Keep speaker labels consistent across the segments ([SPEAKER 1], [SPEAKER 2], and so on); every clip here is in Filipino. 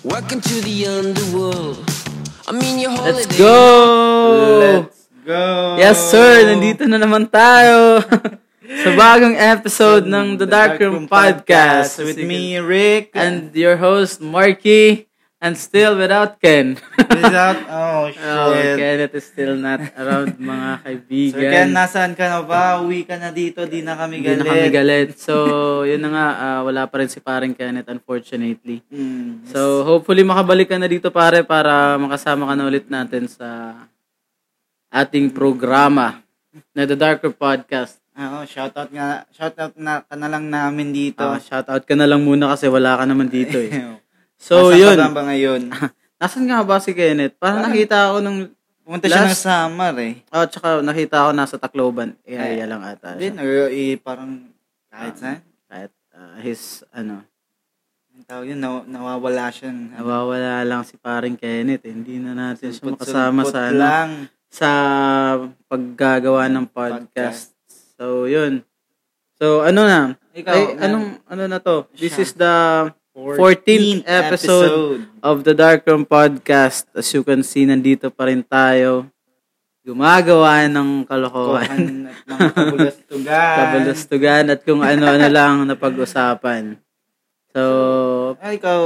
[SPEAKER 1] Welcome to the underworld. I mean your holiday.
[SPEAKER 2] Let's go!
[SPEAKER 3] Let's go!
[SPEAKER 2] Yes sir, nandito na naman tayo sa bagong episode ng The Dark Room Podcast with me
[SPEAKER 3] Rick,
[SPEAKER 2] and your host Marky and still without Ken.
[SPEAKER 3] without, oh shit.
[SPEAKER 2] oh, Kenneth is still not around mga kaibigan.
[SPEAKER 3] Sir Ken, nasaan ka na ba? Uwi ka na dito, di na kami
[SPEAKER 2] Hindi
[SPEAKER 3] galit.
[SPEAKER 2] na kami galit. So, yun na nga, ah, wala pa rin si paring Kenneth unfortunately.
[SPEAKER 3] Mm.
[SPEAKER 2] So, hopefully makabalik ka na dito pare para makasama ka na ulit natin sa ating programa na The Dark Room Podcast.
[SPEAKER 3] Oh, shoutout nga, shoutout na ka na lang namin dito.
[SPEAKER 2] Ah, shout out ka na lang muna kasi wala ka naman dito eh.
[SPEAKER 3] so,
[SPEAKER 2] So, yun.
[SPEAKER 3] yun. Nasaan ka ba ngayon?
[SPEAKER 2] Nasaan nga ba si Kenneth? Parang nakita ako nung...
[SPEAKER 3] Pumunta siya ng
[SPEAKER 2] Last-
[SPEAKER 3] summer eh.
[SPEAKER 2] Oh, tsaka nakita ako nasa Tacloban. Eh, ay, lang ata. siya.
[SPEAKER 3] Hindi, nag- eh, parang kahit
[SPEAKER 2] Ah.
[SPEAKER 3] saan.
[SPEAKER 2] Kahit ah, his, ano,
[SPEAKER 3] Ang tawag yun, naw- nawawala siya. ng-
[SPEAKER 2] nawawala lang si paring Kenneth. eh. Hindi na natin siya
[SPEAKER 3] Sulpot-sulpot
[SPEAKER 2] makasama sa, ano,
[SPEAKER 3] lang.
[SPEAKER 2] sa paggagawa ng podcast. So, yun. So, ano na?
[SPEAKER 3] Ikaw,
[SPEAKER 2] Ay,
[SPEAKER 3] na-
[SPEAKER 2] anong, ano na to? This
[SPEAKER 3] Siya.
[SPEAKER 2] is the 14th episode of the Darkroom Podcast. As you can see, nandito pa rin tayo. Gumagawa ng kalokohan,
[SPEAKER 3] Kohan at mga kabulastugan.
[SPEAKER 2] kabalastugan, at kung ano-ano lang na pag-usapan. So,
[SPEAKER 3] Ay, Ah, ikaw,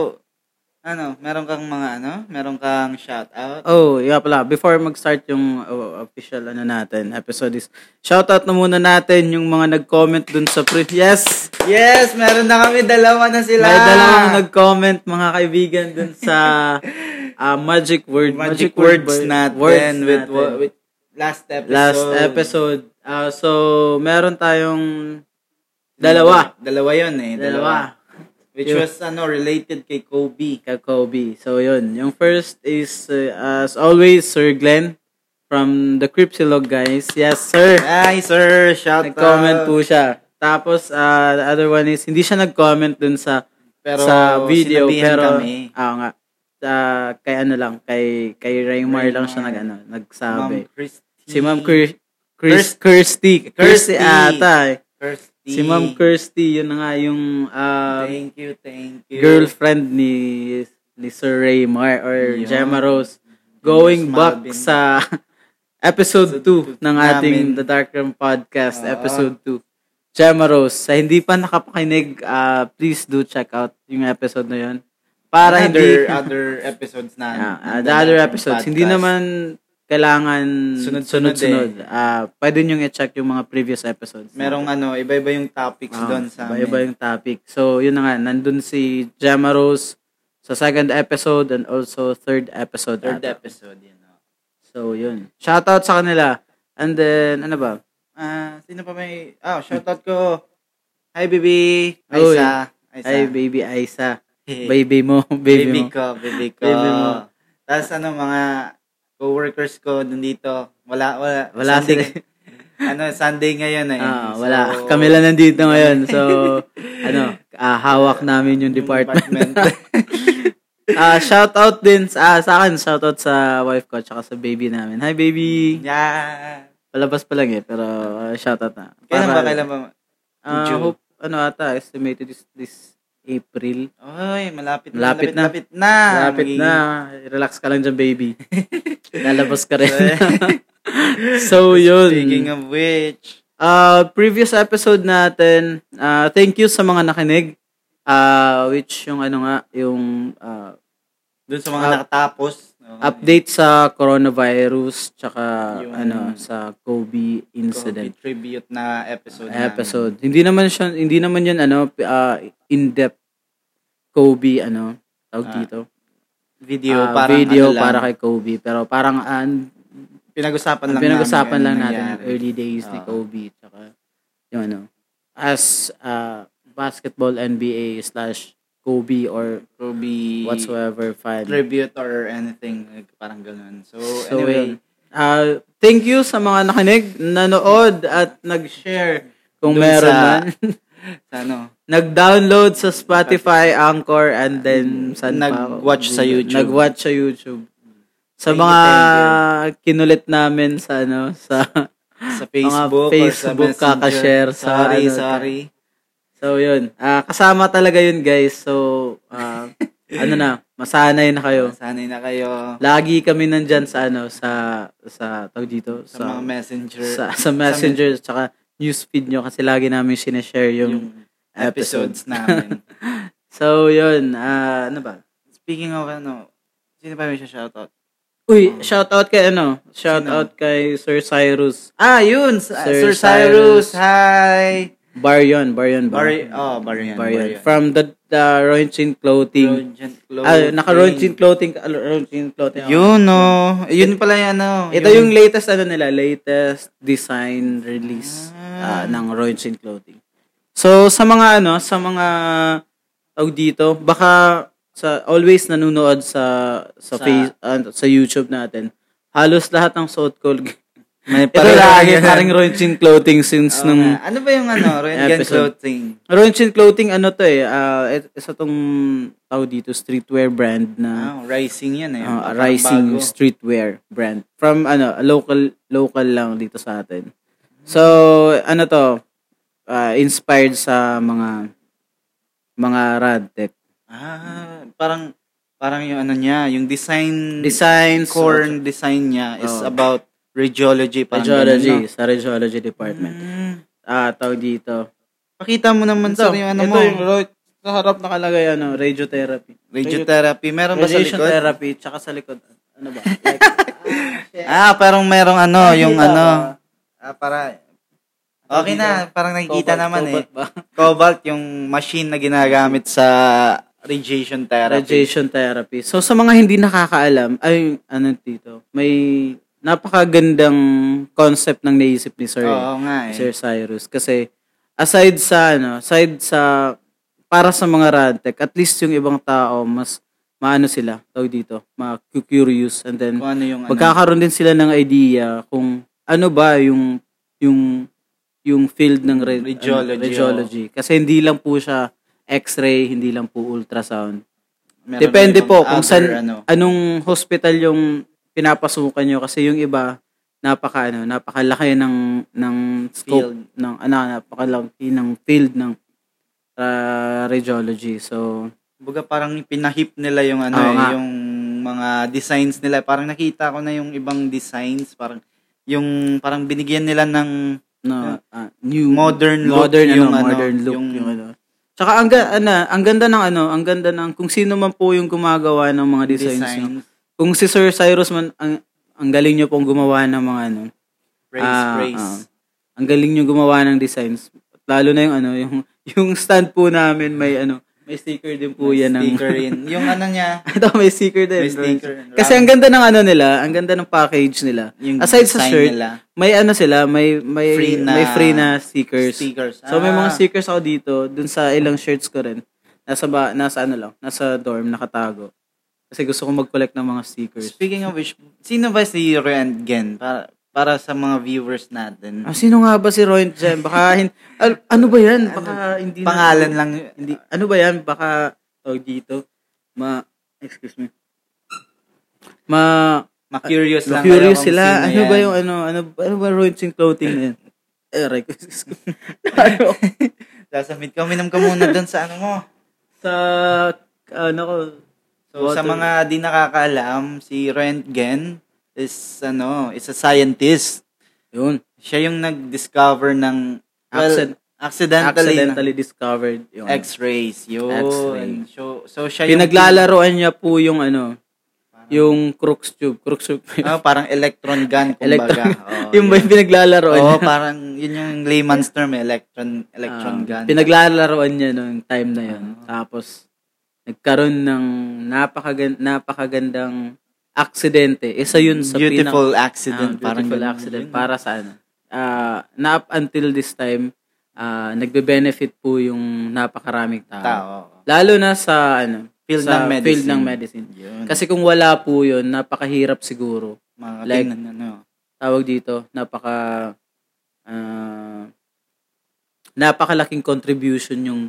[SPEAKER 3] ano, meron kang mga ano? Meron kang shoutout?
[SPEAKER 2] oh, yeah pala. Before mag-start yung oh, official ano natin, episode is, shoutout na muna natin yung mga nag-comment dun sa pre- Yes!
[SPEAKER 3] Yes, meron na kami dalawa na sila.
[SPEAKER 2] May dalawang nag-comment mga kaibigan dun sa ah, magic word.
[SPEAKER 3] magic,
[SPEAKER 2] ba-
[SPEAKER 3] words, natin,
[SPEAKER 2] words
[SPEAKER 3] with,
[SPEAKER 2] natin.
[SPEAKER 3] with last episode.
[SPEAKER 2] last episode. Ah, so, meron tayong dalawa.
[SPEAKER 3] Dalawa yun eh.
[SPEAKER 2] Dalawa.
[SPEAKER 3] Which
[SPEAKER 2] Yun.
[SPEAKER 3] was ano related kay Kobe.
[SPEAKER 2] Ka Kobe. So, yun. Yung first is, uh, as always, Sir Glenn from the Cryptolog guys. Yes, sir.
[SPEAKER 3] Hi, sir. Shout
[SPEAKER 2] Nag-comment
[SPEAKER 3] out.
[SPEAKER 2] po siya. Tapos, ah, the other one is, hindi siya nag-comment dun sa
[SPEAKER 3] Pero
[SPEAKER 2] sa video
[SPEAKER 3] sinabihan
[SPEAKER 2] pero
[SPEAKER 3] kami.
[SPEAKER 2] ah nga Ah, kay ano lang kay kay Raymar lang siya
[SPEAKER 3] Raymar.
[SPEAKER 2] nag ano,
[SPEAKER 3] Ma'am
[SPEAKER 2] nagsabi
[SPEAKER 3] Christy.
[SPEAKER 2] si Ma'am Cur- Chris Kirsty
[SPEAKER 3] Kirsty.
[SPEAKER 2] Kirsty ata eh.
[SPEAKER 3] Kirsty.
[SPEAKER 2] si Ma'am Kirsty yun na nga yung ah,
[SPEAKER 3] Thank you, thank you.
[SPEAKER 2] girlfriend ni ni Sir Raymar or
[SPEAKER 3] Yun.
[SPEAKER 2] Gemma Rose going
[SPEAKER 3] Miss
[SPEAKER 2] back
[SPEAKER 3] Malvin.
[SPEAKER 2] sa episode 2 ng ating
[SPEAKER 3] namin. Ah.
[SPEAKER 2] The Dark Room Podcast
[SPEAKER 3] Oo.
[SPEAKER 2] episode 2 Gemma Rose sa hindi pa nakapakinig ah, please do check out yung episode na yun para
[SPEAKER 3] other,
[SPEAKER 2] hindi
[SPEAKER 3] other episodes na.
[SPEAKER 2] Ah, ah, the other episodes hindi naman kailangan
[SPEAKER 3] Sunod-sunod eh.
[SPEAKER 2] sunod-sunod Ah, pwede nyo i-check yung mga previous episodes
[SPEAKER 3] Merong ano, iba-iba yung topics
[SPEAKER 2] Ah,
[SPEAKER 3] doon sa
[SPEAKER 2] iba-iba yung topic. So, yun na nga, nandun si Gemma Rose sa second episode and also third episode.
[SPEAKER 3] third
[SPEAKER 2] ata.
[SPEAKER 3] episode. Yun, know.
[SPEAKER 2] So, yun. Shoutout sa kanila. And then, ano ba?
[SPEAKER 3] Ah, sino pa may... Ah, shoutout ko. Hi, baby. Hi,
[SPEAKER 2] Uy.
[SPEAKER 3] Sa. Hi, Sa.
[SPEAKER 2] Ay, baby Aisa. Baby mo. Baby,
[SPEAKER 3] baby
[SPEAKER 2] mo.
[SPEAKER 3] ko, baby ko.
[SPEAKER 2] Baby mo.
[SPEAKER 3] Tapos ano, mga co-workers ko nandito. Wala, wala.
[SPEAKER 2] Wala sila.
[SPEAKER 3] Sunday, ano, Sunday ngayon eh.
[SPEAKER 2] Ah,
[SPEAKER 3] So,
[SPEAKER 2] wala. Kami lang nandito ngayon. So, ano, ah, hawak namin yung department. Ah, shoutout din sa, ah, sa akin. Shoutout sa wife ko tsaka sa baby namin. Hi, baby.
[SPEAKER 3] yeah.
[SPEAKER 2] Palabas pa lang eh, pero ah, shoutout na.
[SPEAKER 3] Kailan ba,
[SPEAKER 2] Para-
[SPEAKER 3] kailan ba?
[SPEAKER 2] Ah,
[SPEAKER 3] June.
[SPEAKER 2] hope, ano ata, estimated is this April.
[SPEAKER 3] Oy, malapit,
[SPEAKER 2] Malapit na.
[SPEAKER 3] Malapit Ah, na.
[SPEAKER 2] Malapit na. Relax ka lang dyan, baby. Lalabas ka rin. so,
[SPEAKER 3] Magiging-
[SPEAKER 2] yun.
[SPEAKER 3] Speaking of which,
[SPEAKER 2] Uh, previous episode natin, uh, thank you sa mga nakinig. Uh, which yung ano nga, yung uh,
[SPEAKER 3] dun sa mga
[SPEAKER 2] Up-
[SPEAKER 3] nakatapos. no?
[SPEAKER 2] update sa coronavirus, tsaka
[SPEAKER 3] Oh, Yung-
[SPEAKER 2] ano, sa Kobe incident.
[SPEAKER 3] Kobe tribute na episode. namin.
[SPEAKER 2] episode. Hindi naman siya hindi naman 'yun ano ah, in-depth Kobe ano tawag
[SPEAKER 3] Ah,
[SPEAKER 2] dito.
[SPEAKER 3] Video,
[SPEAKER 2] Ah,
[SPEAKER 3] parang
[SPEAKER 2] video
[SPEAKER 3] ano lang,
[SPEAKER 2] para kay Kobe pero parang ah, ang
[SPEAKER 3] pinag-usapan lang
[SPEAKER 2] pinag-usapan lang
[SPEAKER 3] namin ano
[SPEAKER 2] natin
[SPEAKER 3] yung
[SPEAKER 2] yung early days ni
[SPEAKER 3] Ah.
[SPEAKER 2] Kobe tsaka yung ano as ah, basketball NBA slash Kobe or
[SPEAKER 3] Kobe
[SPEAKER 2] whatsoever fan.
[SPEAKER 3] tribute or anything like, parang ganun. So,
[SPEAKER 2] So, yun.
[SPEAKER 3] anyway,
[SPEAKER 2] Ah, thank you sa mga nakinig, nanood at nag-share kung
[SPEAKER 3] Dun
[SPEAKER 2] meron
[SPEAKER 3] sa-
[SPEAKER 2] man.
[SPEAKER 3] sa ano,
[SPEAKER 2] Nag-download sa Spotify, Anchor, and then saan pa?
[SPEAKER 3] Nag-watch sa YouTube.
[SPEAKER 2] Nag-watch sa YouTube. Sa
[SPEAKER 3] Thank you,
[SPEAKER 2] mga
[SPEAKER 3] thank
[SPEAKER 2] kinulit namin sa ano, sa
[SPEAKER 3] sa
[SPEAKER 2] Mga
[SPEAKER 3] Facebook, or
[SPEAKER 2] Facebook
[SPEAKER 3] sa Messenger.
[SPEAKER 2] kakashare sa
[SPEAKER 3] sorry,
[SPEAKER 2] ano,
[SPEAKER 3] sorry.
[SPEAKER 2] so yun. Ah, kasama talaga yun guys. So ah, ano na, masanay na kayo.
[SPEAKER 3] Sanay na kayo
[SPEAKER 2] Lagi kami nandyan sa ano, sa, sa, tawag dito,
[SPEAKER 3] sa, mga messenger.
[SPEAKER 2] sa, sa messenger, tsaka newsfeed nyo kasi lagi namin sineshare yung,
[SPEAKER 3] yung
[SPEAKER 2] episodes.
[SPEAKER 3] episodes namin.
[SPEAKER 2] So, yun, ah, ano ba?
[SPEAKER 3] Speaking of ano, sino pa may shoutout?
[SPEAKER 2] Uy, shoutout kay ano? Shoutout kay Sir Cyrus. Ah, yun! Sir,
[SPEAKER 3] Sir, Cyrus, hi!
[SPEAKER 2] Bar yun, bar yun. Bar,
[SPEAKER 3] Barry, oh, Barry yan.
[SPEAKER 2] bar
[SPEAKER 3] Barry
[SPEAKER 2] yun. From the, the Roinchin Clothing. Ah, naka Roinchin Clothing. ah, Roinchin Clothing. ako.
[SPEAKER 3] Yun, no. Yun pala ano, yan, no.
[SPEAKER 2] Ah. Ito yung latest ano nila, latest design release ah,
[SPEAKER 3] Ah.
[SPEAKER 2] ng Roinchin Clothing. So sa mga ano, sa mga tawag dito, baka sa always nanonood sa sa,
[SPEAKER 3] Sa-
[SPEAKER 2] face ah, sa YouTube natin. Halos lahat ng suot ko
[SPEAKER 3] May
[SPEAKER 2] ito lagi parang Roinchin Clothing since
[SPEAKER 3] Oo
[SPEAKER 2] nung
[SPEAKER 3] nga. ano ba yung ano, Roentgen
[SPEAKER 2] episode.
[SPEAKER 3] clothing?
[SPEAKER 2] Roinchin Clothing ano to eh, ah, et- isa tong tawag dito streetwear brand na
[SPEAKER 3] Ah, rising yan eh.
[SPEAKER 2] Ah, a
[SPEAKER 3] Parang
[SPEAKER 2] rising
[SPEAKER 3] bago.
[SPEAKER 2] streetwear brand from ano local local lang dito sa atin. So ano to ah, inspired sa mga mga radtech
[SPEAKER 3] Ah, parang parang yung ano niya, yung design
[SPEAKER 2] designs
[SPEAKER 3] core design niya is
[SPEAKER 2] Oh.
[SPEAKER 3] about radiology
[SPEAKER 2] sa
[SPEAKER 3] parang
[SPEAKER 2] radiology
[SPEAKER 3] ganun,
[SPEAKER 2] sa radiology
[SPEAKER 3] no?
[SPEAKER 2] department.
[SPEAKER 3] Mm.
[SPEAKER 2] Ah tawag dito.
[SPEAKER 3] Pakita mo naman
[SPEAKER 2] Ito,
[SPEAKER 3] sa yung ano
[SPEAKER 2] ito
[SPEAKER 3] mo.
[SPEAKER 2] yung ro- sa harap nakalagay ano radiotherapy.
[SPEAKER 3] radiotherapy. Meron ba sa
[SPEAKER 2] Radiation
[SPEAKER 3] likod?
[SPEAKER 2] therapy tsaka sa likod ano ba? Like,
[SPEAKER 3] Ah, parang merong ano, yung
[SPEAKER 2] nakikita ba?
[SPEAKER 3] ano. Ah, para Okay na, parang nakikita
[SPEAKER 2] Cobalt-
[SPEAKER 3] naman
[SPEAKER 2] cobalt
[SPEAKER 3] eh.
[SPEAKER 2] ba?
[SPEAKER 3] Cobalt yung machine na ginagamit sa radiation therapy.
[SPEAKER 2] Radiation therapy. So sa mga hindi nakakaalam, ay ano dito, may napakagandang concept ng naisip ni Sir
[SPEAKER 3] Oo nga eh.
[SPEAKER 2] Sir Cyrus kasi aside sa ano, aside sa para sa mga radtech, at least yung ibang tao mas maano sila, tawag dito, ma-curious and then
[SPEAKER 3] Kung ano yung ano.
[SPEAKER 2] magkakaroon din sila ng idea kung ano ba yung yung yung field ng re-
[SPEAKER 3] Radiology,
[SPEAKER 2] ano, radiology. Kasi hindi lang po siya x-ray, hindi lang po ultrasound.
[SPEAKER 3] meron
[SPEAKER 2] Depende
[SPEAKER 3] yung
[SPEAKER 2] po kung
[SPEAKER 3] other,
[SPEAKER 2] saan-
[SPEAKER 3] ano.
[SPEAKER 2] anong hospital yung pinapasukan nyo kasi yung iba napaka ano napakalaki ng ng scope
[SPEAKER 3] Field.
[SPEAKER 2] ng ano napakalaki ng field ng ah, radiology so
[SPEAKER 3] Baga parang pinahip nila yung ano
[SPEAKER 2] Oo
[SPEAKER 3] eh,
[SPEAKER 2] nga.
[SPEAKER 3] yung mga designs nila. Parang nakita ko na yung ibang designs, parang yung parang binigyan nila ng
[SPEAKER 2] no ah, new
[SPEAKER 3] modern look
[SPEAKER 2] modern ano,
[SPEAKER 3] yung ano,
[SPEAKER 2] modern look yung,
[SPEAKER 3] yung-
[SPEAKER 2] ano tsaka ang ga- ano, ang ganda ng ano ang ganda ng kung sino man po yung gumagawa ng mga designs, nyo.
[SPEAKER 3] design,
[SPEAKER 2] kung si Sir Cyrus man ang, ang galing nyo pong gumawa ng mga ano
[SPEAKER 3] race,
[SPEAKER 2] Ah,
[SPEAKER 3] race.
[SPEAKER 2] ah. ang galing nyo gumawa ng designs. Lalo na yung ano, yung, yung stand po namin may ano, may sticker din po yan. ng-
[SPEAKER 3] sticker in. Yung ano niya,
[SPEAKER 2] Ito, may sticker din.
[SPEAKER 3] May sticker.
[SPEAKER 2] Kasi ang ganda ng ano nila, ang ganda ng package nila.
[SPEAKER 3] yung
[SPEAKER 2] Aside sa
[SPEAKER 3] design
[SPEAKER 2] shirt,
[SPEAKER 3] nila,
[SPEAKER 2] may ano sila, may may
[SPEAKER 3] Free na-
[SPEAKER 2] may free na stickers.
[SPEAKER 3] stickers.
[SPEAKER 2] So may
[SPEAKER 3] Ah,
[SPEAKER 2] mga stickers ako dito, dun sa ilang shirts ko rin. Nasa ba, nasa ano lang, nasa dorm nakatago. Kasi gusto kong mag-collect ng mga stickers.
[SPEAKER 3] Speaking of which, sino ba si Roentgen? Para para sa mga viewers natin.
[SPEAKER 2] Ah, sino nga ba si Roy Jem? Baka hin- al- ano ba 'yan? Baka hindi na-
[SPEAKER 3] Pangalan lang.
[SPEAKER 2] Hindi, ano ba yan? Baka, tawag dito, ma, excuse me, ma, ah,
[SPEAKER 3] Ma-curious lang.
[SPEAKER 2] curious
[SPEAKER 3] kayo
[SPEAKER 2] sila,
[SPEAKER 3] kung sino
[SPEAKER 2] ano ba
[SPEAKER 3] yan.
[SPEAKER 2] yung, ano, ano, ano ba Roy Chin clothing na yan? Eh, right, excuse me.
[SPEAKER 3] Sasamit ka, uminom ka muna dun sa ano mo.
[SPEAKER 2] sa, ano ko,
[SPEAKER 3] So, sa
[SPEAKER 2] water-
[SPEAKER 3] mga di nakakaalam, si Roentgen is, ano, is a scientist.
[SPEAKER 2] yun,
[SPEAKER 3] Siya yung nag-discover ng, well,
[SPEAKER 2] Accid-
[SPEAKER 3] accidentally,
[SPEAKER 2] accidentally discovered yun.
[SPEAKER 3] ng X-rays. Yun.
[SPEAKER 2] X-ray.
[SPEAKER 3] So, so, siya yung...
[SPEAKER 2] Pinaglalaroan niya po yung, ano, yung crux tube, crux tube,
[SPEAKER 3] Ah, parang electron gun, kumbaga.
[SPEAKER 2] Electron-
[SPEAKER 3] Oo,
[SPEAKER 2] yung ba yung pinaglalaroan
[SPEAKER 3] Oo,
[SPEAKER 2] niya?
[SPEAKER 3] parang yun yung layman's term, eh, electron, electron
[SPEAKER 2] Um,
[SPEAKER 3] gun.
[SPEAKER 2] Pinaglalaroan niya noong time na yun.
[SPEAKER 3] Ah.
[SPEAKER 2] Tapos, nagkaroon ng napakagan- napakagandang aksidente. Isa yun sa
[SPEAKER 3] beautiful
[SPEAKER 2] pinak- Ah,
[SPEAKER 3] accident.
[SPEAKER 2] beautiful
[SPEAKER 3] ganun
[SPEAKER 2] accident.
[SPEAKER 3] yun.
[SPEAKER 2] Para sa ano. Ah, na up until this time, ah, nagbe-benefit po yung napakaraming tao.
[SPEAKER 3] tao.
[SPEAKER 2] Lalo na sa ano,
[SPEAKER 3] Field
[SPEAKER 2] sa
[SPEAKER 3] ng medicine.
[SPEAKER 2] field ng medicine.
[SPEAKER 3] Yun.
[SPEAKER 2] Kasi kung wala po yun, napakahirap siguro.
[SPEAKER 3] Mga
[SPEAKER 2] like-
[SPEAKER 3] tingnan, ano.
[SPEAKER 2] Tawag dito, napaka ah, napakalaking contribution yung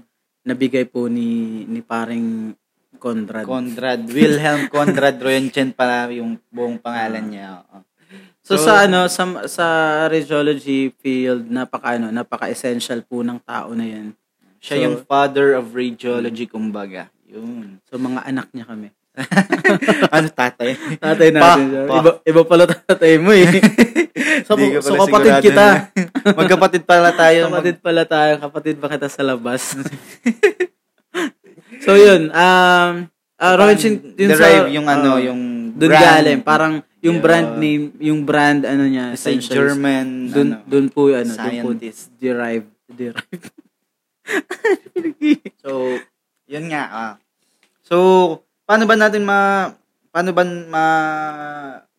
[SPEAKER 2] nabigay po ni ni paring Conrad.
[SPEAKER 3] Conrad, Wilhelm Conrad Roentgen pala yung buong pangalan niya. oo.
[SPEAKER 2] so,
[SPEAKER 3] So-
[SPEAKER 2] sa ano sa sa radiology field napaka ano, napaka-essential po ng tao na 'yan.
[SPEAKER 3] Siya
[SPEAKER 2] So-
[SPEAKER 3] yung father of radiology kumbaga. Yun.
[SPEAKER 2] So, mga anak niya kami.
[SPEAKER 3] ano tatay?
[SPEAKER 2] Tatay natin. siya.
[SPEAKER 3] pa.
[SPEAKER 2] Iba, iba pala tatay mo eh. so,
[SPEAKER 3] Hindi ka
[SPEAKER 2] so,
[SPEAKER 3] pala
[SPEAKER 2] kapatid
[SPEAKER 3] sigurado
[SPEAKER 2] kita.
[SPEAKER 3] na- Magkapatid pala tayo.
[SPEAKER 2] Kapatid pala tayo. Kapatid ba kita sa labas? so, yun. Um, uh, Rowan, sin-
[SPEAKER 3] Mag-
[SPEAKER 2] yun sa-
[SPEAKER 3] derive yung ano,
[SPEAKER 2] oo.
[SPEAKER 3] yung
[SPEAKER 2] Doon
[SPEAKER 3] brand.
[SPEAKER 2] galing. Parang yung
[SPEAKER 3] Yeah.
[SPEAKER 2] brand name, yung brand ano niya.
[SPEAKER 3] Sa
[SPEAKER 2] essentials.
[SPEAKER 3] German,
[SPEAKER 2] Doon,
[SPEAKER 3] ano,
[SPEAKER 2] doon po, ano, doon po
[SPEAKER 3] scientist.
[SPEAKER 2] derived. Derived.
[SPEAKER 3] So, yun nga. Ah. So, paano ba natin ma... Paano ba ma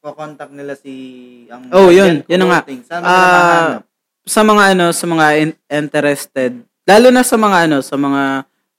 [SPEAKER 3] kokontak nila si ang
[SPEAKER 2] Oh, yun. Yun na nga.
[SPEAKER 3] Clothing? Saan ba nila
[SPEAKER 2] Ah,
[SPEAKER 3] mahanap?
[SPEAKER 2] sa mga ano, sa mga in- interested, lalo na sa mga ano, sa mga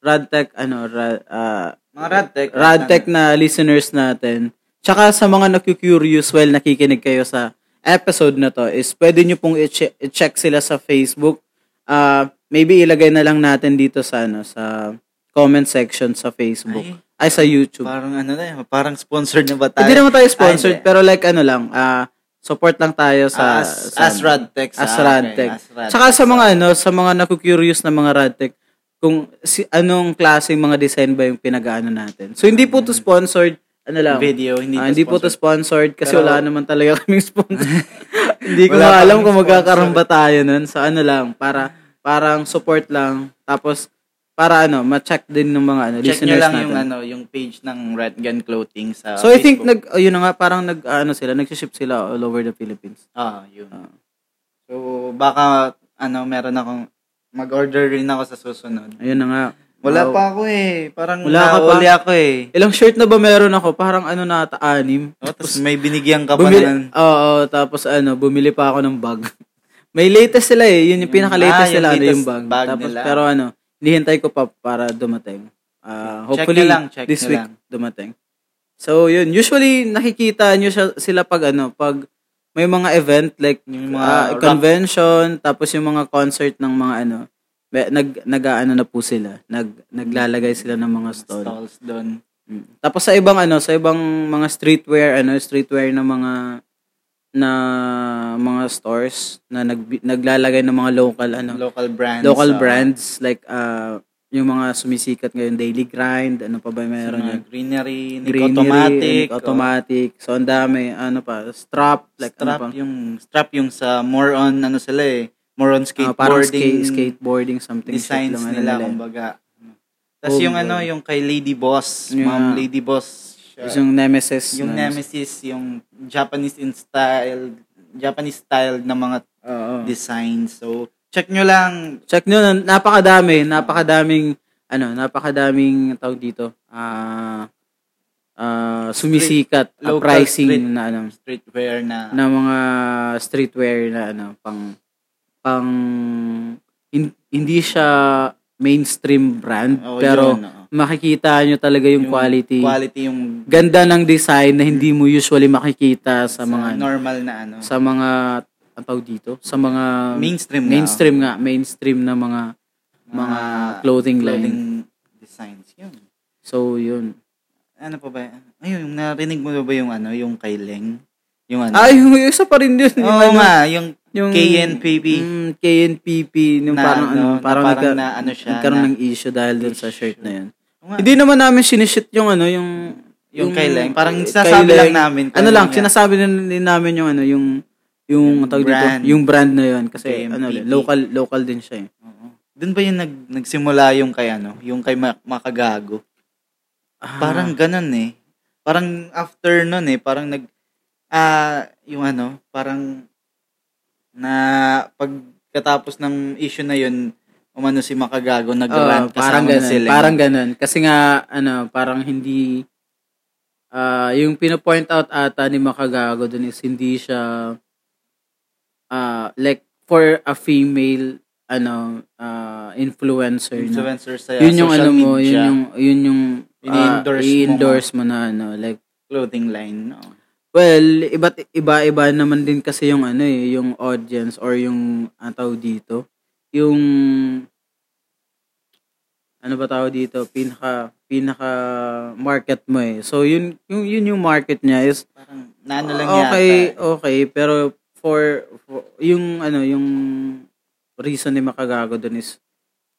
[SPEAKER 2] Radtech, ano, ra, ah,
[SPEAKER 3] mga Radtech.
[SPEAKER 2] Radtech na listeners natin. Tsaka sa mga naku-curious while nakikinig kayo sa episode na to is pwede nyo pong i-che- i-check sila sa Facebook. Ah, maybe ilagay na lang natin dito sa ano sa comment section sa Facebook. Ay, sa YouTube.
[SPEAKER 3] Parang ano na yun, parang sponsored na ba tayo?
[SPEAKER 2] Hindi naman tayo sponsored,
[SPEAKER 3] Ay, hindi.
[SPEAKER 2] pero like ano lang, ah, support lang tayo sa...
[SPEAKER 3] as,
[SPEAKER 2] sa- ano.
[SPEAKER 3] as Radtech.
[SPEAKER 2] as
[SPEAKER 3] Ah, okay,
[SPEAKER 2] Radtech.
[SPEAKER 3] as Radtech.
[SPEAKER 2] Tsaka sa mga ano, sa mga naku-curious na mga Radtech, kung si, anong klaseng mga design ba yung pinag-ano natin. So, hindi po to sponsored, ano lang,
[SPEAKER 3] video, Mm-hmm. hindi,
[SPEAKER 2] Ah, hindi po to sponsored kasi
[SPEAKER 3] Pero-
[SPEAKER 2] wala naman talaga kaming sponsor. hindi ko
[SPEAKER 3] Wala
[SPEAKER 2] nga alam
[SPEAKER 3] kaming
[SPEAKER 2] kung
[SPEAKER 3] sponsor.
[SPEAKER 2] magkakaroon ba tayo nun. Sa ano lang, para parang support lang. Tapos, para ano, ma-check din ng mga ano,
[SPEAKER 3] Check nyo
[SPEAKER 2] listeners
[SPEAKER 3] lang
[SPEAKER 2] natin.
[SPEAKER 3] yung ano, yung page ng Red Gun Clothing sa
[SPEAKER 2] so, I think,
[SPEAKER 3] Facebook.
[SPEAKER 2] nag, oh, yun na nga, parang nag, ano sila, nagsiship sila all over the Philippines.
[SPEAKER 3] Ah, yun.
[SPEAKER 2] Ah.
[SPEAKER 3] So, baka, ano, meron akong, mag-order rin ako sa susunod.
[SPEAKER 2] Ayun na nga.
[SPEAKER 3] Wala
[SPEAKER 2] Wow.
[SPEAKER 3] pa ako eh. Parang
[SPEAKER 2] Wala ka pa?
[SPEAKER 3] nauli ako eh.
[SPEAKER 2] Ilang shirt na ba meron ako? Parang ano na ata, anim.
[SPEAKER 3] Oh, tapos may binigyan ka pa na
[SPEAKER 2] Bumili, oo, tapos ano, bumili pa ako ng bag. May latest sila eh, yun yung,
[SPEAKER 3] Yung-
[SPEAKER 2] pinaka-latest
[SPEAKER 3] ah, yung
[SPEAKER 2] sila, ano, yung
[SPEAKER 3] latest
[SPEAKER 2] bag.
[SPEAKER 3] bag
[SPEAKER 2] tapos,
[SPEAKER 3] nila.
[SPEAKER 2] pero ano, hinihintay ko pa para dumating. Ah,
[SPEAKER 3] Check
[SPEAKER 2] hopefully,
[SPEAKER 3] nyo lang, check
[SPEAKER 2] this
[SPEAKER 3] nyo
[SPEAKER 2] week
[SPEAKER 3] lang.
[SPEAKER 2] dumating. So, yun. Usually, nakikita nyo siya- sila pag ano, pag may mga event, like
[SPEAKER 3] Yung mga
[SPEAKER 2] ah,
[SPEAKER 3] rock-
[SPEAKER 2] convention, tapos yung mga concert ng mga ano, may- nag, nag ano na po sila. Nag, naglalagay sila ng mga stall.
[SPEAKER 3] stalls doon.
[SPEAKER 2] Mm. Tapos sa ibang ano, sa ibang mga streetwear, ano, streetwear na mga na mga stores na nag, naglalagay ng mga local ano,
[SPEAKER 3] Local brands.
[SPEAKER 2] local
[SPEAKER 3] ah,
[SPEAKER 2] brands like uh, yung mga sumisikat ngayon Daily Grind, ano pa ba
[SPEAKER 3] sa
[SPEAKER 2] meron
[SPEAKER 3] mga
[SPEAKER 2] yun?
[SPEAKER 3] Greenery, Nick
[SPEAKER 2] Greenery,
[SPEAKER 3] Automatic.
[SPEAKER 2] Nick Automatic. So ang dami, ano pa, strap,
[SPEAKER 3] oh,
[SPEAKER 2] like
[SPEAKER 3] strap
[SPEAKER 2] ano pa,
[SPEAKER 3] yung, strap yung sa more on, ano sila eh. More on
[SPEAKER 2] ah, parang
[SPEAKER 3] skateboarding.
[SPEAKER 2] skate, skateboarding something shit
[SPEAKER 3] designs
[SPEAKER 2] lang, ano
[SPEAKER 3] nila,
[SPEAKER 2] nila.
[SPEAKER 3] kumbaga. Tapos
[SPEAKER 2] Oh,
[SPEAKER 3] yung ano,
[SPEAKER 2] God.
[SPEAKER 3] yung kay Lady Boss,
[SPEAKER 2] Yeah.
[SPEAKER 3] Ma'am Lady Boss. siya.
[SPEAKER 2] Tapos yung Nemesis.
[SPEAKER 3] yung
[SPEAKER 2] na-
[SPEAKER 3] Nemesis, yung Japanese in style, Japanese style na mga
[SPEAKER 2] Oo.
[SPEAKER 3] designs. So, check nyo lang.
[SPEAKER 2] Check nyo, nan- napakadami, napakadaming, ano, napakadaming tawag dito, ah, ah, sumisikat, ah,
[SPEAKER 3] Local
[SPEAKER 2] pricing
[SPEAKER 3] street.
[SPEAKER 2] na, ano,
[SPEAKER 3] Streetwear na,
[SPEAKER 2] na mga streetwear na, ano, pang, pang, hin- hindi siya mainstream brand,
[SPEAKER 3] Oo,
[SPEAKER 2] pero
[SPEAKER 3] oh, yun, oo.
[SPEAKER 2] makikita nyo talaga Oh, yung,
[SPEAKER 3] Yung
[SPEAKER 2] quality.
[SPEAKER 3] quality yung
[SPEAKER 2] Ganda ng design na hindi mo usually makikita sa, mga, ano,
[SPEAKER 3] normal na ano.
[SPEAKER 2] sa mga, ang tawag dito, sa mga,
[SPEAKER 3] mainstream na.
[SPEAKER 2] mainstream nga, mainstream na mga, mga clothing line.
[SPEAKER 3] designs. Yun.
[SPEAKER 2] So, yun.
[SPEAKER 3] Ano pa ba? Ayun, yung narinig mo na ba yung ano, yung kay Leng? Yung ano?
[SPEAKER 2] Ay, yung isa pa rin yun.
[SPEAKER 3] Oo
[SPEAKER 2] ano,
[SPEAKER 3] nga, yung
[SPEAKER 2] Yung,
[SPEAKER 3] KNPB.
[SPEAKER 2] Mm, KNPP. Yung
[SPEAKER 3] Na
[SPEAKER 2] parang,
[SPEAKER 3] ano,
[SPEAKER 2] ano,
[SPEAKER 3] na
[SPEAKER 2] parang,
[SPEAKER 3] parang
[SPEAKER 2] nagka-
[SPEAKER 3] na ano siya,
[SPEAKER 2] nagkaroon
[SPEAKER 3] na-
[SPEAKER 2] ng issue dahil dun sa shirt na yun.
[SPEAKER 3] Oo nga.
[SPEAKER 2] Hindi naman namin sinishit yung ano, yung...
[SPEAKER 3] Yung kay Leng. Parang sinasabi
[SPEAKER 2] kay
[SPEAKER 3] lang
[SPEAKER 2] Leng.
[SPEAKER 3] namin kung
[SPEAKER 2] Ano
[SPEAKER 3] ano
[SPEAKER 2] lang,
[SPEAKER 3] nga.
[SPEAKER 2] sinasabi na din namin yung ano, yung... Yung,
[SPEAKER 3] Yung
[SPEAKER 2] tawag dito,
[SPEAKER 3] brand.
[SPEAKER 2] yung brand na yun. Kasi,
[SPEAKER 3] KNPP.
[SPEAKER 2] ano, local, local din siya eh.
[SPEAKER 3] Doon ba yung nag, nagsimula yung kay ano? Yung kay Ma- Makagago?
[SPEAKER 2] Ah,
[SPEAKER 3] Parang ganun eh. Parang after nun eh, parang nag, ah, yung ano, parang na pagkatapos ng issue na yun, umano si Makagago,
[SPEAKER 2] Oo,
[SPEAKER 3] nag-rant
[SPEAKER 2] parang
[SPEAKER 3] Diba? kasama na
[SPEAKER 2] ganun.
[SPEAKER 3] sila.
[SPEAKER 2] Parang ganun. Kasi nga, ano, parang hindi, ah yung pinapoint out ata ni Makagago dun is hindi siya, ah like, for a female, ano, ah, influencer. na-
[SPEAKER 3] influencer sa
[SPEAKER 2] yun yung
[SPEAKER 3] social
[SPEAKER 2] ano mo,
[SPEAKER 3] media,
[SPEAKER 2] yun yung, yun yung, ah,
[SPEAKER 3] Ini-endorse mo.
[SPEAKER 2] i-endorse mo na, ano, like,
[SPEAKER 3] clothing line. No?
[SPEAKER 2] Well, iba iba-iba naman din kasi yung ano eh, yung audience or yung ang tawag dito, yung ano ba tawag dito, pinaka pinaka market mo eh. So yun yung yun yung market niya is
[SPEAKER 3] Parang naano Ano lang
[SPEAKER 2] okay,
[SPEAKER 3] yata. eh.
[SPEAKER 2] okay, pero for, for- yung ano, yung reason ni Makagago dun is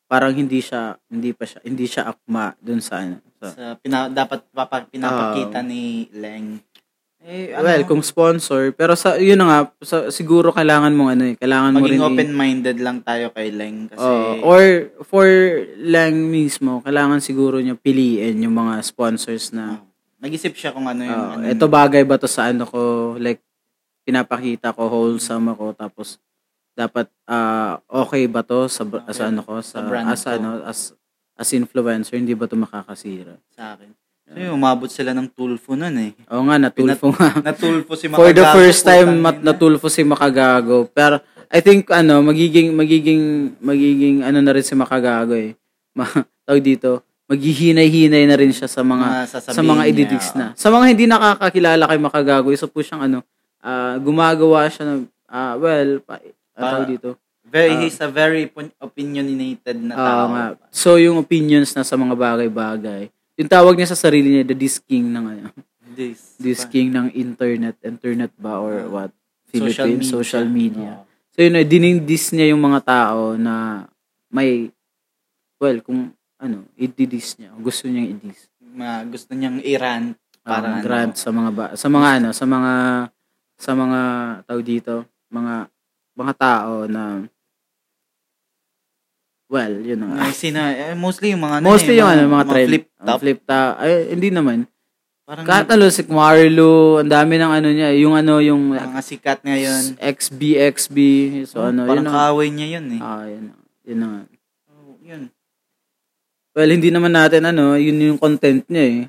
[SPEAKER 2] parang hindi siya hindi pa siya hindi siya akma dun sa ano. So,
[SPEAKER 3] Sa pina, dapat papa, pinapakita ni Leng. Eh, ano,
[SPEAKER 2] well, kung sponsor, pero sa yun na nga sa- siguro kailangan mong ano eh, kailangan mo rin
[SPEAKER 3] maging
[SPEAKER 2] i-
[SPEAKER 3] open-minded lang tayo kay Leng kasi
[SPEAKER 2] Oo. or for lang mismo, kailangan siguro niya piliin yung mga sponsors na
[SPEAKER 3] nag-isip siya kung ano yung
[SPEAKER 2] ah,
[SPEAKER 3] ano,
[SPEAKER 2] eto bagay ba to sa ano ko, like pinapakita ko wholesome ako tapos dapat ah, okay ba to sa br- sa ano ko sa,
[SPEAKER 3] Sa brand
[SPEAKER 2] as
[SPEAKER 3] ko.
[SPEAKER 2] ano as as influencer hindi ba to makakasira.
[SPEAKER 3] sa akin. So, yun, umabot sila ng tulfo nun eh.
[SPEAKER 2] Oo nga natulfo nga.
[SPEAKER 3] Natulfo si
[SPEAKER 2] For the
[SPEAKER 3] Makagago,
[SPEAKER 2] first time
[SPEAKER 3] putang
[SPEAKER 2] mat
[SPEAKER 3] ina.
[SPEAKER 2] natulfo si Makagago. Pero I think ano magiging magiging magiging ano na rin si Makagago eh. Ma, tawag dito, maghihinay-hinay na rin siya sa mga
[SPEAKER 3] sasabihin
[SPEAKER 2] sa mga
[SPEAKER 3] niya,
[SPEAKER 2] ididix
[SPEAKER 3] oo.
[SPEAKER 2] na. Sa mga hindi nakakakilala kay Makagago, isa po siyang ano, ah, gumagawa siya ng ah, well, pa, ah,
[SPEAKER 3] Pa-
[SPEAKER 2] tawag dito.
[SPEAKER 3] Very,
[SPEAKER 2] Ah.
[SPEAKER 3] he's a very pon- opinionated na tao.
[SPEAKER 2] Ah, nga. So yung opinions na sa mga bagay-bagay. Yung tawag niya sa sarili niya, the disc king ng ano,
[SPEAKER 3] This,
[SPEAKER 2] disc king ng internet, internet ba or
[SPEAKER 3] Ah.
[SPEAKER 2] what?
[SPEAKER 3] Social
[SPEAKER 2] Philippines
[SPEAKER 3] media.
[SPEAKER 2] social media.
[SPEAKER 3] Oo.
[SPEAKER 2] So yun, eh, dinindis niya yung mga tao na may, well, kung ano, i-diss niya. Gusto niyang i-diss.
[SPEAKER 3] Ma- gusto niyang i-rant. Parang
[SPEAKER 2] Parang
[SPEAKER 3] ano.
[SPEAKER 2] grant sa mga, ba, sa mga ano, sa mga, sa mga tao dito, mga, mga tao na, well, yun na nga.
[SPEAKER 3] Ay, sino, eh, mostly yung mga ano,
[SPEAKER 2] Mostly
[SPEAKER 3] eh,
[SPEAKER 2] yung ano, mga, trend.
[SPEAKER 3] flip
[SPEAKER 2] Ang
[SPEAKER 3] top.
[SPEAKER 2] Flip top. Ay, hindi naman.
[SPEAKER 3] Parang
[SPEAKER 2] Kahit ano, si Marlo, ang dami ng ano niya, yung ano, yung
[SPEAKER 3] mga sikat ngayon.
[SPEAKER 2] XBXB, so ano, yun
[SPEAKER 3] parang
[SPEAKER 2] na.
[SPEAKER 3] kaaway niya yun eh.
[SPEAKER 2] Ah, yun na. Yun na nga.
[SPEAKER 3] Oh, yun.
[SPEAKER 2] Well, hindi naman natin ano, yun yung content niya eh.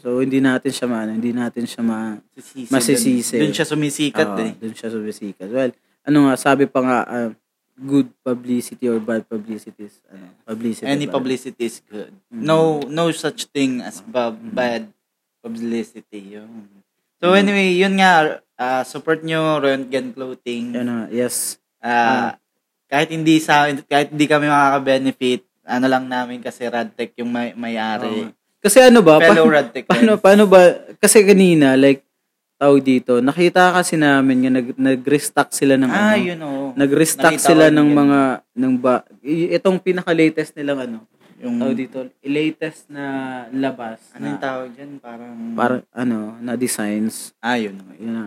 [SPEAKER 2] So hindi natin siya maano, hindi natin siya ma
[SPEAKER 3] Sisisi.
[SPEAKER 2] Masisisi. Ah.
[SPEAKER 3] Doon siya sumisikat
[SPEAKER 2] Oo,
[SPEAKER 3] eh.
[SPEAKER 2] Dun siya sumisikat. Well, ano nga sabi pa nga ah, good publicity or bad publicity is ano, publicity.
[SPEAKER 3] Any
[SPEAKER 2] ba?
[SPEAKER 3] publicity is good.
[SPEAKER 2] Mm.
[SPEAKER 3] No no such thing as ba- bad publicity. Yun. So
[SPEAKER 2] Mm-hmm.
[SPEAKER 3] anyway, yun nga, ah, support nyo Röntgen
[SPEAKER 2] Yun
[SPEAKER 3] Clothing.
[SPEAKER 2] Mm-hmm. na nga, Ano, yes.
[SPEAKER 3] Ah, kahit hindi sa kahit hindi kami makaka-benefit, ano lang namin kasi Radtech yung may,
[SPEAKER 2] Oo.
[SPEAKER 3] may-ari.
[SPEAKER 2] Kasi ano ba?
[SPEAKER 3] Fellow
[SPEAKER 2] pa-
[SPEAKER 3] Radtech.
[SPEAKER 2] paano,
[SPEAKER 3] friends.
[SPEAKER 2] paano ba? Kasi kanina, like, tawag dito, nakita kasi namin nga nag, nag-restock sila ng
[SPEAKER 3] Ah,
[SPEAKER 2] ano,
[SPEAKER 3] yun oh.
[SPEAKER 2] nag-restock
[SPEAKER 3] Nakita
[SPEAKER 2] sila
[SPEAKER 3] ko
[SPEAKER 2] ng
[SPEAKER 3] yun.
[SPEAKER 2] mga, ng ba, i- itong pinaka-latest nilang ano,
[SPEAKER 3] Yung,
[SPEAKER 2] tawag dito, latest na labas.
[SPEAKER 3] Hmm. ano yung
[SPEAKER 2] na-
[SPEAKER 3] tawag dyan? Parang,
[SPEAKER 2] para ano, na designs.
[SPEAKER 3] ah, yun. oh,
[SPEAKER 2] Yun
[SPEAKER 3] yun.
[SPEAKER 2] na.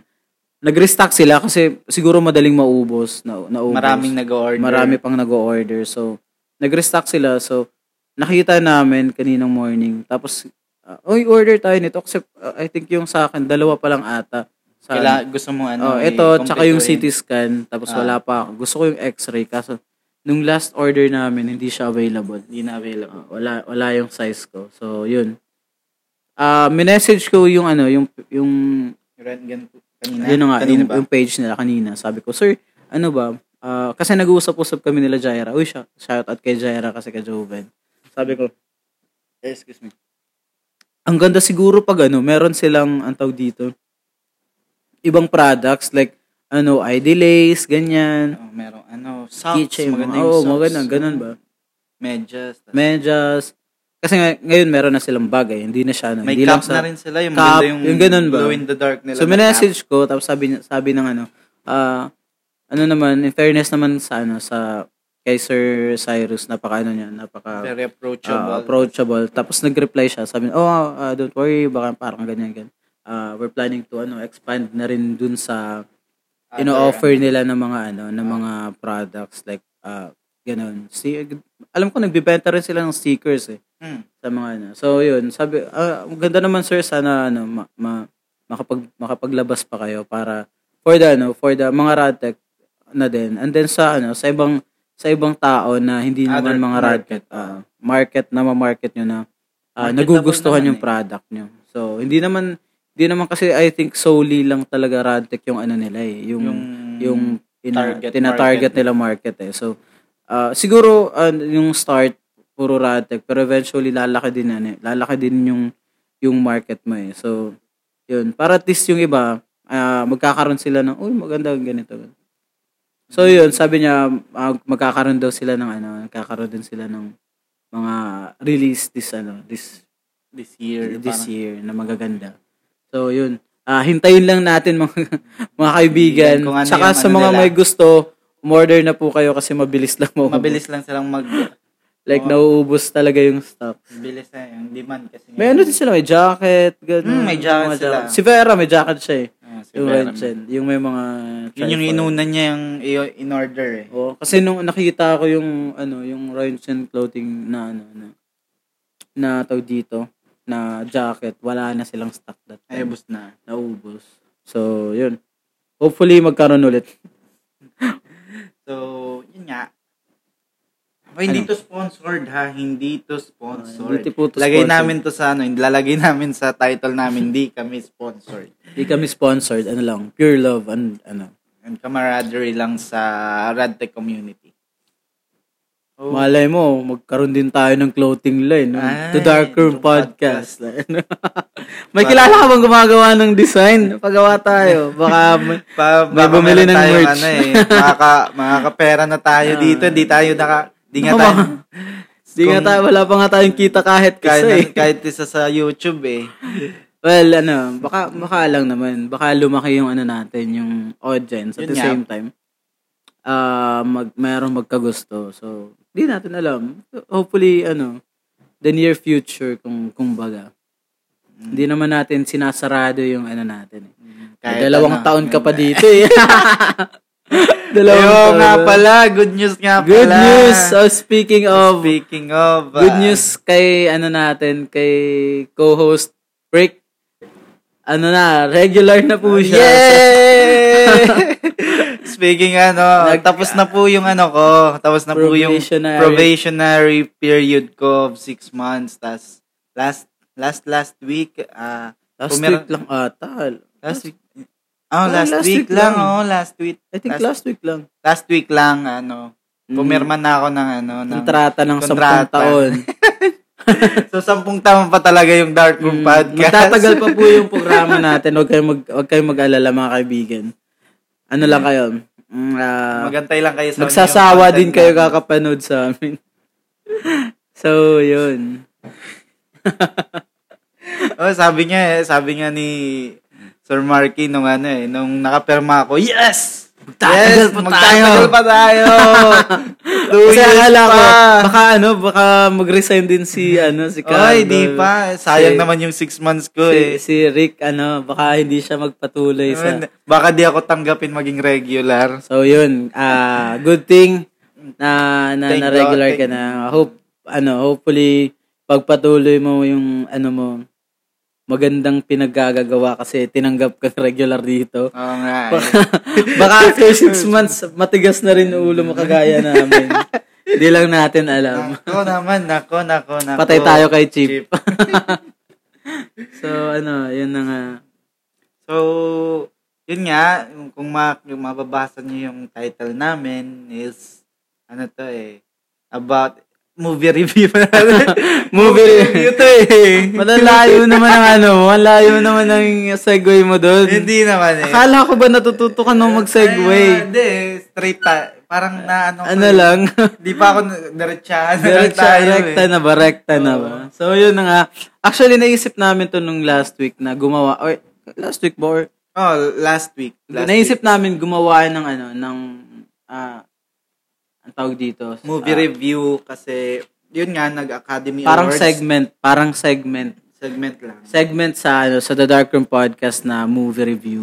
[SPEAKER 2] Nag-restock sila kasi siguro madaling maubos, na naubos.
[SPEAKER 3] Maraming nag-order.
[SPEAKER 2] Marami pang nag-order. So, nag-restock sila. So, nakita namin kaninang morning. Tapos, uh, oy, order tayo nito. Except, uh, I think yung sa akin, dalawa pa lang ata. Sa,
[SPEAKER 3] Kaila, gusto mo
[SPEAKER 2] oh,
[SPEAKER 3] ano? eh,
[SPEAKER 2] ito, tsaka yung CT
[SPEAKER 3] kumpletuhin.
[SPEAKER 2] scan. Tapos,
[SPEAKER 3] Ah.
[SPEAKER 2] wala pa ako. Gusto ko yung x-ray. Kaso, nung last order namin, hindi siya available.
[SPEAKER 3] Hindi na available.
[SPEAKER 2] Ah, wala wala yung size ko. So, yun. Ah, minessage ko yung ano, yung yung
[SPEAKER 3] Rentgen kanina.
[SPEAKER 2] yun na nga,
[SPEAKER 3] Ah, kanina
[SPEAKER 2] yung,
[SPEAKER 3] ba?
[SPEAKER 2] yung page nila kanina. Sabi ko, "Sir, ano ba? Ah, kasi nag-uusap-usap kami nila Jaira. Uy, shout, shout out kay Jaira kasi kay Joven. Sabi ko,
[SPEAKER 3] Excuse me.
[SPEAKER 2] ang ganda siguro pag ano, meron silang ang tawag dito. Ibang products like ano, eye delays, ganyan.
[SPEAKER 3] Oh, merong ano, socks.
[SPEAKER 2] Keychain.
[SPEAKER 3] Maganda yung
[SPEAKER 2] Oo,
[SPEAKER 3] socks.
[SPEAKER 2] maganda. Ganun ba?
[SPEAKER 3] Medyas. tas-
[SPEAKER 2] Medyas. Kasi nga- ngayon meron na silang bagay. Hindi na siya. ano,
[SPEAKER 3] May
[SPEAKER 2] hindi lang
[SPEAKER 3] cap
[SPEAKER 2] sa-
[SPEAKER 3] na rin sila. Yung
[SPEAKER 2] Cup,
[SPEAKER 3] maganda yung,
[SPEAKER 2] yung ganun ba?
[SPEAKER 3] glow in the dark nila.
[SPEAKER 2] So,
[SPEAKER 3] na
[SPEAKER 2] minessage ko, tapos sabi, niya- sabi ng ano, ah, ano naman, in fairness naman sa ano, sa kay Sir Cyrus, napaka ano niya,
[SPEAKER 3] cap,
[SPEAKER 2] napaka
[SPEAKER 3] Very
[SPEAKER 2] ah,
[SPEAKER 3] approachable.
[SPEAKER 2] approachable. Tapos nag-reply siya, sabi niya, oh, ah, don't worry, baka parang ganyan, ganyan. Ah, we're planning to ano expand na rin dun sa
[SPEAKER 3] Other,
[SPEAKER 2] ino-offer nila ng mga ano ng mga products like ah ganun. Si, alam ko nagbebenta rin sila ng stickers eh
[SPEAKER 3] Hmm.
[SPEAKER 2] sa mga ano. So yun, sabi ah, ang ganda naman sir sana ano ma, ma- makapag makapaglabas pa kayo para for the ano, for the mga radtech na din. And then sa ano, sa ibang sa ibang tao na hindi
[SPEAKER 3] Other
[SPEAKER 2] naman mga
[SPEAKER 3] market,
[SPEAKER 2] radtech ah, market na ma-market nyo na ah,
[SPEAKER 3] Marketable
[SPEAKER 2] nagugustuhan
[SPEAKER 3] naman
[SPEAKER 2] yung
[SPEAKER 3] eh.
[SPEAKER 2] product nyo. So hindi naman hindi naman kasi I think solely lang talaga radtech yung ano nila eh, yung
[SPEAKER 3] Yung,
[SPEAKER 2] yung, ina,
[SPEAKER 3] target
[SPEAKER 2] tina-target
[SPEAKER 3] market.
[SPEAKER 2] nila market eh. So ah, siguro ah, yung start puro Radtech pero eventually lalaki din yan eh. Lalaki din yung yung market mo eh. So yun, para at least yung iba ah, magkakaroon sila ng uy maganda ganito. So yun, sabi niya ah, magkakaroon daw sila ng ano, magkakaroon din sila ng mga release this ano, this
[SPEAKER 3] this year.
[SPEAKER 2] this
[SPEAKER 3] parang-
[SPEAKER 2] year na magaganda. So yun, Ah, hintayin lang natin mga mga kaibigan.
[SPEAKER 3] Kung ano
[SPEAKER 2] Tsaka
[SPEAKER 3] yung
[SPEAKER 2] sa
[SPEAKER 3] ano
[SPEAKER 2] mga
[SPEAKER 3] nila.
[SPEAKER 2] may gusto, umorder na po kayo kasi mabilis lang mo.
[SPEAKER 3] Mabilis lang silang mag
[SPEAKER 2] Like,
[SPEAKER 3] Oo.
[SPEAKER 2] nauubos talaga yung stock.
[SPEAKER 3] Bilis na eh, yung demand kasi.
[SPEAKER 2] May ano din sila, may jacket, ganun.
[SPEAKER 3] Mm, may jacket
[SPEAKER 2] Mga
[SPEAKER 3] sila.
[SPEAKER 2] Si Vera, may jacket siya eh.
[SPEAKER 3] Ah, si
[SPEAKER 2] Yung,
[SPEAKER 3] Vera.
[SPEAKER 2] red sand, yung may mga...
[SPEAKER 3] Yun yung
[SPEAKER 2] tripod.
[SPEAKER 3] inunan niya yung i- in order eh.
[SPEAKER 2] Oo, kasi nung nakita ko yung ano, yung Rhinestone clothing na ano na na tao dito na jacket, wala na silang stock that
[SPEAKER 3] Ay,
[SPEAKER 2] time.
[SPEAKER 3] bus na.
[SPEAKER 2] Naubos. So, yun. Hopefully magkaroon ulit.
[SPEAKER 3] So, yun nga. Okay, hindi
[SPEAKER 2] Ano?
[SPEAKER 3] to sponsored ha. Hindi to sponsored.
[SPEAKER 2] Hindi po to
[SPEAKER 3] Lagay
[SPEAKER 2] sponsored.
[SPEAKER 3] namin to sa ano, lalagay namin sa title namin, hindi kami sponsored.
[SPEAKER 2] Hindi kami sponsored, ano lang, pure love and ano.
[SPEAKER 3] And camaraderie lang sa Radtech community. So,
[SPEAKER 2] Malay mo, magkaroon din tayo ng clothing line. no?
[SPEAKER 3] Ay,
[SPEAKER 2] The Dark Room
[SPEAKER 3] yung
[SPEAKER 2] Podcast. May kilala ka bang gumagawa ng
[SPEAKER 3] Ano,
[SPEAKER 2] design? Pagawa tayo. Baka may,
[SPEAKER 3] pa,
[SPEAKER 2] May
[SPEAKER 3] baka
[SPEAKER 2] bumili
[SPEAKER 3] meron
[SPEAKER 2] ng
[SPEAKER 3] tayong
[SPEAKER 2] merch. Ah.
[SPEAKER 3] Ano, eh, makaka, makakapera na tayo dito. Di tayo naka... Di nga tayo...
[SPEAKER 2] Di nga
[SPEAKER 3] Kung-
[SPEAKER 2] tayo, wala pa nga tayong kita kahit eh.
[SPEAKER 3] kahit,
[SPEAKER 2] kasi.
[SPEAKER 3] na- kahit isa sa YouTube eh.
[SPEAKER 2] Well, ano, baka, baka lang naman. Baka lumaki yung ano natin, yung audience. At
[SPEAKER 3] Yun
[SPEAKER 2] the
[SPEAKER 3] nga.
[SPEAKER 2] same time, ah mag, mayroong magkagusto. So, di natin alam. Hopefully, ano, the near future, kung, kung baga.
[SPEAKER 3] Mm.
[SPEAKER 2] Hindi naman natin sinasarado yung ano natin. eh.
[SPEAKER 3] Kahit
[SPEAKER 2] Dalawang
[SPEAKER 3] ano,
[SPEAKER 2] taon ka
[SPEAKER 3] yun
[SPEAKER 2] pa
[SPEAKER 3] nga.
[SPEAKER 2] dito eh. Dalawang
[SPEAKER 3] Ayun
[SPEAKER 2] taon.
[SPEAKER 3] nga pala, good news nga pala.
[SPEAKER 2] Good news! So, speaking of
[SPEAKER 3] Speaking of... ah,
[SPEAKER 2] Good news kay ano natin, kay co-host Rick. Ano na, regular na po siya.
[SPEAKER 3] Yay! Speaking ano,
[SPEAKER 2] Nag-
[SPEAKER 3] tapos na po yung ano ko, tapos na po yung
[SPEAKER 2] Probationary.
[SPEAKER 3] probationary period ko of six months. Tas last last last week, ah
[SPEAKER 2] Last
[SPEAKER 3] Kung meron-
[SPEAKER 2] week lang ata.
[SPEAKER 3] last week
[SPEAKER 2] Ah,
[SPEAKER 3] Oh, last,
[SPEAKER 2] last
[SPEAKER 3] week,
[SPEAKER 2] week
[SPEAKER 3] lang,
[SPEAKER 2] lang.
[SPEAKER 3] oh, last week.
[SPEAKER 2] I think
[SPEAKER 3] last-
[SPEAKER 2] last, week lang.
[SPEAKER 3] Last week lang ano, pumirma na ako ng ano ng
[SPEAKER 2] Kontrata Mm. ng 10
[SPEAKER 3] kontrata.
[SPEAKER 2] taon.
[SPEAKER 3] So sampung taon pa talaga yung Dark Room
[SPEAKER 2] Mm.
[SPEAKER 3] podcast.
[SPEAKER 2] Magtatagal pa po yung programa natin. Huwag kayong, mag, huwag kayong mag-alala mga kaibigan. Ano lang kayo? Mm, ah,
[SPEAKER 3] Magantay lang kayo sa
[SPEAKER 2] Magsasawa
[SPEAKER 3] yung
[SPEAKER 2] din kayo
[SPEAKER 3] content
[SPEAKER 2] kakapanood sa amin. so, yun.
[SPEAKER 3] Oh, sabi niya, eh, sabi nga ni Sir Marky nung ano eh, nung nakapirma ako, yes!
[SPEAKER 2] Magtatagal
[SPEAKER 3] yes,
[SPEAKER 2] pa tayo."
[SPEAKER 3] magtatagal pa tayo! Two
[SPEAKER 2] Kasi
[SPEAKER 3] years
[SPEAKER 2] akala ko,
[SPEAKER 3] pa!
[SPEAKER 2] baka ano, baka mag-resign din si, ano, si Carlo.
[SPEAKER 3] Oy, di pa. Sayang
[SPEAKER 2] Si-
[SPEAKER 3] naman yung six months
[SPEAKER 2] Si,
[SPEAKER 3] ko eh. Ano?
[SPEAKER 2] si Rick, ano, baka hindi siya magpatuloy sa...
[SPEAKER 3] Naman, Baka di ako tanggapin maging regular.
[SPEAKER 2] So, yun. ah good thing na, na,
[SPEAKER 3] Thank
[SPEAKER 2] na
[SPEAKER 3] God,
[SPEAKER 2] regular
[SPEAKER 3] thank
[SPEAKER 2] ka na. Hope, ano, hopefully, pagpatuloy mo yung, ano mo, magandang pinaggagawa kasi tinanggap ka regular dito.
[SPEAKER 3] Oo nga. eh.
[SPEAKER 2] Baka after six months, matigas na rin ulo mo kagaya namin. Hindi lang natin alam.
[SPEAKER 3] Nako naman, nako, nako, nako.
[SPEAKER 2] Patay tayo kay Chip.
[SPEAKER 3] Ah, Chip.
[SPEAKER 2] So, ano, yun na nga.
[SPEAKER 3] So, yun nga, yung- kung ma- yung mababasa niyo yung title namin is, ano to eh, about movie review.
[SPEAKER 2] Movie review
[SPEAKER 3] to eh.
[SPEAKER 2] Malalayo naman ang ano mo. Malalayo naman ang segue mo doon.
[SPEAKER 3] Hindi naman eh.
[SPEAKER 2] Akala ko ba natututo ka nung
[SPEAKER 3] Ay,
[SPEAKER 2] mag-segue?
[SPEAKER 3] Hindi eh, straight ta. Parang na ano. ko
[SPEAKER 2] Ano
[SPEAKER 3] eh.
[SPEAKER 2] lang?
[SPEAKER 3] Di pa ako na- diretsahan. na lang
[SPEAKER 2] Direkta,
[SPEAKER 3] tayo
[SPEAKER 2] rekta
[SPEAKER 3] eh.
[SPEAKER 2] na ba? Rekta na ba? So, yun na nga. Actually, naisip namin to nung last week na gumawa, or last week ba? Or,
[SPEAKER 3] Oh, last week. Last
[SPEAKER 2] naisip
[SPEAKER 3] week.
[SPEAKER 2] namin gumawa ng ano, ng, ah, ang tawag dito.
[SPEAKER 3] Movie
[SPEAKER 2] Ah,
[SPEAKER 3] review kasi, yun nga, nag-Academy
[SPEAKER 2] Parang
[SPEAKER 3] Awards.
[SPEAKER 2] segment, parang segment.
[SPEAKER 3] Segment lang.
[SPEAKER 2] segment sa ano sa The Dark Room podcast na movie review.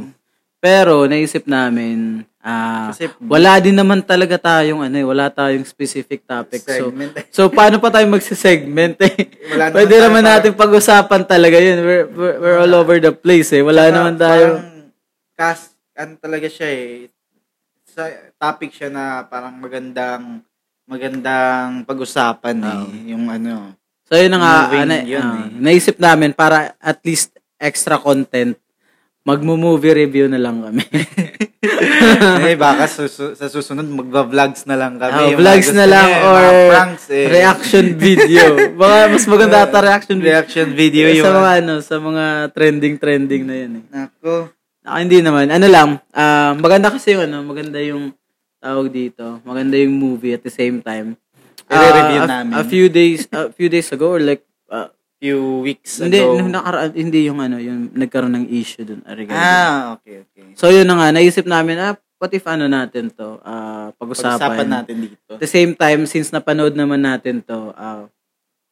[SPEAKER 2] Pero naisip namin ah
[SPEAKER 3] Kasi-
[SPEAKER 2] wala din naman talaga tayong ano eh, wala tayong specific topic.
[SPEAKER 3] Segment.
[SPEAKER 2] So so paano pa tayo magse-segment eh?
[SPEAKER 3] Wala naman
[SPEAKER 2] Pwede
[SPEAKER 3] tayo
[SPEAKER 2] naman
[SPEAKER 3] para-
[SPEAKER 2] natin pag-usapan talaga 'yun. We're, we're, we're all over the place eh. Wala
[SPEAKER 3] Parang-
[SPEAKER 2] naman tayo.
[SPEAKER 3] Parang cast, ano talaga siya eh. Sa topic siya na parang magandang magandang pag-usapan
[SPEAKER 2] Ah.
[SPEAKER 3] eh. Yung ano.
[SPEAKER 2] So yun na nga
[SPEAKER 3] moving
[SPEAKER 2] ano, eh,
[SPEAKER 3] yun
[SPEAKER 2] ah,
[SPEAKER 3] eh.
[SPEAKER 2] naisip namin para at least extra content magmo-movie review na lang kami.
[SPEAKER 3] eh, baka susu- sa susunod magba-vlogs na lang kami.
[SPEAKER 2] Ah,
[SPEAKER 3] Yung mga
[SPEAKER 2] vlogs
[SPEAKER 3] gusto
[SPEAKER 2] na lang
[SPEAKER 3] niya eh,
[SPEAKER 2] or
[SPEAKER 3] mga pranks eh.
[SPEAKER 2] reaction video. Baka mas maganda ata reaction video.
[SPEAKER 3] Reaction video yung...
[SPEAKER 2] sa mga ano, sa mga trending trending na 'yan eh.
[SPEAKER 3] Nako.
[SPEAKER 2] Ah, hindi naman. Ano lang, ah, maganda kasi yung ano, maganda yung tawag dito. Maganda yung movie at the same time. Ah,
[SPEAKER 3] I-review
[SPEAKER 2] a-
[SPEAKER 3] namin.
[SPEAKER 2] A few days a few days ago or like ah,
[SPEAKER 3] Few weeks
[SPEAKER 2] hindi
[SPEAKER 3] ago.
[SPEAKER 2] nung nakaraan- hindi yung ano, yung nagkaroon ng issue dun regarding.
[SPEAKER 3] ah, okay, okay.
[SPEAKER 2] So yun na nga, naisip namin ah, what if ano natin to, ah, pag-usapan.
[SPEAKER 3] Pag-usapan natin dito.
[SPEAKER 2] At the same time, since napanood naman natin to, ah,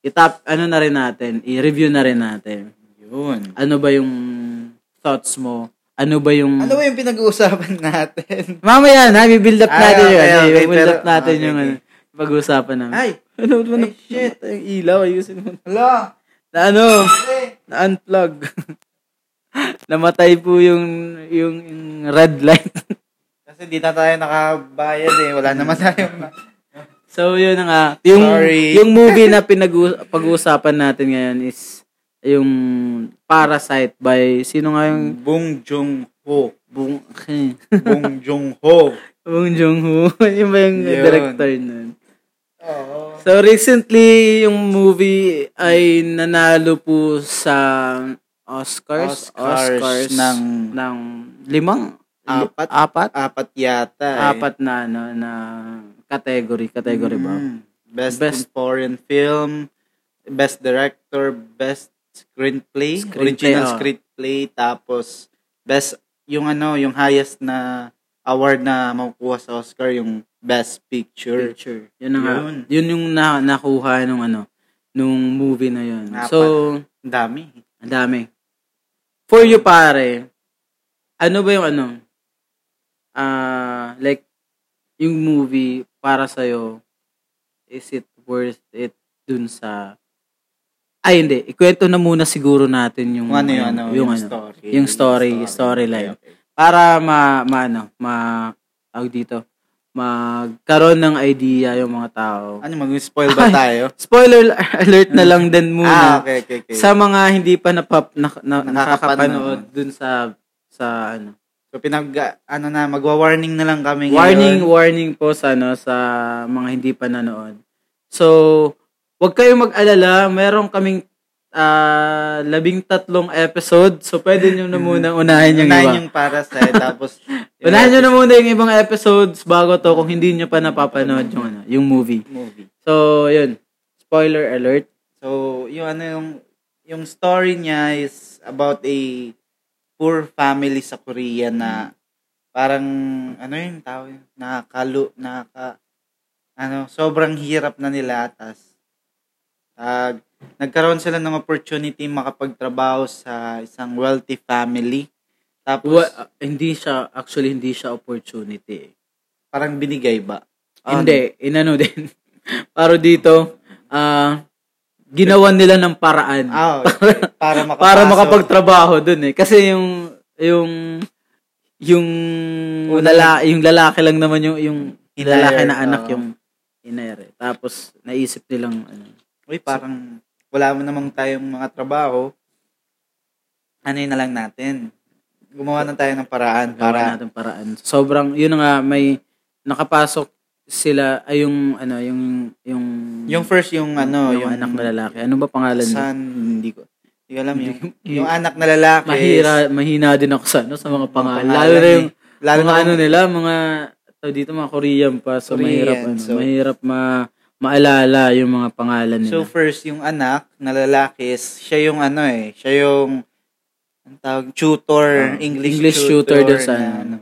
[SPEAKER 2] itap, ano na rin natin, i-review na rin natin.
[SPEAKER 3] Yun.
[SPEAKER 2] Ano ba yung thoughts mo? Ano ba yung...
[SPEAKER 3] Ano ba yung pinag-uusapan natin?
[SPEAKER 2] Mamaya na, i-build up
[SPEAKER 3] Ah,
[SPEAKER 2] natin yun.
[SPEAKER 3] okay, okay,
[SPEAKER 2] i-build up
[SPEAKER 3] pero-
[SPEAKER 2] natin
[SPEAKER 3] okay,
[SPEAKER 2] yung
[SPEAKER 3] okay.
[SPEAKER 2] ano, pag-uusapan namin.
[SPEAKER 3] Ay!
[SPEAKER 2] ano ba
[SPEAKER 3] Ay,
[SPEAKER 2] na,
[SPEAKER 3] shit.
[SPEAKER 2] Yung ilaw, ayusin mo.
[SPEAKER 3] Hala!
[SPEAKER 2] Na ano,
[SPEAKER 3] Pre!
[SPEAKER 2] na-unplug. Namatay po yung, yung, yung red light.
[SPEAKER 3] Kasi di na tayo nakabayad eh. Wala naman tayong...
[SPEAKER 2] so, yun na nga. Yung,
[SPEAKER 3] Sorry.
[SPEAKER 2] yung movie na pinag pag-uusapan natin ngayon is yung Parasite by sino nga yung
[SPEAKER 3] Bong Joon-ho.
[SPEAKER 2] Bong
[SPEAKER 3] Bong Joon-ho.
[SPEAKER 2] Bong Joon-ho. Yun ba yung
[SPEAKER 3] Yun.
[SPEAKER 2] director nun?
[SPEAKER 3] Oo.
[SPEAKER 2] So recently, yung movie ay nanalo po sa Oscars.
[SPEAKER 3] Oscars ng-
[SPEAKER 2] ng limang? li-
[SPEAKER 3] Apat.
[SPEAKER 2] Apat?
[SPEAKER 3] Apat yata eh.
[SPEAKER 2] Apat na, ano, na category. Category ba?
[SPEAKER 3] Mm. Best,
[SPEAKER 2] Best-
[SPEAKER 3] in foreign film, best director, best screenplay,
[SPEAKER 2] Screenplay,
[SPEAKER 3] original
[SPEAKER 2] oh.
[SPEAKER 3] screenplay, tapos best yung ano, yung highest na award na makukuha sa Oscar yung best picture.
[SPEAKER 2] Picture. Yun na nga.
[SPEAKER 3] Yun.
[SPEAKER 2] Yun, yung na, nakuha nung ano, nung movie na yun.
[SPEAKER 3] Apat.
[SPEAKER 2] So,
[SPEAKER 3] Ang dami.
[SPEAKER 2] ang dami. For you, pare, ano ba yung ano? Ah, like, yung movie para sa'yo, is it worth it dun sa... Ay, hindi. Ikwento na muna siguro natin yung...
[SPEAKER 3] Kung ano yung ano,
[SPEAKER 2] Yung, ano,
[SPEAKER 3] story.
[SPEAKER 2] yung story, storyline. Para ma, ma, ano, ma... Tawag dito. Magkaroon ng idea yung mga tao.
[SPEAKER 3] Ano, mag-spoil ba
[SPEAKER 2] Ay.
[SPEAKER 3] tayo?
[SPEAKER 2] Spoiler alert na lang din muna
[SPEAKER 3] ah, okay, okay, okay.
[SPEAKER 2] sa mga hindi pa napap, na, na,
[SPEAKER 3] Nakakapanood.
[SPEAKER 2] nakakapanood dun sa sa ano.
[SPEAKER 3] so, pinag, ano na, magwa-warning na lang kami
[SPEAKER 2] Warning,
[SPEAKER 3] ngayon.
[SPEAKER 2] warning po sa ano sa mga hindi pa nanood. So, wag kayong mag-alala, meron kaming ah, labing tatlong episode. So, pwede nyo na muna unahin yung
[SPEAKER 3] Mm. Unahin
[SPEAKER 2] iba.
[SPEAKER 3] yung para sa tapos
[SPEAKER 2] Unahin nyo na muna yung ibang episodes bago to kung hindi nyo pa napapanood yung ano, yung movie.
[SPEAKER 3] movie.
[SPEAKER 2] So, yun. Spoiler alert.
[SPEAKER 3] So, yung ano yung yung story niya is about a poor family sa Korea na parang ano yung tawag yun? nakakalu nakaka ano sobrang hirap na nila atas. Tag nagkaroon sila ng opportunity makapagtrabaho sa isang wealthy family. Tapos
[SPEAKER 2] Wa- ah, hindi siya, actually, hindi siya opportunity.
[SPEAKER 3] parang binigay ba? Ah,
[SPEAKER 2] Hindi, inano din. Para dito, ah, ginawan nila ng paraan
[SPEAKER 3] Ah, okay. para makapasok.
[SPEAKER 2] para makapagtrabaho dun eh. Kasi yung, yung, yung,
[SPEAKER 3] Una-
[SPEAKER 2] lala, yung lalaki lang naman yung, yung
[SPEAKER 3] Hinire,
[SPEAKER 2] lalaki na anak
[SPEAKER 3] oo.
[SPEAKER 2] yung inere. Tapos, naisip nilang, ano,
[SPEAKER 3] Uy, parang wala mo namang tayong mga trabaho. Ano yun na lang natin? Gumawa na tayo ng paraan
[SPEAKER 2] para
[SPEAKER 3] para
[SPEAKER 2] natin paraan. Sobrang, yun na nga, may, nakapasok sila, ay yung, ano, yung, yung,
[SPEAKER 3] yung first yung ano, yung,
[SPEAKER 2] anak na lalaki. Ano ba pangalan niya?
[SPEAKER 3] son, hindi ko. Hindi ko alam yung,
[SPEAKER 2] Hindi-
[SPEAKER 3] yung anak na lalaki. is-
[SPEAKER 2] Mahira, mahina din ako sa, ano, sa mga pangalan.
[SPEAKER 3] pangalan
[SPEAKER 2] Lalo na yung,
[SPEAKER 3] eh. lalo
[SPEAKER 2] mga
[SPEAKER 3] na
[SPEAKER 2] ano
[SPEAKER 3] ano
[SPEAKER 2] nila, mga, tawag dito, mga Korean pa. So,
[SPEAKER 3] Korean,
[SPEAKER 2] mahirap, ano,
[SPEAKER 3] so-
[SPEAKER 2] mahirap ma, maalala yung mga pangalan nila.
[SPEAKER 3] So first yung anak na lalaki is siya yung ano eh, siya yung ang tawag, tutor,
[SPEAKER 2] Ah,
[SPEAKER 3] English,
[SPEAKER 2] English tutor dun sa
[SPEAKER 3] na
[SPEAKER 2] ano.
[SPEAKER 3] ano.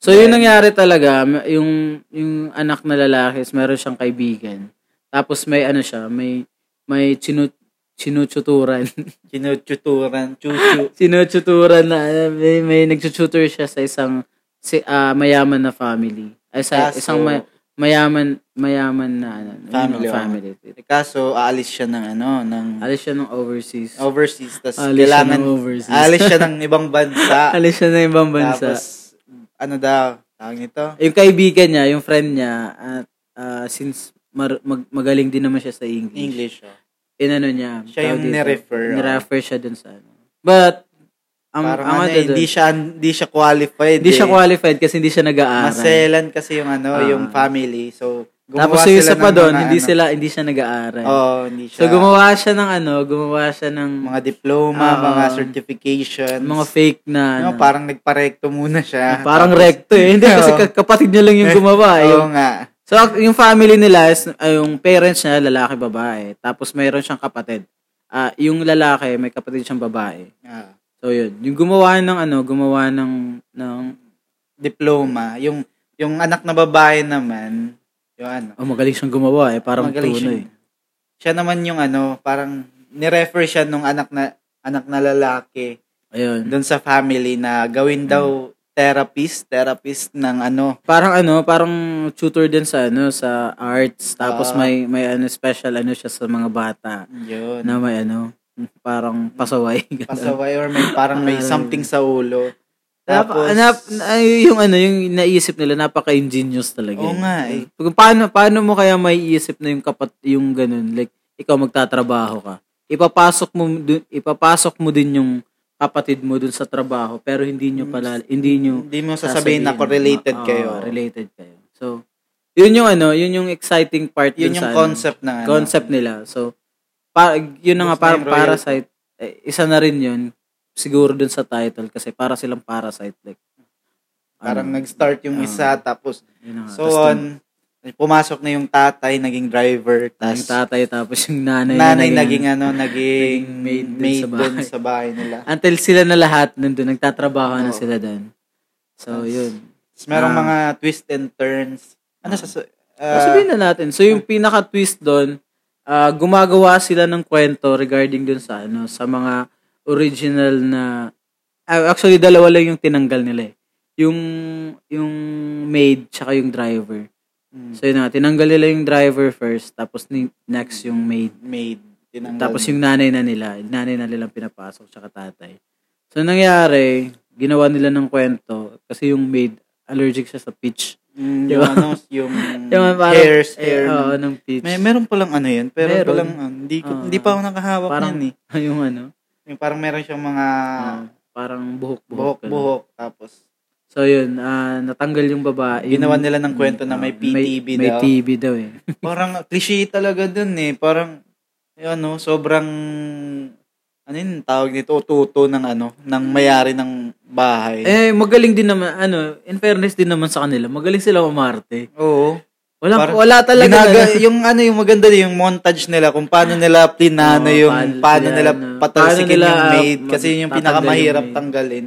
[SPEAKER 2] So, yun nangyari talaga, ma- yung, yung anak na lalaki, is meron siyang kaibigan. Tapos, may ano siya, may, may chinu, chinututuran.
[SPEAKER 3] Tinututuran, chuchu.
[SPEAKER 2] sinututuran na, ano, may, may nagtututor siya sa isang si, ah, mayaman na family. Ay, sa,
[SPEAKER 3] Kaso-
[SPEAKER 2] isang ma- mayaman, mayaman na ano, yun,
[SPEAKER 3] Family,
[SPEAKER 2] no,
[SPEAKER 3] oo.
[SPEAKER 2] family.
[SPEAKER 3] Kaso aalis siya ng ano, ng
[SPEAKER 2] Alis siya ng overseas.
[SPEAKER 3] overseas tas
[SPEAKER 2] Alis siya
[SPEAKER 3] Oh, kailangan
[SPEAKER 2] ng overseas.
[SPEAKER 3] alis siya ng ibang bansa
[SPEAKER 2] Alis siya na ibang bansa.
[SPEAKER 3] tapos ano daw tawag nito
[SPEAKER 2] yung kaibigan niya, yung friend niya, at ah, since mar- mag- magaling din naman siya sa English,
[SPEAKER 3] English oh.
[SPEAKER 2] inano niya.
[SPEAKER 3] Siya yung
[SPEAKER 2] tawag dito,
[SPEAKER 3] nirefer, oh.
[SPEAKER 2] Nirefer siya dun sa ano. But, ang,
[SPEAKER 3] parang
[SPEAKER 2] ang
[SPEAKER 3] ano,
[SPEAKER 2] ano
[SPEAKER 3] eh,
[SPEAKER 2] dun,
[SPEAKER 3] hindi siya hindi siya qualified
[SPEAKER 2] hindi siya
[SPEAKER 3] eh.
[SPEAKER 2] qualified kasi hindi siya nag-aaral.
[SPEAKER 3] maselan kasi yung ano
[SPEAKER 2] Ah.
[SPEAKER 3] yung family so
[SPEAKER 2] Tapos
[SPEAKER 3] gumawa
[SPEAKER 2] yung
[SPEAKER 3] sila
[SPEAKER 2] isa pa
[SPEAKER 3] ng
[SPEAKER 2] doon,
[SPEAKER 3] mga
[SPEAKER 2] hindi
[SPEAKER 3] ano,
[SPEAKER 2] sila hindi siya nag-aaral.
[SPEAKER 3] oh hindi siya
[SPEAKER 2] so gumawa siya ng ano, gumawa siya ng mga,
[SPEAKER 3] mga diploma
[SPEAKER 2] Ah.
[SPEAKER 3] mga certifications
[SPEAKER 2] fake na
[SPEAKER 3] no,
[SPEAKER 2] ano.
[SPEAKER 3] parang nagparekto muna siya
[SPEAKER 2] parang
[SPEAKER 3] Tapos-
[SPEAKER 2] recto eh. Hindi kasi
[SPEAKER 3] Oo.
[SPEAKER 2] ka- kapatid niya lang yung gumawa. eh.
[SPEAKER 3] oo
[SPEAKER 2] Yung-
[SPEAKER 3] nga
[SPEAKER 2] So, ak- yung family nila, is, ay, yung parents niya, lalaki, babae. Tapos, mayroon siyang kapatid. Ah, yung lalaki, may kapatid siyang babae.
[SPEAKER 3] Ah.
[SPEAKER 2] So, yun. Yung gumawa ng ano, gumawa ng, ng
[SPEAKER 3] diploma. Yung yung anak na babae naman, yung ano,
[SPEAKER 2] Oh, magaling siyang gumawa eh. Parang
[SPEAKER 3] magaling siya.
[SPEAKER 2] tunay.
[SPEAKER 3] Siya naman yung ano, parang ni-refer siya nung anak na anak na lalaki
[SPEAKER 2] Ayun.
[SPEAKER 3] doon sa family na gawin daw therapist, therapist ng ano,
[SPEAKER 2] Parang ano, parang tutor din sa ano sa arts tapos
[SPEAKER 3] Ah.
[SPEAKER 2] may may ano special ano siya sa mga bata
[SPEAKER 3] yun,
[SPEAKER 2] na may ano parang pasaway. Ganun.
[SPEAKER 3] pasaway or may parang
[SPEAKER 2] Ah.
[SPEAKER 3] may something sa ulo.
[SPEAKER 2] Tapos,
[SPEAKER 3] Tapos,
[SPEAKER 2] yung ano, yung naisip nila, napaka-ingenious talaga.
[SPEAKER 3] Oo
[SPEAKER 2] eh.
[SPEAKER 3] nga eh.
[SPEAKER 2] Kung Paano, paano mo kaya maiisip na yung kapat, yung ganun, like, ikaw magtatrabaho ka. Ipapasok mo, dun, ipapasok mo din yung kapatid mo dun sa trabaho, pero hindi nyo pala, hindi nyo
[SPEAKER 3] hindi mo sasabihin na correlated
[SPEAKER 2] Oo,
[SPEAKER 3] kayo.
[SPEAKER 2] related kayo. So, yun yung ano, yun yung exciting part
[SPEAKER 3] Yun
[SPEAKER 2] dun
[SPEAKER 3] yung
[SPEAKER 2] sa ano,
[SPEAKER 3] concept na ano.
[SPEAKER 2] concept nila. So, pa, yun na nga,
[SPEAKER 3] Gusto
[SPEAKER 2] parang
[SPEAKER 3] yung royalty.
[SPEAKER 2] parasite, eh, isa na rin yun, siguro dun sa title, kasi para silang parasite. Like,
[SPEAKER 3] Parang
[SPEAKER 2] ano,
[SPEAKER 3] nag-start yung
[SPEAKER 2] Ah.
[SPEAKER 3] isa, tapos,
[SPEAKER 2] yun na nga.
[SPEAKER 3] so
[SPEAKER 2] Tas dun-
[SPEAKER 3] on, pumasok na yung tatay, naging driver,
[SPEAKER 2] Yung
[SPEAKER 3] tapos
[SPEAKER 2] tatay, tapos yung nanay. na
[SPEAKER 3] nanay naging ano, naging
[SPEAKER 2] Naging maid dun
[SPEAKER 3] maid,
[SPEAKER 2] sa
[SPEAKER 3] dun
[SPEAKER 2] bahay.
[SPEAKER 3] sa bahay nila.
[SPEAKER 2] Until sila na lahat nandun, nagtatrabaho na
[SPEAKER 3] Oo.
[SPEAKER 2] sila dun. So,
[SPEAKER 3] Tas-
[SPEAKER 2] yun.
[SPEAKER 3] Tapos merong
[SPEAKER 2] Ah.
[SPEAKER 3] mga twist and turns. Ano sa...
[SPEAKER 2] Uh,
[SPEAKER 3] Uh,
[SPEAKER 2] sabihin na natin. So, yung pinaka-twist doon, ah, gumagawa sila ng kwento regarding dun sa ano, sa mga original na ah, actually dalawa lang yung tinanggal nila eh. Yung yung maid tsaka yung driver.
[SPEAKER 3] mm,
[SPEAKER 2] So, yun na, tinanggal nila yung driver first, tapos ni- next yung maid.
[SPEAKER 3] maid. Tinanggal. mm,
[SPEAKER 2] Tapos yung nanay na nila, nanay na nilang pinapasok tsaka tatay. So, nangyari, ginawa nila ng kwento kasi yung maid, allergic siya sa peach.
[SPEAKER 3] Mm,
[SPEAKER 2] Di
[SPEAKER 3] yung
[SPEAKER 2] ba?
[SPEAKER 3] ano, yung,
[SPEAKER 2] Yung parang-
[SPEAKER 3] hairs,
[SPEAKER 2] Eh,
[SPEAKER 3] hair.
[SPEAKER 2] oo,
[SPEAKER 3] ng-
[SPEAKER 2] ng peach.
[SPEAKER 3] may, meron palang ano yun, pero
[SPEAKER 2] Meron.
[SPEAKER 3] palang, ah, hindi, ko,
[SPEAKER 2] Ah.
[SPEAKER 3] hindi pa ako nakahawak
[SPEAKER 2] Parang-
[SPEAKER 3] yan eh.
[SPEAKER 2] yung ano,
[SPEAKER 3] Yung parang meron siyang mga
[SPEAKER 2] ah, parang buhok-buhok. ganun.
[SPEAKER 3] buhok-buhok, tapos
[SPEAKER 2] So yun, ah, natanggal yung babae. Yung-
[SPEAKER 3] Ginawa nila ng kwento na may
[SPEAKER 2] ah,
[SPEAKER 3] PTB
[SPEAKER 2] may,
[SPEAKER 3] daw.
[SPEAKER 2] May TB daw eh.
[SPEAKER 3] parang cliche talaga dun eh. Parang, eh, ano, sobrang, ano yun, tawag nito, tuto ng ano, ng mayari ng bahay.
[SPEAKER 2] eh, magaling din naman, ano, in fairness din naman sa kanila, magaling sila umarte.
[SPEAKER 3] Oo.
[SPEAKER 2] Wala,
[SPEAKER 3] Parang
[SPEAKER 2] wala talaga.
[SPEAKER 3] Ginaga-
[SPEAKER 2] na-
[SPEAKER 3] yung ano, yung maganda din, yung montage nila, kung paano nila plinano
[SPEAKER 2] Oo,
[SPEAKER 3] yung,
[SPEAKER 2] Oh, paano
[SPEAKER 3] paano,
[SPEAKER 2] nila,
[SPEAKER 3] nila
[SPEAKER 2] ano, paano
[SPEAKER 3] patalsikin
[SPEAKER 2] nila
[SPEAKER 3] yung maid. Kasi
[SPEAKER 2] mag-
[SPEAKER 3] yun yung
[SPEAKER 2] tatanggal
[SPEAKER 3] pinakamahirap
[SPEAKER 2] yung maid.
[SPEAKER 3] tanggalin.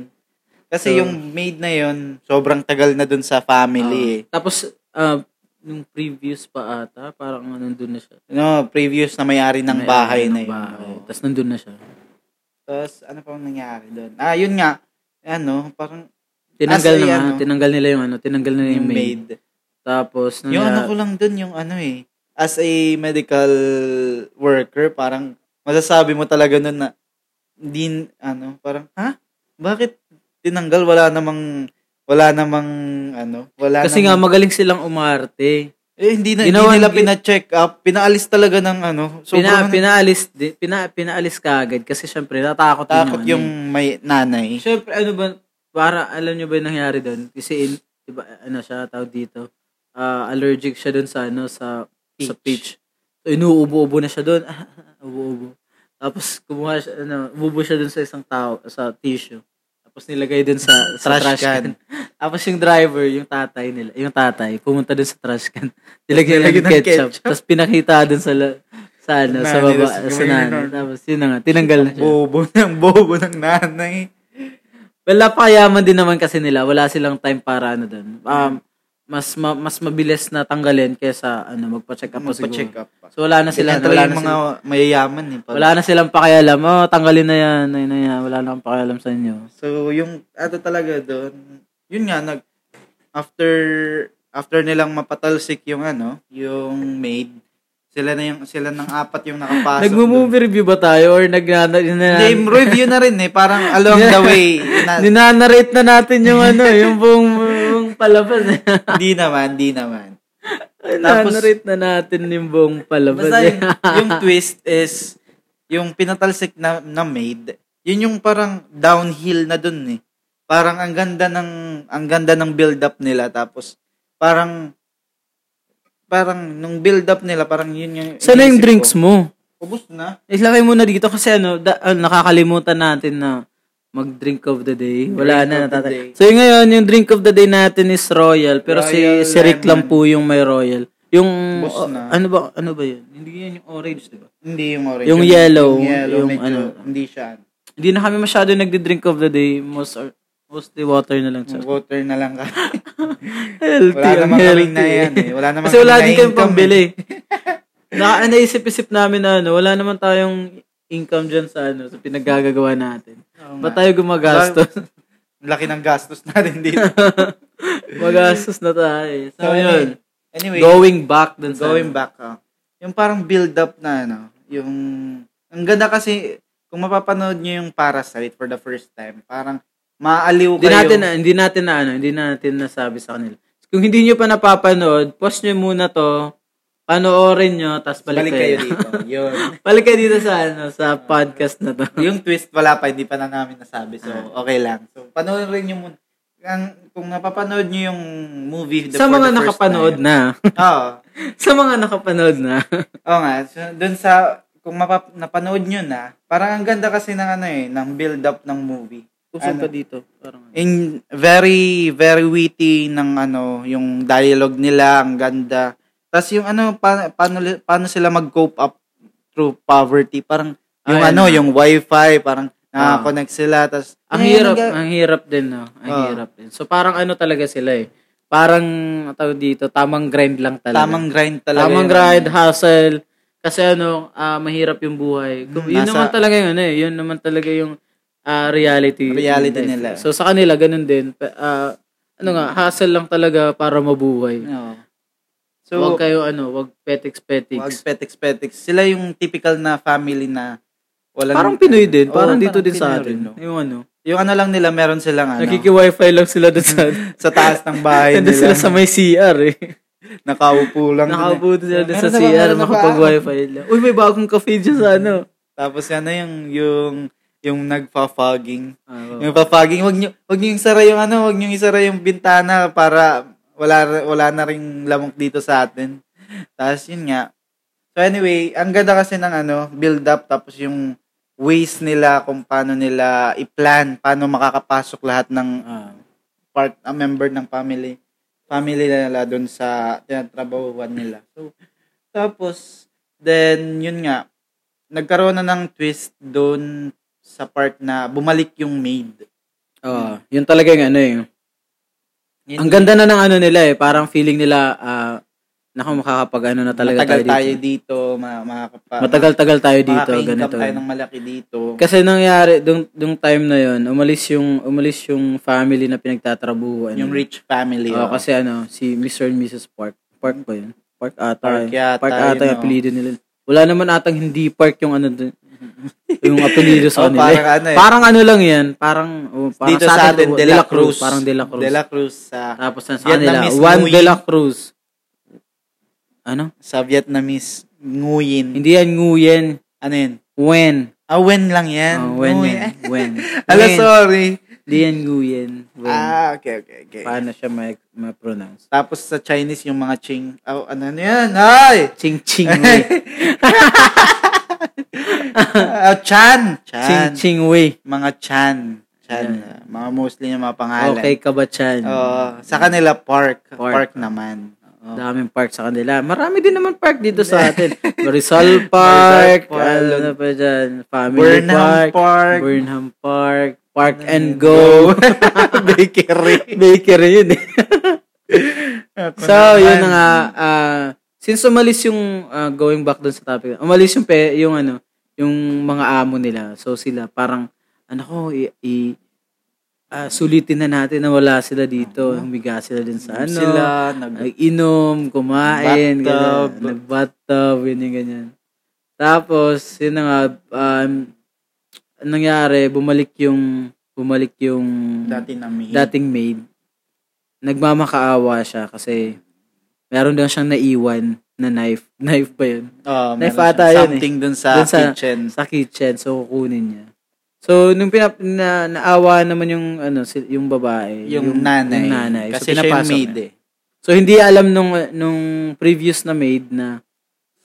[SPEAKER 3] Kasi
[SPEAKER 2] So-
[SPEAKER 3] yung maid na yun, sobrang tagal na dun sa family eh.
[SPEAKER 2] Tapos, ah, nung previous pa ata, parang ano, nandun na siya.
[SPEAKER 3] No, previous na mayari ng
[SPEAKER 2] May- ano,
[SPEAKER 3] bahay
[SPEAKER 2] ng
[SPEAKER 3] na yun. Ah,
[SPEAKER 2] bahay.
[SPEAKER 3] Oo.
[SPEAKER 2] Tapos nandun na siya.
[SPEAKER 3] Tapos, ano pang nangyari doon? Ah, yun nga. Ano, parang
[SPEAKER 2] Tinanggal
[SPEAKER 3] As a,
[SPEAKER 2] na nga,
[SPEAKER 3] ano,
[SPEAKER 2] tinanggal nila yung ano, tinanggal nila
[SPEAKER 3] yung
[SPEAKER 2] yung maid.
[SPEAKER 3] maid.
[SPEAKER 2] Tapos,
[SPEAKER 3] Yung ano
[SPEAKER 2] nangya-
[SPEAKER 3] ko lang doon, yung ano eh. As a medical worker, parang masasabi mo talaga nun na din ano, parang, ha? Bakit tinanggal? Wala namang, wala namang, ano, wala
[SPEAKER 2] kasi nga,
[SPEAKER 3] namang,
[SPEAKER 2] magaling silang umarte.
[SPEAKER 3] eh, hindi, na, hindi
[SPEAKER 2] ginawan-
[SPEAKER 3] nila pina-check up. Pinaalis talaga ng, ano,
[SPEAKER 2] Pina,
[SPEAKER 3] sobrang
[SPEAKER 2] pinaalis, di- pina, pinaalis ka agad kasi syempre natakot din
[SPEAKER 3] takot
[SPEAKER 2] yung,
[SPEAKER 3] yung may nanay.
[SPEAKER 2] Syempre ano ba para alam nyo ba yung nangyari doon? Kasi in, diba, ano siya tawag dito. ah, allergic siya doon sa ano sa sa peach. So inuubo-ubo na siya doon. ubo-ubo. Tapos kumuha siya, ano, umubo siya doon sa isang tao sa tissue. Tapos nilagay doon sa, sa trash,
[SPEAKER 3] Trash
[SPEAKER 2] can.
[SPEAKER 3] can.
[SPEAKER 2] Tapos yung driver, yung tatay nila, yung tatay, pumunta doon sa trash can. Nilagay
[SPEAKER 3] Nilagay
[SPEAKER 2] ng
[SPEAKER 3] ng
[SPEAKER 2] ketchup.
[SPEAKER 3] ketchup.
[SPEAKER 2] Tapos pinakita doon sa la- sa ano, sa
[SPEAKER 3] Nanay,
[SPEAKER 2] baba,
[SPEAKER 3] tapos
[SPEAKER 2] sa
[SPEAKER 3] gawin
[SPEAKER 2] nanay.
[SPEAKER 3] yun.
[SPEAKER 2] Tapos yun na nga, tinanggal na siya.
[SPEAKER 3] Bobo ng bobo ng nanay.
[SPEAKER 2] Well, napakayaman din naman kasi nila. Wala silang time para ano doon. Um, mas ma- mas mabilis na tanggalin kaysa ano, magpa-check up pa
[SPEAKER 3] Magpa-check
[SPEAKER 2] siguro.
[SPEAKER 3] Mm, up pa.
[SPEAKER 2] So wala na sila, na, wala
[SPEAKER 3] Sila talaga
[SPEAKER 2] na
[SPEAKER 3] yung mga
[SPEAKER 2] sila.
[SPEAKER 3] mayayaman eh. Pag-
[SPEAKER 2] Wala na silang pakialam. Oh, tanggalin na yan. Ay, na yan. Wala na akong pakialam sa inyo.
[SPEAKER 3] So yung ato talaga doon, yun nga nag after after nilang mapatalsik yung ano, yung maid, sila na yung sila ng apat yung nakapasok. doon.
[SPEAKER 2] Nagmo-movie review ba tayo or nag na,
[SPEAKER 3] Hindi, yung review na rin eh, parang along the way. Na,
[SPEAKER 2] ninanarate na natin yung ano, yung buong, buong palabas.
[SPEAKER 3] di naman, di naman.
[SPEAKER 2] Tapos, narate na natin yung buong palabas.
[SPEAKER 3] Basta yung, yung twist is yung pinatalsik na, na maid, yun yung parang downhill na dun eh. Parang ang ganda ng ang ganda ng build up nila tapos parang parang nung build up nila parang yun yung
[SPEAKER 2] Sana yung drinks mo.
[SPEAKER 3] Ko, Ubus na.
[SPEAKER 2] Ilagay mo na dito kasi ano, da, ah, nakakalimutan natin na mag-drink of the day. Wala
[SPEAKER 3] Drink
[SPEAKER 2] na
[SPEAKER 3] of the
[SPEAKER 2] natatay.
[SPEAKER 3] day.
[SPEAKER 2] So yung ngayon, yung drink of the day natin is Royal, pero
[SPEAKER 3] Royal
[SPEAKER 2] si si Rick lang
[SPEAKER 3] Lemon.
[SPEAKER 2] po yung may Royal. Yung
[SPEAKER 3] Boss
[SPEAKER 2] o-
[SPEAKER 3] na.
[SPEAKER 2] ano ba ano ba yun? Hindi yan yung orange, di ba?
[SPEAKER 3] Hindi yung orange.
[SPEAKER 2] Yung yellow,
[SPEAKER 3] Yung yellow,
[SPEAKER 2] yung
[SPEAKER 3] medyo,
[SPEAKER 2] ano.
[SPEAKER 3] Hindi siya. ano.
[SPEAKER 2] Hindi na kami masyado nagdi-drink of the day most or Mostly water na lang. Tsaka.
[SPEAKER 3] Water na lang ka.
[SPEAKER 2] Healthy.
[SPEAKER 3] Wala naman
[SPEAKER 2] ang
[SPEAKER 3] kaming na
[SPEAKER 2] healthy,
[SPEAKER 3] yan
[SPEAKER 2] eh.
[SPEAKER 3] eh. Wala naman
[SPEAKER 2] Kasi wala
[SPEAKER 3] kaming
[SPEAKER 2] din kami
[SPEAKER 3] na-income
[SPEAKER 2] pambili. Na, naisip-isip namin na ano, wala naman tayong income dyan sa ano, sa pinaggagawa natin.
[SPEAKER 3] eh. Oo nga.
[SPEAKER 2] Ba't tayo gumagastos?
[SPEAKER 3] Ang Laki ng gastos natin dito.
[SPEAKER 2] Magastos na tayo. So,
[SPEAKER 3] So,
[SPEAKER 2] yun.
[SPEAKER 3] Anyway,
[SPEAKER 2] Going back dun sa ano.
[SPEAKER 3] going back. ah. yung parang build up na ano, yung... Ang ganda kasi, kung mapapanood nyo yung Parasite for the first time, parang maaaliw
[SPEAKER 2] Hindi
[SPEAKER 3] kayo.
[SPEAKER 2] natin na, hindi natin na ano, hindi natin nasabi sa kanila. Kung hindi nyo pa napapanood, pause nyo muna to, panoorin nyo, tapos balik,
[SPEAKER 3] Balik kayo
[SPEAKER 2] kayo.
[SPEAKER 3] dito. Yun.
[SPEAKER 2] balik kayo dito sa ano, sa podcast na to.
[SPEAKER 3] yung twist wala pa, hindi pa na namin nasabi. So,
[SPEAKER 2] Ah.
[SPEAKER 3] okay lang. So, panoorin nyo muna. Ang, kung napapanood nyo yung movie the,
[SPEAKER 2] sa
[SPEAKER 3] for
[SPEAKER 2] mga
[SPEAKER 3] the first
[SPEAKER 2] nakapanood
[SPEAKER 3] time.
[SPEAKER 2] na.
[SPEAKER 3] Oo.
[SPEAKER 2] sa mga nakapanood na.
[SPEAKER 3] Oo nga. So, dun sa, kung mapap- napanood nyo na, parang ang ganda kasi ng ano eh, ng build up ng movie. Uso pa
[SPEAKER 2] dito? Parang,
[SPEAKER 3] In very, very witty ng ano, yung dialogue nila, ang ganda. Tapos yung ano, pa, paano, li- paano sila mag-cope up through poverty. Parang, yung
[SPEAKER 2] Ayun
[SPEAKER 3] ano,
[SPEAKER 2] na.
[SPEAKER 3] yung wifi, parang nakakonect sila. Tapos,
[SPEAKER 2] ang
[SPEAKER 3] ayun,
[SPEAKER 2] hirap, ah.
[SPEAKER 3] ga-
[SPEAKER 2] ang hirap din, no? Ang
[SPEAKER 3] Oo.
[SPEAKER 2] hirap din. So, parang ano talaga sila eh. Parang, tawag dito, tamang grind lang talaga.
[SPEAKER 3] Tamang grind talaga.
[SPEAKER 2] Tamang
[SPEAKER 3] yun.
[SPEAKER 2] grind, hustle. Kasi ano, ah, mahirap yung buhay. Kung, yun
[SPEAKER 3] nasa-
[SPEAKER 2] naman talaga yun eh. Yun naman talaga yung ah, reality.
[SPEAKER 3] Reality
[SPEAKER 2] in life.
[SPEAKER 3] nila.
[SPEAKER 2] So sa kanila, ganun din. Pa- ah, ano nga, hustle lang talaga para mabuhay.
[SPEAKER 3] Oo. So,
[SPEAKER 2] So, wag kayo ano, wag
[SPEAKER 3] wag
[SPEAKER 2] petiks-petiks.
[SPEAKER 3] petiks-petiks. Sila yung typical na family na walang...
[SPEAKER 2] Parang Pinoy din.
[SPEAKER 3] Oo,
[SPEAKER 2] Parang dito din
[SPEAKER 3] Pinoy
[SPEAKER 2] sa
[SPEAKER 3] rin,
[SPEAKER 2] atin.
[SPEAKER 3] no?
[SPEAKER 2] Yung ano,
[SPEAKER 3] Yung ano lang nila, meron silang ano,
[SPEAKER 2] nakiki-wifi lang sila doon sa atin.
[SPEAKER 3] sa taas ng bahay
[SPEAKER 2] Nandun
[SPEAKER 3] nila.
[SPEAKER 2] sila sa may CR eh.
[SPEAKER 3] Nakaupo lang. dun eh.
[SPEAKER 2] Nakaupo doon sila doon sa
[SPEAKER 3] Meron na ba?
[SPEAKER 2] CR,
[SPEAKER 3] Meron na ba?
[SPEAKER 2] makapag-wifi lang. Uy, may bagong cafe dyan sa ano.
[SPEAKER 3] Tapos yan na yung, yung, yung nagpa-fogging.
[SPEAKER 2] Ah,
[SPEAKER 3] Yung pa-fogging, wag niyo wag niyo isara yung ano, wag niyo isara yung bintana para wala wala na ring lamok dito sa atin. Tapos yun nga. So anyway, ang ganda kasi ng ano, build up tapos yung ways nila kung paano nila i-plan, paano makakapasok lahat ng
[SPEAKER 2] ah.
[SPEAKER 3] part a member ng family family nila doon sa tinatrabahuan nila. So tapos then yun nga nagkaroon na ng twist doon sa part na bumalik yung maid.
[SPEAKER 2] Oo, yun talaga yung ano eh.
[SPEAKER 3] Yun
[SPEAKER 2] Ang ganda na ng ano nila eh, parang feeling nila ah naku makakapag ano na talaga
[SPEAKER 3] matagal
[SPEAKER 2] tayo,
[SPEAKER 3] tayo
[SPEAKER 2] dito.
[SPEAKER 3] dito, ma- makakapa,
[SPEAKER 2] Matagal-tagal tayo dito,
[SPEAKER 3] makaka-income
[SPEAKER 2] ganito. eh.
[SPEAKER 3] tayo ng malaki dito.
[SPEAKER 2] Kasi nangyari dung dung time na yon, umalis yung umalis yung family na pinagtatrabuhan.
[SPEAKER 3] yung rich family.
[SPEAKER 2] Oo,
[SPEAKER 3] oh.
[SPEAKER 2] kasi ano, si Mr. and Mrs. Park. Park ba yun? Park ata.
[SPEAKER 3] Park
[SPEAKER 2] eh.
[SPEAKER 3] yata
[SPEAKER 2] park
[SPEAKER 3] yun,
[SPEAKER 2] ata yung
[SPEAKER 3] oh.
[SPEAKER 2] apelido nila. Wala naman atang hindi park yung ano dun. yung apelido
[SPEAKER 3] Oh,
[SPEAKER 2] sa kanila.
[SPEAKER 3] parang ano eh.
[SPEAKER 2] Parang ano lang yan. Parang, oh, parang
[SPEAKER 3] dito sa atin, De La Cruz.
[SPEAKER 2] Parang De La Cruz.
[SPEAKER 3] De La Cruz sa,
[SPEAKER 2] Tapos na sa kanila,
[SPEAKER 3] Vietnamese
[SPEAKER 2] Juan
[SPEAKER 3] Nguyen.
[SPEAKER 2] De La Cruz. Ano?
[SPEAKER 3] sa Vietnamese Nguyen.
[SPEAKER 2] Hindi yan Nguyen.
[SPEAKER 3] Ano yun?
[SPEAKER 2] Wen.
[SPEAKER 3] Ah, Wen lang yan.
[SPEAKER 2] Oh, Wen
[SPEAKER 3] Nguyen.
[SPEAKER 2] yan. Wen.
[SPEAKER 3] Ala,
[SPEAKER 2] Wen.
[SPEAKER 3] sorry.
[SPEAKER 2] Hindi yan Nguyen. Wen.
[SPEAKER 3] Ah, okay, okay, okay.
[SPEAKER 2] Paano siya ma- ma-pronounce?
[SPEAKER 3] Tapos sa Chinese, yung mga Ching. Oh, ano ano yan? Ay!
[SPEAKER 2] Ching Ching Wei.
[SPEAKER 3] Ah, Chan!
[SPEAKER 2] Ching
[SPEAKER 3] Chan.
[SPEAKER 2] Ching Wei.
[SPEAKER 3] Mga Chan. Chan. ah, Mga mostly yung mga pangalan.
[SPEAKER 2] Okay ka ba, Chan?
[SPEAKER 3] Oo. sa kanila, park.
[SPEAKER 2] Park.
[SPEAKER 3] Park, naman. Oo.
[SPEAKER 2] Daming park sa kanila. Marami din naman park dito sa atin. Rizal Park,
[SPEAKER 3] Rizal Park.
[SPEAKER 2] ano na pa dyan, Family
[SPEAKER 3] Burnham
[SPEAKER 2] Park,
[SPEAKER 3] Park.
[SPEAKER 2] Burnham Park, Park and Go,
[SPEAKER 3] Bakery.
[SPEAKER 2] Bakery yun eh. so, yun na nga, ah, since umalis yung, ah, going back dun sa topic, umalis yung, pe, yung ano, yung mga amo nila. So, sila parang, ano ko, i, i- ah, sulitin na natin na wala sila dito. Humiga sila din sa ano.
[SPEAKER 3] Sila, nag...
[SPEAKER 2] Nag-inom, kumain,
[SPEAKER 3] Bathtub.
[SPEAKER 2] ganyan. Nag-bathtub, yun yung ganyan. Tapos, yun na nga, um, anong nangyari, bumalik yung, bumalik yung
[SPEAKER 3] Dati na may...
[SPEAKER 2] Mm. dating maid. Nagmamakaawa siya kasi meron daw siyang naiwan na knife. Knife ba yun?
[SPEAKER 3] Oh, meron
[SPEAKER 2] Naifata
[SPEAKER 3] siyang
[SPEAKER 2] yun eh.
[SPEAKER 3] Something dun sa,
[SPEAKER 2] Dun sa-
[SPEAKER 3] kitchen.
[SPEAKER 2] Sa kitchen, so kukunin niya. So, nung pinap na, naawa naman yung, ano, si- yung babae.
[SPEAKER 3] Yung, nanay.
[SPEAKER 2] yung nanay. So,
[SPEAKER 3] Kasi siya yung
[SPEAKER 2] pinapasok
[SPEAKER 3] maid
[SPEAKER 2] niya.
[SPEAKER 3] eh.
[SPEAKER 2] So hindi alam nung nung previous na maid na,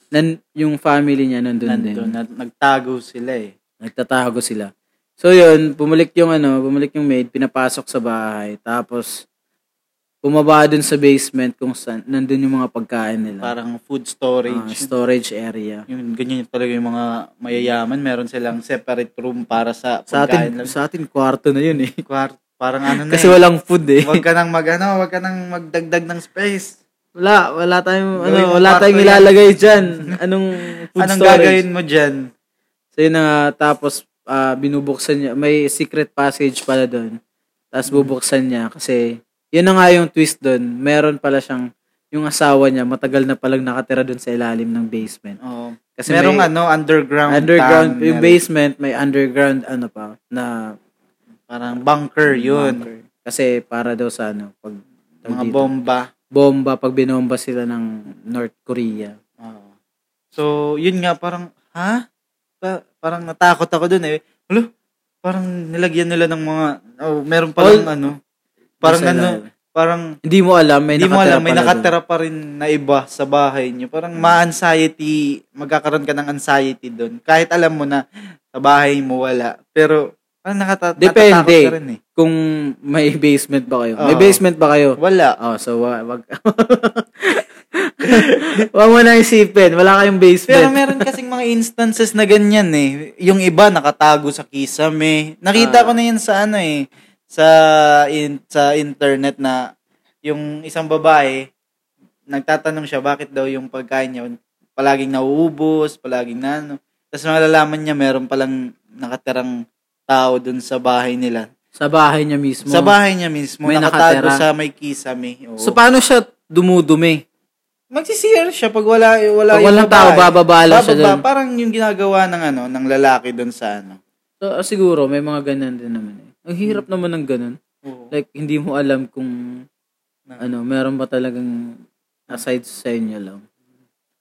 [SPEAKER 2] nan yung family niya nandun,
[SPEAKER 3] Nandun.
[SPEAKER 2] din.
[SPEAKER 3] nag- Nagtago sila eh.
[SPEAKER 2] Nagtatago sila. So yun, bumalik yung ano, bumalik yung maid, pinapasok sa bahay. Tapos bumaba dun sa basement kung saan nandun yung mga pagkain nila.
[SPEAKER 3] Parang food
[SPEAKER 2] Ah,
[SPEAKER 3] storage.
[SPEAKER 2] storage area.
[SPEAKER 3] yung ganyan talaga yung mga mayayaman. Meron silang separate room para sa
[SPEAKER 2] Sa
[SPEAKER 3] pagkain
[SPEAKER 2] atin,
[SPEAKER 3] lang.
[SPEAKER 2] sa atin kwarto na yun eh.
[SPEAKER 3] Kwarto. Parang ano na
[SPEAKER 2] Kasi
[SPEAKER 3] eh.
[SPEAKER 2] walang food eh.
[SPEAKER 3] Huwag ka nang mag, ano, huwag ka nang magdagdag ng space.
[SPEAKER 2] Wala, wala tayong,
[SPEAKER 3] Gawin mo
[SPEAKER 2] ano, wala
[SPEAKER 3] parto
[SPEAKER 2] tayong
[SPEAKER 3] yan.
[SPEAKER 2] ilalagay dyan. Anong food
[SPEAKER 3] Anong
[SPEAKER 2] storage?
[SPEAKER 3] gagawin mo dyan?
[SPEAKER 2] So yun na nga, tapos ah, binubuksan niya. May secret passage pala doon. Tapos bubuksan niya kasi yun na nga yung twist doon. Meron pala siyang, yung asawa niya, matagal na palang nakatira doon sa ilalim ng basement.
[SPEAKER 3] Oo.
[SPEAKER 2] Kasi
[SPEAKER 3] Merong
[SPEAKER 2] may
[SPEAKER 3] ano, underground
[SPEAKER 2] underground,
[SPEAKER 3] tunnel.
[SPEAKER 2] yung basement, may underground ano pa, na
[SPEAKER 3] Parang bunker yun.
[SPEAKER 2] bunker. Kasi para daw sa ano, pag dito,
[SPEAKER 3] Mga bomba.
[SPEAKER 2] bomba, pag binomba sila ng North Korea.
[SPEAKER 3] Oo. So, yun nga, parang, ha? Pa- parang natakot ako dun eh. Hulo, parang nilagyan nila ng mga, oh, meron palang
[SPEAKER 2] All-
[SPEAKER 3] ano, parang
[SPEAKER 2] Sa
[SPEAKER 3] ano,
[SPEAKER 2] ilalim.
[SPEAKER 3] parang,
[SPEAKER 2] Hindi mo alam, may
[SPEAKER 3] hindi mo
[SPEAKER 2] nakatira
[SPEAKER 3] alam,
[SPEAKER 2] pala
[SPEAKER 3] may
[SPEAKER 2] doon.
[SPEAKER 3] nakatira pa rin na iba sa bahay nyo. Parang ma-anxiety, magkakaroon ka ng anxiety dun. Kahit alam mo na sa bahay mo wala. Pero, parang nakata-
[SPEAKER 2] Depende.
[SPEAKER 3] natatakot ka rin eh.
[SPEAKER 2] Kung may basement ba kayo. May
[SPEAKER 3] Oo.
[SPEAKER 2] basement ba kayo?
[SPEAKER 3] Wala.
[SPEAKER 2] Oh, so wa- wag Wag mo na isipin, wala kayong
[SPEAKER 3] Pero
[SPEAKER 2] basement.
[SPEAKER 3] meron kasing mga instances na ganyan eh. Yung iba nakatago sa kisame. Nakita
[SPEAKER 2] Ah.
[SPEAKER 3] ko na yan sa ano eh. Sa, in, sa internet na yung isang babae, nagtatanong siya bakit daw yung pagkain niya palaging nauubos, palaging na ano. Tapos malalaman niya meron palang nakatirang tao dun sa bahay nila.
[SPEAKER 2] sa bahay niya mismo.
[SPEAKER 3] Sa bahay niya mismo,
[SPEAKER 2] May
[SPEAKER 3] nakatago
[SPEAKER 2] nakatira.
[SPEAKER 3] sa may kisame. Oo.
[SPEAKER 2] So paano siya dumudumi?
[SPEAKER 3] Magsisir siya pag wala wala
[SPEAKER 2] Pag
[SPEAKER 3] yung
[SPEAKER 2] walang tao,
[SPEAKER 3] babae.
[SPEAKER 2] bababa lang siya
[SPEAKER 3] Bababa,
[SPEAKER 2] doon.
[SPEAKER 3] parang yung ginagawa ng ano, ng lalaki doon sa ano.
[SPEAKER 2] So, ah, siguro may mga ganun din naman eh. Ang hirap naman ng ganun. Like hindi mo alam kung ano, meron ba talagang aside sa inyo lang.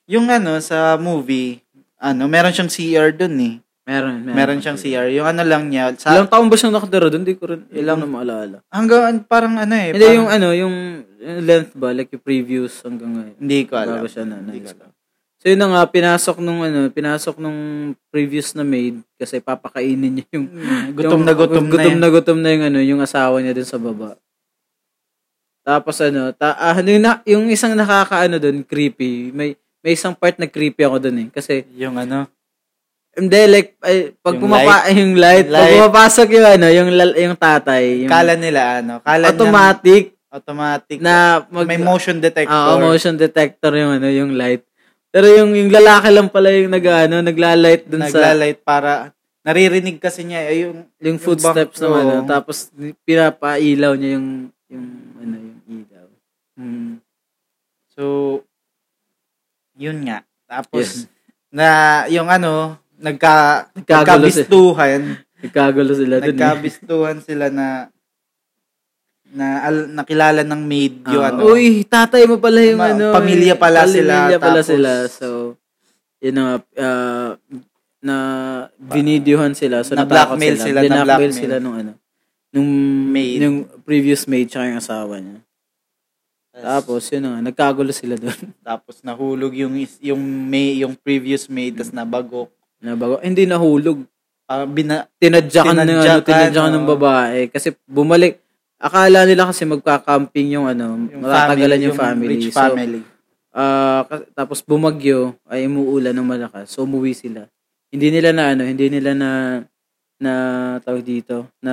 [SPEAKER 3] Yung ano sa movie, ano, meron siyang CR doon eh.
[SPEAKER 2] Meron, meron.
[SPEAKER 3] Meron siyang CR. Yung ano lang niya, sa
[SPEAKER 2] Ilang taon ba siyang nakatira doon? Hindi ko rin,
[SPEAKER 3] Mm.
[SPEAKER 2] ilang na maalala.
[SPEAKER 3] hanggang parang ano eh.
[SPEAKER 2] Hindi,
[SPEAKER 3] parang-
[SPEAKER 2] yung ano, yung yung length ba? Like yung previews hanggang ngayon.
[SPEAKER 3] hindi ko alam.
[SPEAKER 2] Bago siya na.
[SPEAKER 3] Hindi ko
[SPEAKER 2] na-
[SPEAKER 3] alam.
[SPEAKER 2] So yun na nga, pinasok nung ano, pinasok nung previous na maid kasi papakainin niya yung yung-
[SPEAKER 3] Gutom na Hmm, gutom,
[SPEAKER 2] gutom
[SPEAKER 3] na.
[SPEAKER 2] na, gutom na yung ano, yung asawa niya dun sa baba. Tapos ano, ta, ah, ano yung, na- yung isang nakakaano dun, creepy. May may isang part na creepy ako dun eh kasi
[SPEAKER 3] Yan. Yung ano.
[SPEAKER 2] hindi like ay, pag
[SPEAKER 3] Yung
[SPEAKER 2] pumapa yung light, pag
[SPEAKER 3] Light.
[SPEAKER 2] pumapasok yung ano, yung lal- yung tatay, yung
[SPEAKER 3] Kala nila ano. Kala ng
[SPEAKER 2] automatic
[SPEAKER 3] automatic.
[SPEAKER 2] na mag
[SPEAKER 3] may motion detector.
[SPEAKER 2] Ah, oh, motion detector yung ano, yung light. Pero yung yung lalaki lang pala yung nag ano, nagla-light dun sa
[SPEAKER 3] Naglalight para naririnig kasi niya eh, yung
[SPEAKER 2] yung
[SPEAKER 3] yung
[SPEAKER 2] footsteps
[SPEAKER 3] bang-
[SPEAKER 2] ng ano,
[SPEAKER 3] oo.
[SPEAKER 2] tapos ni- pinapailaw niya yung yung ano, yung ilaw. Hmm.
[SPEAKER 3] Mm. So, yun nga. Tapos, na yung ano, nagka,
[SPEAKER 2] Nagkagulo si-
[SPEAKER 3] nagkabistuhan,
[SPEAKER 2] Nagkagulo sila dun. eh.
[SPEAKER 3] nagkabistuhan sila na na al, nakilala ng maid
[SPEAKER 2] Ah,
[SPEAKER 3] yung ano.
[SPEAKER 2] Uy, tatay mo pala yung
[SPEAKER 3] Ma-
[SPEAKER 2] ano.
[SPEAKER 3] pamilya
[SPEAKER 2] eh,
[SPEAKER 3] pala sila,
[SPEAKER 2] Pamilya pala
[SPEAKER 3] tapos-
[SPEAKER 2] sila. So, yun na, nga, ah, na binidyohan sila. So, natakot
[SPEAKER 3] Na-blackmail sila,
[SPEAKER 2] Binackmail
[SPEAKER 3] na-blackmail.
[SPEAKER 2] sila nung ano. Nung,
[SPEAKER 3] Maid.
[SPEAKER 2] nung previous maid tsaka yung asawa niya. Tapos, yun na nga, nagkagulo sila doon.
[SPEAKER 3] tapos nahulog yung is- yung may yung previous maid tas nabagok.
[SPEAKER 2] Nabago. Hindi nahulog.
[SPEAKER 3] Ah, bina,
[SPEAKER 2] Tinadyakan, na, ano,
[SPEAKER 3] Tinadyakan,
[SPEAKER 2] tinadyakan ng
[SPEAKER 3] oo.
[SPEAKER 2] babae. Kasi bumalik. Akala nila kasi magka-camping yung ano,
[SPEAKER 3] yung
[SPEAKER 2] matatagalan
[SPEAKER 3] family,
[SPEAKER 2] yung family.
[SPEAKER 3] rich
[SPEAKER 2] So,
[SPEAKER 3] family.
[SPEAKER 2] ah, ka- tapos bumagyo, ay umuulan ng malakas. So, umuwi sila. Hindi nila na ano, hindi nila na na tawag dito na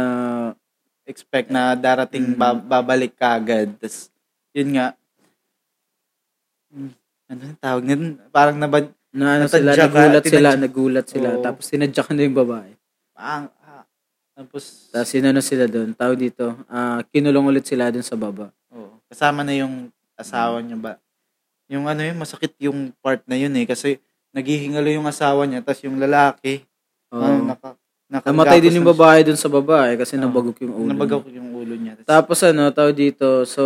[SPEAKER 3] expect na darating
[SPEAKER 2] Mm.
[SPEAKER 3] ba- babalik ka agad. Tas, yun nga. Mm, Ano yung tawag na dun? Parang nabad...
[SPEAKER 2] na ano sila,
[SPEAKER 3] Natadyak ka,
[SPEAKER 2] nagulat sila,
[SPEAKER 3] tinadyak.
[SPEAKER 2] nagulat sila.
[SPEAKER 3] Oo.
[SPEAKER 2] Tapos tinadyakan na yung babae.
[SPEAKER 3] Ah, ah, tapos...
[SPEAKER 2] Tapos inano sila doon, tawag dito, ah, kinulong ulit sila doon sa baba.
[SPEAKER 3] oo, oh, kasama na yung asawa niya ba? Yung ano yun, masakit yung part na yun eh. Kasi naghihingalo yung asawa niya. Tapos yung lalaki,
[SPEAKER 2] Oo.
[SPEAKER 3] ano, naka, naka,
[SPEAKER 2] Oh. Namatay din yung babae doon sa babae kasi
[SPEAKER 3] Oo.
[SPEAKER 2] nabagok yung ulo.
[SPEAKER 3] Nabagok yung ulo niya. Tas,
[SPEAKER 2] Tapos ano, tao dito, so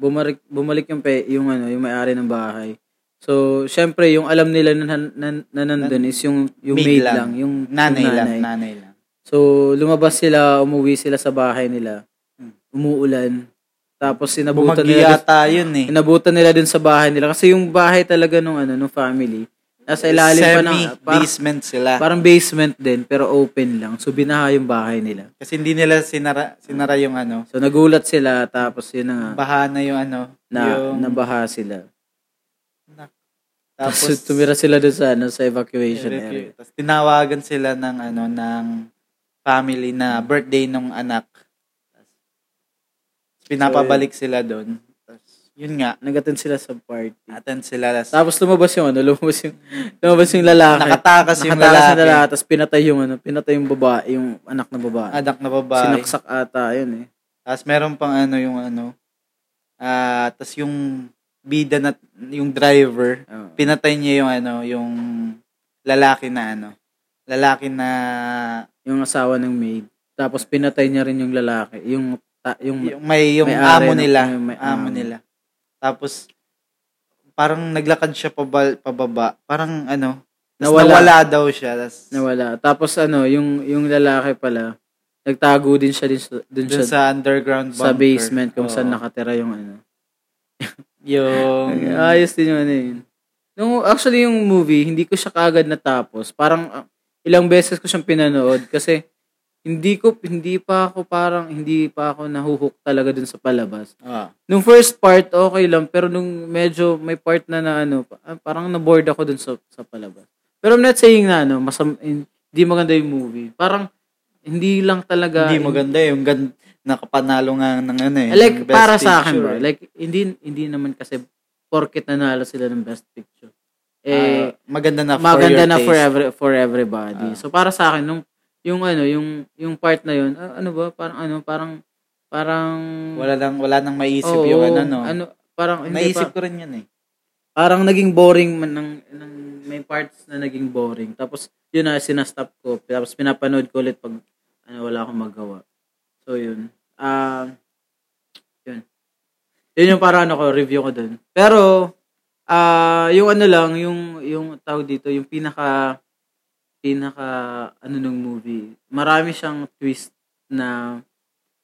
[SPEAKER 2] bumalik bumalik yung pe, yung ano, yung may-ari ng bahay. So, syempre yung alam nila na, na, na nandun is yung yung maid,
[SPEAKER 3] Maid lang.
[SPEAKER 2] lang, yung
[SPEAKER 3] nanay,
[SPEAKER 2] yung
[SPEAKER 3] lang, nanay lang.
[SPEAKER 2] So, lumabas sila, umuwi sila sa bahay nila.
[SPEAKER 3] Hmm.
[SPEAKER 2] Umuulan. Tapos sinabutan
[SPEAKER 3] Bumagyo
[SPEAKER 2] nila
[SPEAKER 3] yata yun eh.
[SPEAKER 2] inabutan nila dun sa bahay nila kasi yung bahay talaga nung ano, nung family. Nasa ilalim pa ng parang,
[SPEAKER 3] Semi-basement sila.
[SPEAKER 2] parang basement din pero open lang. So, binaha yung bahay nila.
[SPEAKER 3] Kasi hindi nila sinara, sinara yung ano,
[SPEAKER 2] So, nagulat sila tapos yun na nga.
[SPEAKER 3] baha na yung ano,
[SPEAKER 2] na
[SPEAKER 3] yung,
[SPEAKER 2] nabaha sila.
[SPEAKER 3] tapos,
[SPEAKER 2] Tapos tumira sila doon sa ano sa evacuation area.
[SPEAKER 3] Tapos tinawagan sila ng ano, ng family na birthday nung anak. pinapabalik sila doon. Tapos, yun nga,
[SPEAKER 2] Nag-attend sila sa party.
[SPEAKER 3] attend sila. Tapos,
[SPEAKER 2] Tapos lumabas yung ano, lumabas yung, lumabas yung lalaki.
[SPEAKER 3] nakatakas yung
[SPEAKER 2] Nakatakas
[SPEAKER 3] lalaki.
[SPEAKER 2] na lalaki, tapos pinatay yung ano, pinatay yung babae, yung anak na babae.
[SPEAKER 3] Anak na babae.
[SPEAKER 2] Sinaksak ata, yun eh.
[SPEAKER 3] Tapos meron pang ano yung ano. Ah, tapos yung bida na yung driver,
[SPEAKER 2] Oo.
[SPEAKER 3] pinatay niya yung ano, yung lalaki na ano. Lalaki na
[SPEAKER 2] yung asawa ng maid. Tapos pinatay niya rin yung lalaki, yung ta, yung,
[SPEAKER 3] yung may yung
[SPEAKER 2] May-ari
[SPEAKER 3] amo
[SPEAKER 2] ng-
[SPEAKER 3] nila,
[SPEAKER 2] yung may amo.
[SPEAKER 3] amo nila. Tapos parang naglakad siya pabal, pababa, parang ano, tas
[SPEAKER 2] Nawala.
[SPEAKER 3] nawala. daw siya. Tas,
[SPEAKER 2] nawala. Tapos ano, yung yung lalaki pala nagtago din siya din, sa- dun
[SPEAKER 3] Dun
[SPEAKER 2] siya
[SPEAKER 3] sa underground bunker.
[SPEAKER 2] sa basement kung saan
[SPEAKER 3] Oo.
[SPEAKER 2] nakatira yung ano.
[SPEAKER 3] Yung...
[SPEAKER 2] Ayos din yung ano yun. Nung, actually, yung movie, hindi ko siya kaagad natapos. Parang ah, ilang beses ko siyang pinanood kasi hindi ko hindi pa ako parang hindi pa ako nahuhook talaga dun sa palabas.
[SPEAKER 3] Ah.
[SPEAKER 2] Nung first part, okay lang. Pero nung medyo may part na na ano, pa- ah, parang na-bored ako dun sa, sa palabas. Pero I'm not saying na ano, masam, hin- hindi maganda yung movie. Parang hindi lang talaga.
[SPEAKER 3] Hindi maganda eh. yung gan nakapanalo nga ng ano eh.
[SPEAKER 2] Like,
[SPEAKER 3] ng best
[SPEAKER 2] para sa akin,
[SPEAKER 3] picture
[SPEAKER 2] bro.
[SPEAKER 3] eh.
[SPEAKER 2] Like, hindi, hindi naman kasi porket nanalo sila ng best picture. Eh,
[SPEAKER 3] Ah, maganda na Ah, for
[SPEAKER 2] maganda
[SPEAKER 3] your
[SPEAKER 2] na
[SPEAKER 3] taste.
[SPEAKER 2] for, every, for everybody.
[SPEAKER 3] Ah.
[SPEAKER 2] So, para sa akin, nung, yung ano, yung, yung part na yun, ah, ano ba, parang ano, parang, parang,
[SPEAKER 3] Wala nang wala nang maiisip
[SPEAKER 2] oo,
[SPEAKER 3] yung ano no.
[SPEAKER 2] parang, hindi pa,
[SPEAKER 3] Naisip ko rin 'yun eh.
[SPEAKER 2] parang naging boring man ng, ng may parts na naging boring. Tapos yun na sinastop ko. Tapos pinapanood ko ulit pag ano wala akong magawa. So yun. Ah yun. Yun yung parang ano ko review ko dun. Pero ah yung ano lang yung yung tawag dito yung pinaka pinaka ano nung movie. Marami siyang twist na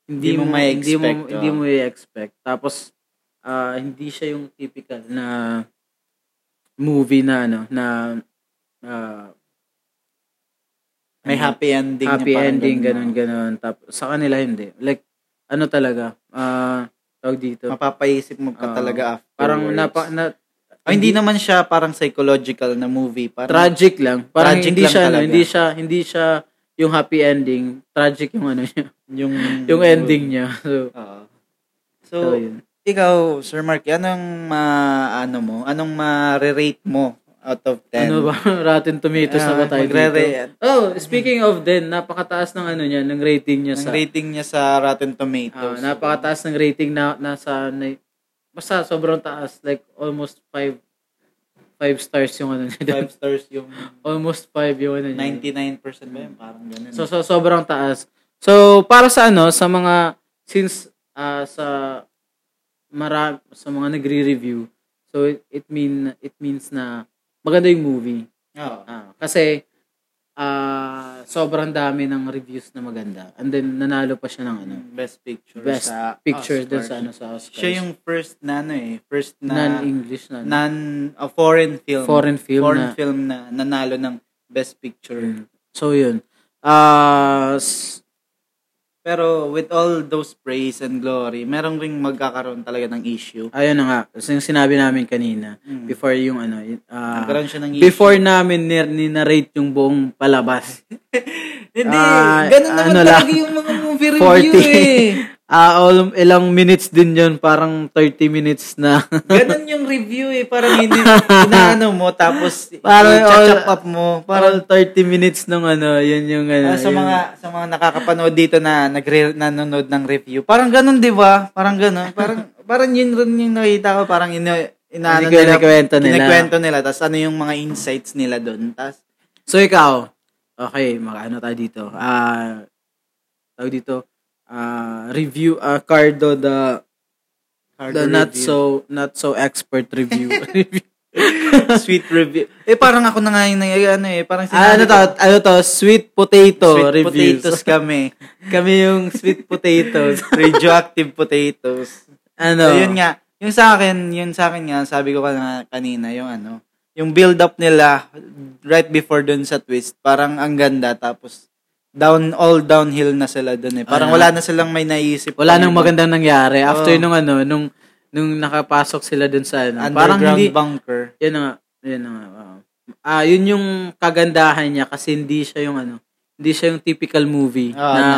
[SPEAKER 2] hindi,
[SPEAKER 3] Hindi mo
[SPEAKER 2] mo, hindi mo
[SPEAKER 3] ma-expect,
[SPEAKER 2] hindi
[SPEAKER 3] oh.
[SPEAKER 2] mo i-expect. Tapos ah, hindi siya yung typical na movie na ano na ah,
[SPEAKER 3] May
[SPEAKER 2] ano,
[SPEAKER 3] happy ending na
[SPEAKER 2] happy
[SPEAKER 3] parang
[SPEAKER 2] ending ganun
[SPEAKER 3] ganun.
[SPEAKER 2] ganun tapos sa kanila hindi like ano talaga ah tawag dito
[SPEAKER 3] Mapapaisip mo pa
[SPEAKER 2] Oo.
[SPEAKER 3] talaga afterwards.
[SPEAKER 2] parang napa na
[SPEAKER 3] Oh, hindi naman siya parang psychological na movie. Parang
[SPEAKER 2] tragic lang parang
[SPEAKER 3] Tragic
[SPEAKER 2] hindi
[SPEAKER 3] lang
[SPEAKER 2] siya ano,
[SPEAKER 3] talaga.
[SPEAKER 2] hindi siya hindi siya yung happy ending tragic yung ano niya
[SPEAKER 3] yung
[SPEAKER 2] yung ending niya so,
[SPEAKER 3] Oo. So,
[SPEAKER 2] so yun
[SPEAKER 3] ikaw, Sir Mark, anong ma ano mo? Anong ma-rate mo out of 10?
[SPEAKER 2] ano ba Rotten Tomatoes na ba
[SPEAKER 3] Ah,
[SPEAKER 2] tayo dito
[SPEAKER 3] magre-rate.
[SPEAKER 2] oh speaking of then napakataas ng ano niya ng rating niya
[SPEAKER 3] Ang
[SPEAKER 2] sa
[SPEAKER 3] rating niya sa Rotten
[SPEAKER 2] Ah,
[SPEAKER 3] Tomatoes.
[SPEAKER 2] napakataas ng rating na nasa na, basta sobrang taas like almost 5 5 stars yung ano niya.
[SPEAKER 3] 5 stars yung
[SPEAKER 2] almost 5 yung ano niya.
[SPEAKER 3] 99% ba yun? Parang ganun.
[SPEAKER 2] So, so sobrang taas. So para sa ano sa mga since ah, sa mara sa mga nagre-review. So it, it mean it means na maganda yung movie.
[SPEAKER 3] Oo.
[SPEAKER 2] Ah, kasi ah sobrang dami ng reviews na maganda. And then nanalo pa siya ng ano
[SPEAKER 3] best picture
[SPEAKER 2] best
[SPEAKER 3] sa
[SPEAKER 2] picture dun sa ano
[SPEAKER 3] Oscars.
[SPEAKER 2] sa Oscars.
[SPEAKER 3] Siya yung first na ano eh, first na
[SPEAKER 2] non-English na ano.
[SPEAKER 3] non a foreign film.
[SPEAKER 2] foreign film
[SPEAKER 3] Foreign
[SPEAKER 2] na.
[SPEAKER 3] film na nanalo ng best picture.
[SPEAKER 2] So yun. Ah, s-
[SPEAKER 3] Pero with all those praise and glory, merong ring magkakaroon talaga ng issue.
[SPEAKER 2] ayun na nga, so yung sinabi namin kanina
[SPEAKER 3] Mm.
[SPEAKER 2] before yung ano, y- ah,
[SPEAKER 3] Nagkaroon siya ng issue.
[SPEAKER 2] before namin ni narrate yung buong palabas.
[SPEAKER 3] Hindi,
[SPEAKER 2] Ah,
[SPEAKER 3] ganun naman
[SPEAKER 2] ano
[SPEAKER 3] talaga
[SPEAKER 2] lang.
[SPEAKER 3] yung mga movie review
[SPEAKER 2] 40.
[SPEAKER 3] eh.
[SPEAKER 2] Ah, all- ilang minutes din yun, parang 30 minutes na.
[SPEAKER 3] Ganun yung review eh. Parang hindi, inaano mo, tapos
[SPEAKER 2] Parang
[SPEAKER 3] i-chop
[SPEAKER 2] all-
[SPEAKER 3] up mo. Parang
[SPEAKER 2] parang 30 minutes nung ano, yun yung ano.
[SPEAKER 3] Ah, sa
[SPEAKER 2] yun.
[SPEAKER 3] mga sa mga nakakapanood dito na nagre nanonood ng review. Parang ganun, 'di ba? Parang ganun. Parang parang yun rin yung nakita ko, parang ina inaano
[SPEAKER 2] Hindi ko kinikwento nila.
[SPEAKER 3] Kinikwento nila. Tapos ano yung mga insights nila doon. Tapos
[SPEAKER 2] So ikaw, okay, makaano tayo dito. Ah, tawag dito, ah, review, ah, Cardo the The not so not so expert review.
[SPEAKER 3] sweet review. Eh parang ako na nga yung nag- ano eh, parang
[SPEAKER 2] Ah, ano
[SPEAKER 3] sinabi
[SPEAKER 2] to?
[SPEAKER 3] ko,
[SPEAKER 2] Ano to? Sweet potato
[SPEAKER 3] sweet
[SPEAKER 2] reviews.
[SPEAKER 3] potatoes kami.
[SPEAKER 2] Kami yung sweet potatoes.
[SPEAKER 3] Radioactive potatoes.
[SPEAKER 2] ano?
[SPEAKER 3] So, yun nga. Yung sa akin, yun sa akin nga, sabi ko ka kanina, yung ano, yung build-up nila right before dun sa twist, parang ang ganda, tapos down, all downhill na sila dun eh. Parang
[SPEAKER 2] Ah.
[SPEAKER 3] wala na silang may naisip.
[SPEAKER 2] Wala nang
[SPEAKER 3] Parang
[SPEAKER 2] magandang nangyari after
[SPEAKER 3] Oo.
[SPEAKER 2] nung ano nung nung nakapasok sila dun sa ano. Parang
[SPEAKER 3] Underground
[SPEAKER 2] hindi
[SPEAKER 3] bunker.
[SPEAKER 2] yun na nga, yun na nga. oo. Ah, yun yung kagandahan niya kasi hindi siya yung ano, hindi siya yung typical movie
[SPEAKER 3] Ah,
[SPEAKER 2] na,
[SPEAKER 3] na,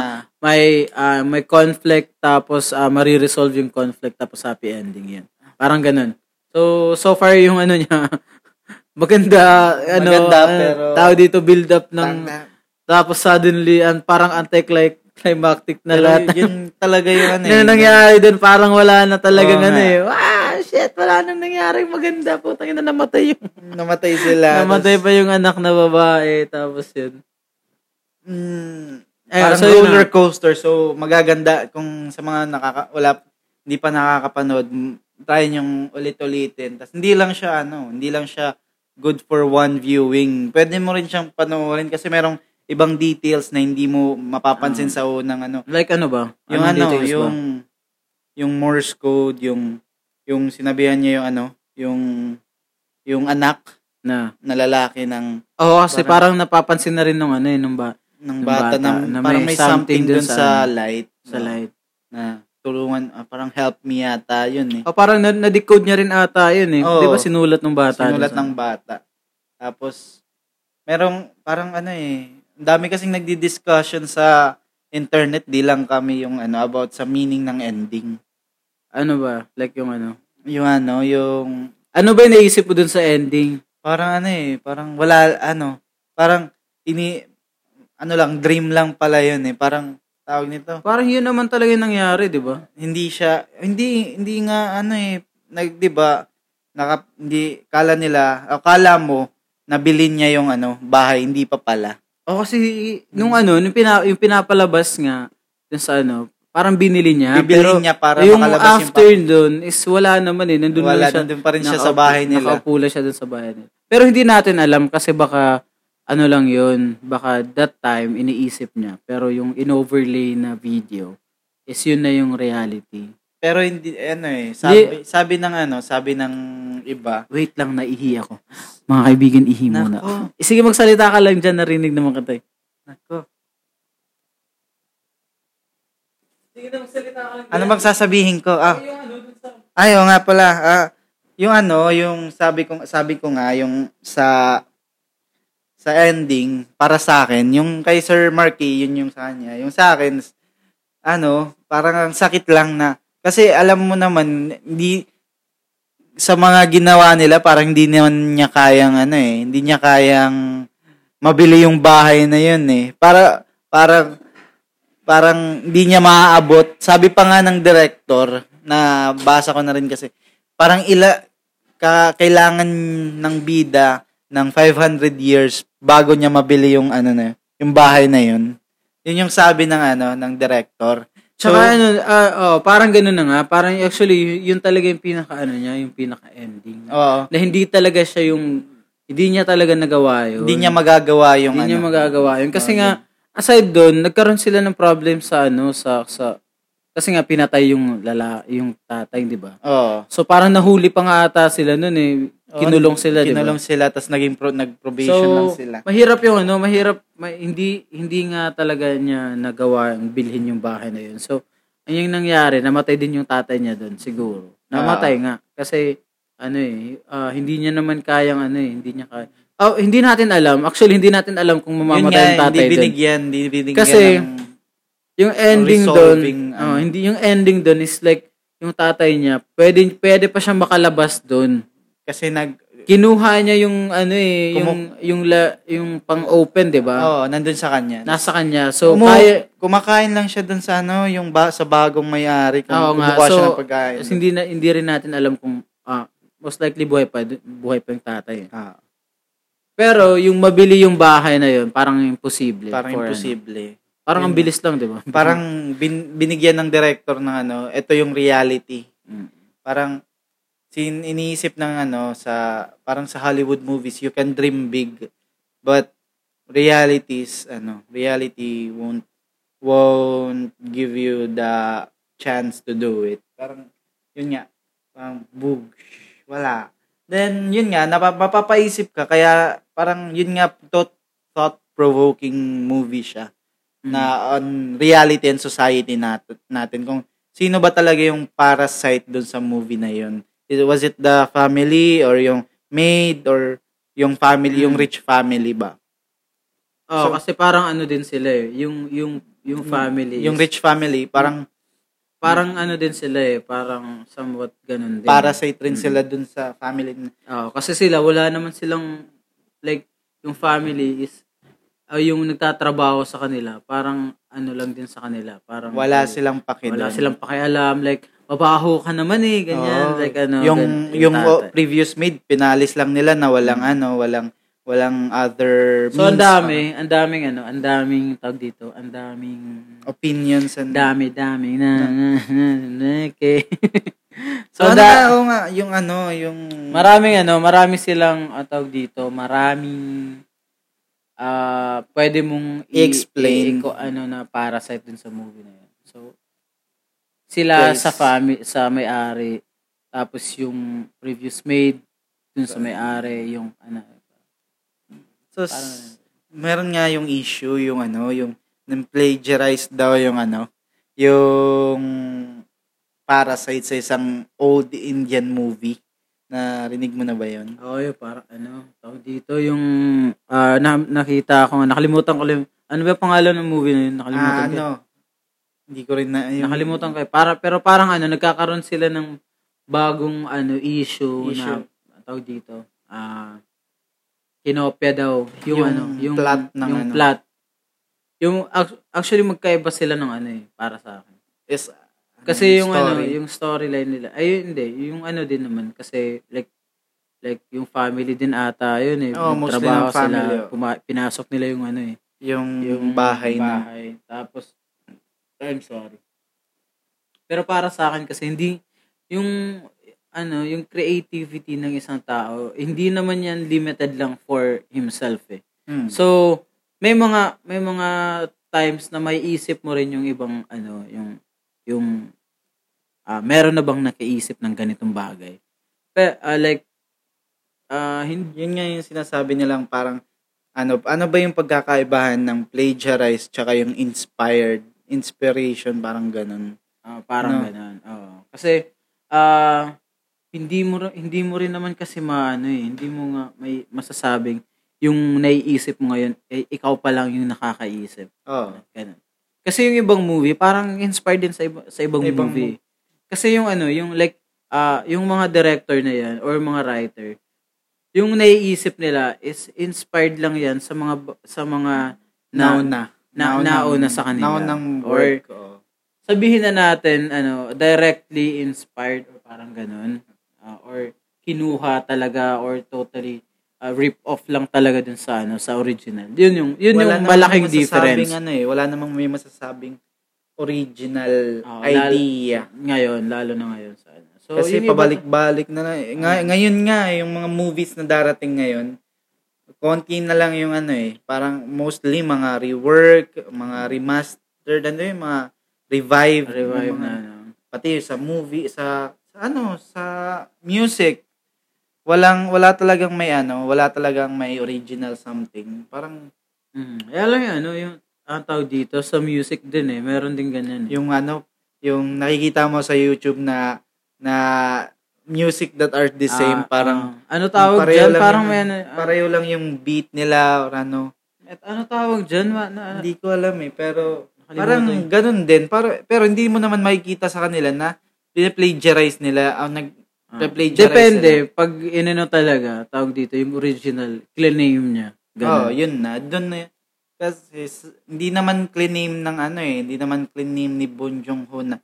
[SPEAKER 2] may ah, may conflict tapos ah, mariresolve yung conflict tapos happy ending yun. Parang ganun. So so far yung ano niya maganda ano
[SPEAKER 3] Maganda,
[SPEAKER 2] ah,
[SPEAKER 3] pero-
[SPEAKER 2] tao dito build up ng
[SPEAKER 3] tanga.
[SPEAKER 2] tapos suddenly an parang anti-climactic na
[SPEAKER 3] Pero
[SPEAKER 2] lahat.
[SPEAKER 3] yun talaga yung ano.
[SPEAKER 2] Ano
[SPEAKER 3] eh.
[SPEAKER 2] nangyari doon? Parang wala na talagang
[SPEAKER 3] Oo
[SPEAKER 2] ano
[SPEAKER 3] nga.
[SPEAKER 2] eh. Ah, shit, wala nang nangyari maganda. Putang ina, namatay yung...
[SPEAKER 3] Namatay sila.
[SPEAKER 2] Namatay
[SPEAKER 3] tas,
[SPEAKER 2] pa yung anak na babae. Tapos yun.
[SPEAKER 3] mm,
[SPEAKER 2] Eh,
[SPEAKER 3] parang
[SPEAKER 2] so yun
[SPEAKER 3] roller coaster. So, magaganda kung sa mga nakaka, wala, hindi pa nakakapanood, m- try niyong ulit-ulitin. Tapos, hindi lang siya, ano, hindi lang siya good for one viewing. Pwede mo rin siyang panoorin kasi merong ibang details na hindi mo mapapansin sa unang ano.
[SPEAKER 2] Like ano ba?
[SPEAKER 3] Yung
[SPEAKER 2] Ah. Anong
[SPEAKER 3] ano,
[SPEAKER 2] details ba?
[SPEAKER 3] yung yung Morse code, yung yung sinabihan niya yung ano, yung yung anak
[SPEAKER 2] Na.
[SPEAKER 3] na lalaki ng
[SPEAKER 2] Oo, kasi parang,
[SPEAKER 3] Parang-
[SPEAKER 2] napapansin na rin nung ano eh, nung ba, Ng
[SPEAKER 3] ng
[SPEAKER 2] bata,
[SPEAKER 3] bata, na,
[SPEAKER 2] na may
[SPEAKER 3] parang may
[SPEAKER 2] something
[SPEAKER 3] something,
[SPEAKER 2] dun
[SPEAKER 3] dun
[SPEAKER 2] sa-
[SPEAKER 3] sa, light.
[SPEAKER 2] sa
[SPEAKER 3] no?
[SPEAKER 2] light.
[SPEAKER 3] na tulungan, ah, parang help me yata, yun eh.
[SPEAKER 2] O parang na- na-decode niya rin ata yun eh.
[SPEAKER 3] Oo.
[SPEAKER 2] Di ba sinulat ng bata?
[SPEAKER 3] Sinulat
[SPEAKER 2] dun sa-
[SPEAKER 3] ng bata. Tapos, merong, parang ano eh, ang dami kasing nagdi-discussion sa internet, di lang kami yung ano, about sa meaning ng ending.
[SPEAKER 2] Ano ba? Like yung ano.
[SPEAKER 3] Yung ano, yung,
[SPEAKER 2] Ano ba yung naisip mo dun sa ending?
[SPEAKER 3] parang ano eh, parang wala, ano, parang, ini, ano lang, dream lang pala yun eh. Parang, tawag nito,
[SPEAKER 2] Parang yun naman talaga yung nangyari, di ba?
[SPEAKER 3] hindi siya hindi hindi nga ano eh nag 'di ba naka, hindi kala nila o kala mo nabilin niya yung ano bahay hindi pa pala
[SPEAKER 2] O kasi
[SPEAKER 3] Hmm.
[SPEAKER 2] nung ano, nung pina, yung pinapalabas nga dun sa ano, parang binili niya.
[SPEAKER 3] bibilin
[SPEAKER 2] Ah, pero
[SPEAKER 3] niya para
[SPEAKER 2] yung
[SPEAKER 3] makalabas
[SPEAKER 2] after
[SPEAKER 3] yung
[SPEAKER 2] dun is wala naman eh. Nandun
[SPEAKER 3] pa- wala
[SPEAKER 2] lang siya.
[SPEAKER 3] nandun pa rin siya
[SPEAKER 2] Nakaupo-
[SPEAKER 3] sa bahay nila
[SPEAKER 2] Nakaupo lang siya dun sa bahay nila. Pero hindi natin alam kasi baka ano lang yun, baka that time iniisip niya. Pero yung in-overlay na video is yun na yung reality.
[SPEAKER 3] pero hindi ano eh sabi sabi ng ano sabi ng iba
[SPEAKER 2] Wait lang, naihi ako. Mga kaibigan, ihi muna.
[SPEAKER 3] Nako.
[SPEAKER 2] Eh, Sige, magsalita ka lang dyan, narinig naman kita eh.
[SPEAKER 3] Nako.
[SPEAKER 2] Sige na, magsalita ka lang.
[SPEAKER 3] ano bang sasabihin ko ah
[SPEAKER 2] Yung ano, dun sa
[SPEAKER 3] Ay, oo nga pala. Ah, yung ano, yung sabi ko, sabi ko nga, yung sa sa ending, para sa akin, yung kay Sir Marky, yun yung sa kanya. Yung sa akin, ano, parang ang sakit lang na, kasi alam mo naman, hindi, sa mga ginawa nila, parang hindi naman niya kayang, ano eh, hindi niya kayang mabili yung bahay na yun eh. Para, parang, parang hindi niya maaabot. Sabi pa nga ng director na basa ko na rin kasi parang ila ka, kailangan ng bida ng 500 years bago niya mabili yung ano na yun, yung bahay na yun. Yun yung sabi ng ano ng director.
[SPEAKER 2] Tsaka ano, ah, oh, parang ganun na nga. Parang actually, yun talaga yung pinaka ano niya, yung pinaka ending.
[SPEAKER 3] oo,
[SPEAKER 2] Na hindi talaga siya yung, hindi niya talaga nagawa yun.
[SPEAKER 3] hindi niya magagawa yung
[SPEAKER 2] Hindi
[SPEAKER 3] ano.
[SPEAKER 2] niya magagawa yun. Kasi nga, aside doon, nagkaroon sila ng problem sa ano, sa, sa, kasi nga pinatay yung lala, yung tatay, di ba?
[SPEAKER 3] Oo.
[SPEAKER 2] So parang nahuli pa nga ata sila noon eh.
[SPEAKER 3] Oo,
[SPEAKER 2] Kinulong sila, di ba?
[SPEAKER 3] Oh, Kinulong sila tapos naging pro, nag-probation lang sila.
[SPEAKER 2] Mahirap yung ano, mahirap, ma- hindi, hindi nga talaga niya nagawa ang bilhin yung bahay na yun. So, ano yung nangyari, namatay din yung tatay niya doon, siguro.
[SPEAKER 3] Ah.
[SPEAKER 2] Namatay nga. Kasi, ano eh, ah, hindi niya naman kayang ano eh, hindi niya kaya. Oh, hindi natin alam. Actually, hindi natin alam kung
[SPEAKER 3] Yun
[SPEAKER 2] mamamatay
[SPEAKER 3] nga,
[SPEAKER 2] yung tatay
[SPEAKER 3] hindi
[SPEAKER 2] doon.
[SPEAKER 3] binigyan, hindi binigyan
[SPEAKER 2] Kasi-
[SPEAKER 3] ng
[SPEAKER 2] Yung ending doon,
[SPEAKER 3] resolving, ano.
[SPEAKER 2] oh, hindi yung ending doon is like yung tatay niya, pwede pwede pa siyang makalabas doon.
[SPEAKER 3] kasi nag
[SPEAKER 2] Kinuha niya yung ano eh,
[SPEAKER 3] Kumu-
[SPEAKER 2] yung yung la, yung pang-open, 'di ba?
[SPEAKER 3] Oo, nandun sa kanya.
[SPEAKER 2] Nasa kanya. So,
[SPEAKER 3] Kumu-
[SPEAKER 2] Ah. kaya,
[SPEAKER 3] kumakain lang siya dun sa ano, yung ba, sa bagong may-ari. Kung
[SPEAKER 2] Oo nga,
[SPEAKER 3] kumukuha siya
[SPEAKER 2] so,
[SPEAKER 3] ng pagkain.
[SPEAKER 2] Kasi hindi na hindi rin natin alam kung ah, most likely buhay pa buhay pa yung tatay.
[SPEAKER 3] Ah,
[SPEAKER 2] Pero yung mabili yung bahay na yun, parang imposible.
[SPEAKER 3] parang
[SPEAKER 2] for ano.
[SPEAKER 3] imposible.
[SPEAKER 2] Parang ang
[SPEAKER 3] Yun.
[SPEAKER 2] bilis lang, 'di ba?
[SPEAKER 3] Parang bin- binigyan ng director ng ano, ito yung reality.
[SPEAKER 2] Mm.
[SPEAKER 3] Parang sin iniisip ng ano sa parang sa Hollywood movies, you can dream big but realities ano, reality won't won't give you the chance to do it. Parang yun nga, parang bug, wala. Then, yun nga, napa- mapapaisip ka, kaya parang yun nga, thought, thought-provoking movie siya
[SPEAKER 2] Mm.
[SPEAKER 3] na on reality and society natin, natin kung sino ba talaga yung parasite doon sa movie na yun. Is- Was it the
[SPEAKER 2] Mm.
[SPEAKER 3] family or yung maid or yung family, yung rich family ba?
[SPEAKER 2] Oh,
[SPEAKER 3] So-
[SPEAKER 2] kasi parang ano din sila eh, yung yung yung family.
[SPEAKER 3] Mm. Yung
[SPEAKER 2] is-
[SPEAKER 3] rich
[SPEAKER 2] Mm.
[SPEAKER 3] family, parang
[SPEAKER 2] parang ano din sila eh, parang somewhat ganun din.
[SPEAKER 3] parasite
[SPEAKER 2] mm.
[SPEAKER 3] rin sila dun sa family. na-
[SPEAKER 2] Oo, kasi sila wala naman silang like yung family is ah, yung nagtatrabaho sa kanila, parang ano lang din sa kanila, parang
[SPEAKER 3] Wala silang paki
[SPEAKER 2] Mm. wala
[SPEAKER 3] dun.
[SPEAKER 2] silang pakialam like babaho ka naman eh, ganyan
[SPEAKER 3] Oo.
[SPEAKER 2] like ano
[SPEAKER 3] yung
[SPEAKER 2] gan-
[SPEAKER 3] yung
[SPEAKER 2] tatay. Mm.
[SPEAKER 3] previous maid pinalis lang nila na walang ano, walang walang other
[SPEAKER 2] So ang
[SPEAKER 3] means,
[SPEAKER 2] dami, ang daming ano, ang daming tag dito, ang daming
[SPEAKER 3] mga opinions and
[SPEAKER 2] dami dami na na, na, na okay.
[SPEAKER 3] So,
[SPEAKER 2] so
[SPEAKER 3] ano nga,
[SPEAKER 2] da-
[SPEAKER 3] oo nga, yung ano, yung
[SPEAKER 2] maraming ano, marami silang ataw dito, maraming ah pwede mong i- i-
[SPEAKER 3] I-explain.
[SPEAKER 2] ko ano na parasite dun sa movie na yun. So sila
[SPEAKER 3] Yes.
[SPEAKER 2] sa family sa may-ari tapos yung previous maid dun sa may-ari yung ano
[SPEAKER 3] so, s-
[SPEAKER 2] parang-
[SPEAKER 3] meron nga yung issue, yung ano, yung plagiarized daw yung ano, yung Parasite sa isang old Indian movie. Narinig mo na ba yun?
[SPEAKER 2] Oo, yun, parang ano, tawag dito yung ah, na, nakita ko, nga, nakalimutan ko, lim- ano ba pangalan ng movie na yun? Nakalimutan ko.
[SPEAKER 3] Ah, ano? Hindi ko rin na... yung-
[SPEAKER 2] Nakalimutan ko. eh. Para, pero parang ano, nagkakaroon sila ng bagong ano issue,
[SPEAKER 3] Issue.
[SPEAKER 2] na tawag dito. Ah, kinopya daw yung,
[SPEAKER 3] Yung
[SPEAKER 2] ano, yung
[SPEAKER 3] plot ng
[SPEAKER 2] yung
[SPEAKER 3] ano.
[SPEAKER 2] plot. Yung ac- actually magkaiba sila ng ano eh, para sa akin.
[SPEAKER 3] Is,
[SPEAKER 2] Kasi yung ano,
[SPEAKER 3] story.
[SPEAKER 2] yung storyline nila. Ay, hindi, yung ano din naman kasi like like yung family din ata yun eh.
[SPEAKER 3] Oo, Oh, mostly
[SPEAKER 2] Nagtrabaho
[SPEAKER 3] ng family,
[SPEAKER 2] sila,
[SPEAKER 3] oh.
[SPEAKER 2] puma- pinasok nila yung ano eh,
[SPEAKER 3] yung,
[SPEAKER 2] yung
[SPEAKER 3] bahay, na...
[SPEAKER 2] bahay. Tapos I'm sorry. Pero para sa akin kasi hindi yung ano, yung creativity ng isang tao, hindi naman yan limited lang for himself eh.
[SPEAKER 3] Hmm.
[SPEAKER 2] So, may mga may mga times na may isip mo rin yung ibang ano, yung yung ah, meron na bang nakaisip ng ganitong bagay. Pero like ah, hindi
[SPEAKER 3] yun nga yung sinasabi nilang parang ano ano ba yung pagkakaibahan ng plagiarized tsaka yung inspired inspiration parang ganun
[SPEAKER 2] ah, parang
[SPEAKER 3] No.
[SPEAKER 2] ganun. Oo. Kasi ah, hindi mo ra- hindi mo rin naman kasi maano eh, hindi mo nga may masasabing yung naiisip mo ngayon, eh, ikaw pa lang yung nakakaisip.
[SPEAKER 3] oh
[SPEAKER 2] Ganun. Kasi yung ibang movie, parang inspired din sa, iba- sa ibang,
[SPEAKER 3] Sa ibang
[SPEAKER 2] movie. Kasi yung ano, yung like, ah, yung mga director na yan, or mga writer, yung naiisip nila is inspired lang yan sa mga, ba- sa mga,
[SPEAKER 3] now
[SPEAKER 2] na,
[SPEAKER 3] na
[SPEAKER 2] na- nauna sa kanila.
[SPEAKER 3] now ng
[SPEAKER 2] Or-
[SPEAKER 3] work oh. oo.
[SPEAKER 2] sabihin na natin, ano, directly inspired, or parang ganun, ah, or kinuha talaga, or totally, ah, rip-off lang talaga dun sa, ano, sa original. Yun yung, yun yung
[SPEAKER 3] Wala namang
[SPEAKER 2] malaking
[SPEAKER 3] masasabing
[SPEAKER 2] difference.
[SPEAKER 3] ano eh wala namang may masasabing original
[SPEAKER 2] Oo, lalo-
[SPEAKER 3] idea
[SPEAKER 2] Ngayon, lalo na ngayon sa ano. So,
[SPEAKER 3] kasi
[SPEAKER 2] yun yung Ah. iba-
[SPEAKER 3] pabalik-balik na lang eh. Nga- ngayon nga eh, yung mga movies na darating ngayon konti na lang yung ano eh parang mostly mga rework mga remastered ano eh mga revive
[SPEAKER 2] revive
[SPEAKER 3] yung
[SPEAKER 2] na
[SPEAKER 3] mga-
[SPEAKER 2] ano.
[SPEAKER 3] pati sa movie sa, sa ano sa music walang wala talagang may ano wala talagang may original something parang
[SPEAKER 2] Mm. Eh, alam yung ano, yung ang tawag dito sa music din eh. Meron din ganyan. eh.
[SPEAKER 3] yung ano yung nakikita mo sa YouTube na na music that are the
[SPEAKER 2] Ah,
[SPEAKER 3] same parang
[SPEAKER 2] ah. ano tawag
[SPEAKER 3] pareho
[SPEAKER 2] dyan?
[SPEAKER 3] lang
[SPEAKER 2] Parang
[SPEAKER 3] yung-
[SPEAKER 2] may ano, ah,
[SPEAKER 3] pareho lang yung beat nila or ano
[SPEAKER 2] et, ano tawag dyan? Ma, na, ano,
[SPEAKER 3] hindi ko alam eh pero
[SPEAKER 2] Ah. Nakalimutan
[SPEAKER 3] parang
[SPEAKER 2] eh.
[SPEAKER 3] ganun din pero pero hindi mo naman makikita sa kanila na plagiarize nila ang nag
[SPEAKER 2] ah.
[SPEAKER 3] plagiarize
[SPEAKER 2] Depende. Pag inano talaga, tawag dito, yung original, clean name niya.
[SPEAKER 3] Oo, oh,
[SPEAKER 2] Ganun.
[SPEAKER 3] yun na. Doon na. Kasi s- hindi naman clean name ng ano eh. Hindi naman clean name ni Bong Joon-ho na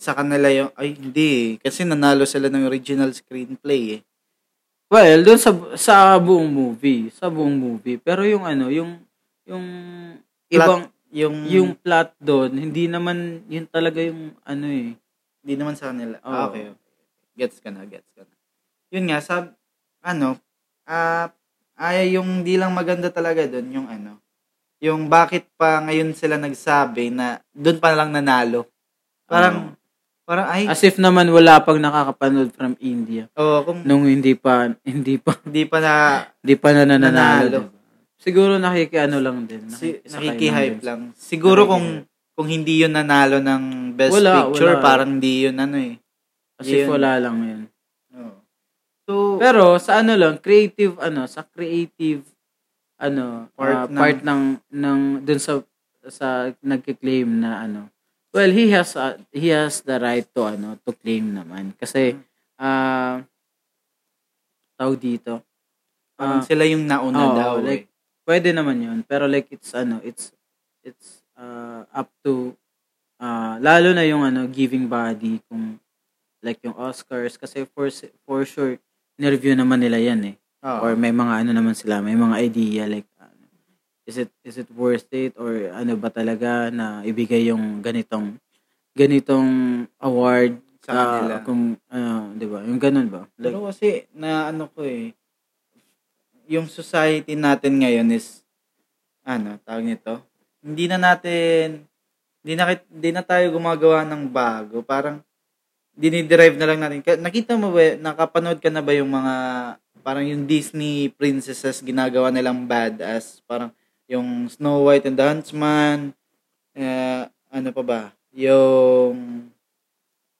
[SPEAKER 3] sa kanila yung, ay hindi eh. Kasi nanalo sila ng original screenplay eh.
[SPEAKER 2] Well, doon sa, sa buong movie. Sa buong movie. Pero yung ano, yung, yung,
[SPEAKER 3] Plot. Mm.
[SPEAKER 2] ibang,
[SPEAKER 3] Yung,
[SPEAKER 2] yung plot doon, hindi naman, yun talaga yung, ano eh.
[SPEAKER 3] hindi naman sa kanila.
[SPEAKER 2] Oo.
[SPEAKER 3] Ah, okay. Gets ka na, gets ka na. Yun nga, sab, ano, ah, ay yung di lang maganda talaga doon, yung ano, yung bakit pa ngayon sila nagsabi na doon pa lang nanalo. Parang, parang, ay,
[SPEAKER 2] As if naman wala pang nakakapanood from India.
[SPEAKER 3] oo, kung
[SPEAKER 2] nung hindi pa hindi pa
[SPEAKER 3] hindi pa na
[SPEAKER 2] hindi pa na
[SPEAKER 3] Nanalo.
[SPEAKER 2] nananalo. Siguro nakikiano lang din.
[SPEAKER 3] Si,
[SPEAKER 2] nakikisakay
[SPEAKER 3] nakiki-hype
[SPEAKER 2] din.
[SPEAKER 3] lang. Siguro
[SPEAKER 2] Nakiki-
[SPEAKER 3] kung kung hindi yun nanalo ng best
[SPEAKER 2] Wala,
[SPEAKER 3] picture,
[SPEAKER 2] wala.
[SPEAKER 3] parang hindi yun ano eh.
[SPEAKER 2] Kasi
[SPEAKER 3] Yun.
[SPEAKER 2] wala lang yun.
[SPEAKER 3] So,
[SPEAKER 2] Pero sa ano lang, creative ano, sa creative ano, ah,
[SPEAKER 3] Part ng-
[SPEAKER 2] part ng ng dun sa sa nagki-claim na ano. Well, he has ah, he has the right to ano, to claim naman kasi
[SPEAKER 3] Hmm.
[SPEAKER 2] ah tawag dito.
[SPEAKER 3] Parang
[SPEAKER 2] Ah,
[SPEAKER 3] sila yung nauna
[SPEAKER 2] oo,
[SPEAKER 3] daw.
[SPEAKER 2] like,
[SPEAKER 3] eh.
[SPEAKER 2] pwede naman 'yun, pero like it's ano, it's it's ah, up to ah, lalo na yung ano giving body kung like yung Oscars kasi for s- for sure nireview naman nila 'yan eh
[SPEAKER 3] Oo.
[SPEAKER 2] or may mga ano naman sila, may mga idea like ano, is it is it worth it or ano ba talaga na ibigay yung ganitong ganitong award
[SPEAKER 3] sa
[SPEAKER 2] ah,
[SPEAKER 3] kanila.
[SPEAKER 2] kung ano, 'di ba? Yung ganun ba?
[SPEAKER 3] Pero
[SPEAKER 2] Like,
[SPEAKER 3] kasi na ano ko eh yung society natin ngayon is ano, tawag nito. Hindi na natin hindi na kit- hindi na tayo gumagawa ng bago. Parang diniderive na lang natin. Ka- Nakita mo ba nakapanood ka na ba yung mga parang yung Disney princesses ginagawa nilang badass, parang yung Snow White and the Huntsman, eh, ano pa ba? Yung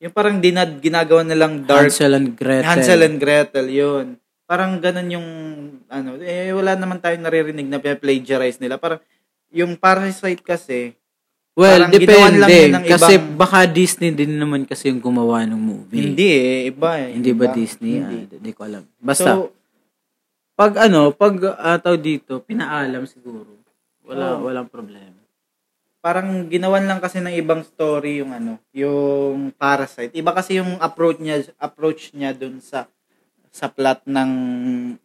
[SPEAKER 3] yung parang dinad ginagawa nilang dark
[SPEAKER 2] Hansel and Gretel.
[SPEAKER 3] Hansel and Gretel, yun. Parang ganun yung, ano, eh, wala naman tayong naririnig na plagiarize nila. Parang, yung Parasite kasi,
[SPEAKER 2] well,
[SPEAKER 3] parang ginawan lang
[SPEAKER 2] depende
[SPEAKER 3] yun ng
[SPEAKER 2] kasi
[SPEAKER 3] ibang-
[SPEAKER 2] baka Disney din naman kasi yung gumawa ng movie.
[SPEAKER 3] hindi eh, iba eh.
[SPEAKER 2] ba
[SPEAKER 3] Iba.
[SPEAKER 2] Disney? Ah,
[SPEAKER 3] Hindi.
[SPEAKER 2] Hindi. ko alam. Basta
[SPEAKER 3] So,
[SPEAKER 2] pag ano, pag ataw dito, pinaalam siguro. Wala
[SPEAKER 3] Oo.
[SPEAKER 2] walang problema.
[SPEAKER 3] parang ginawan lang kasi ng ibang story yung ano, yung Parasite. Iba kasi yung approach niya approach niya dun sa sa plot ng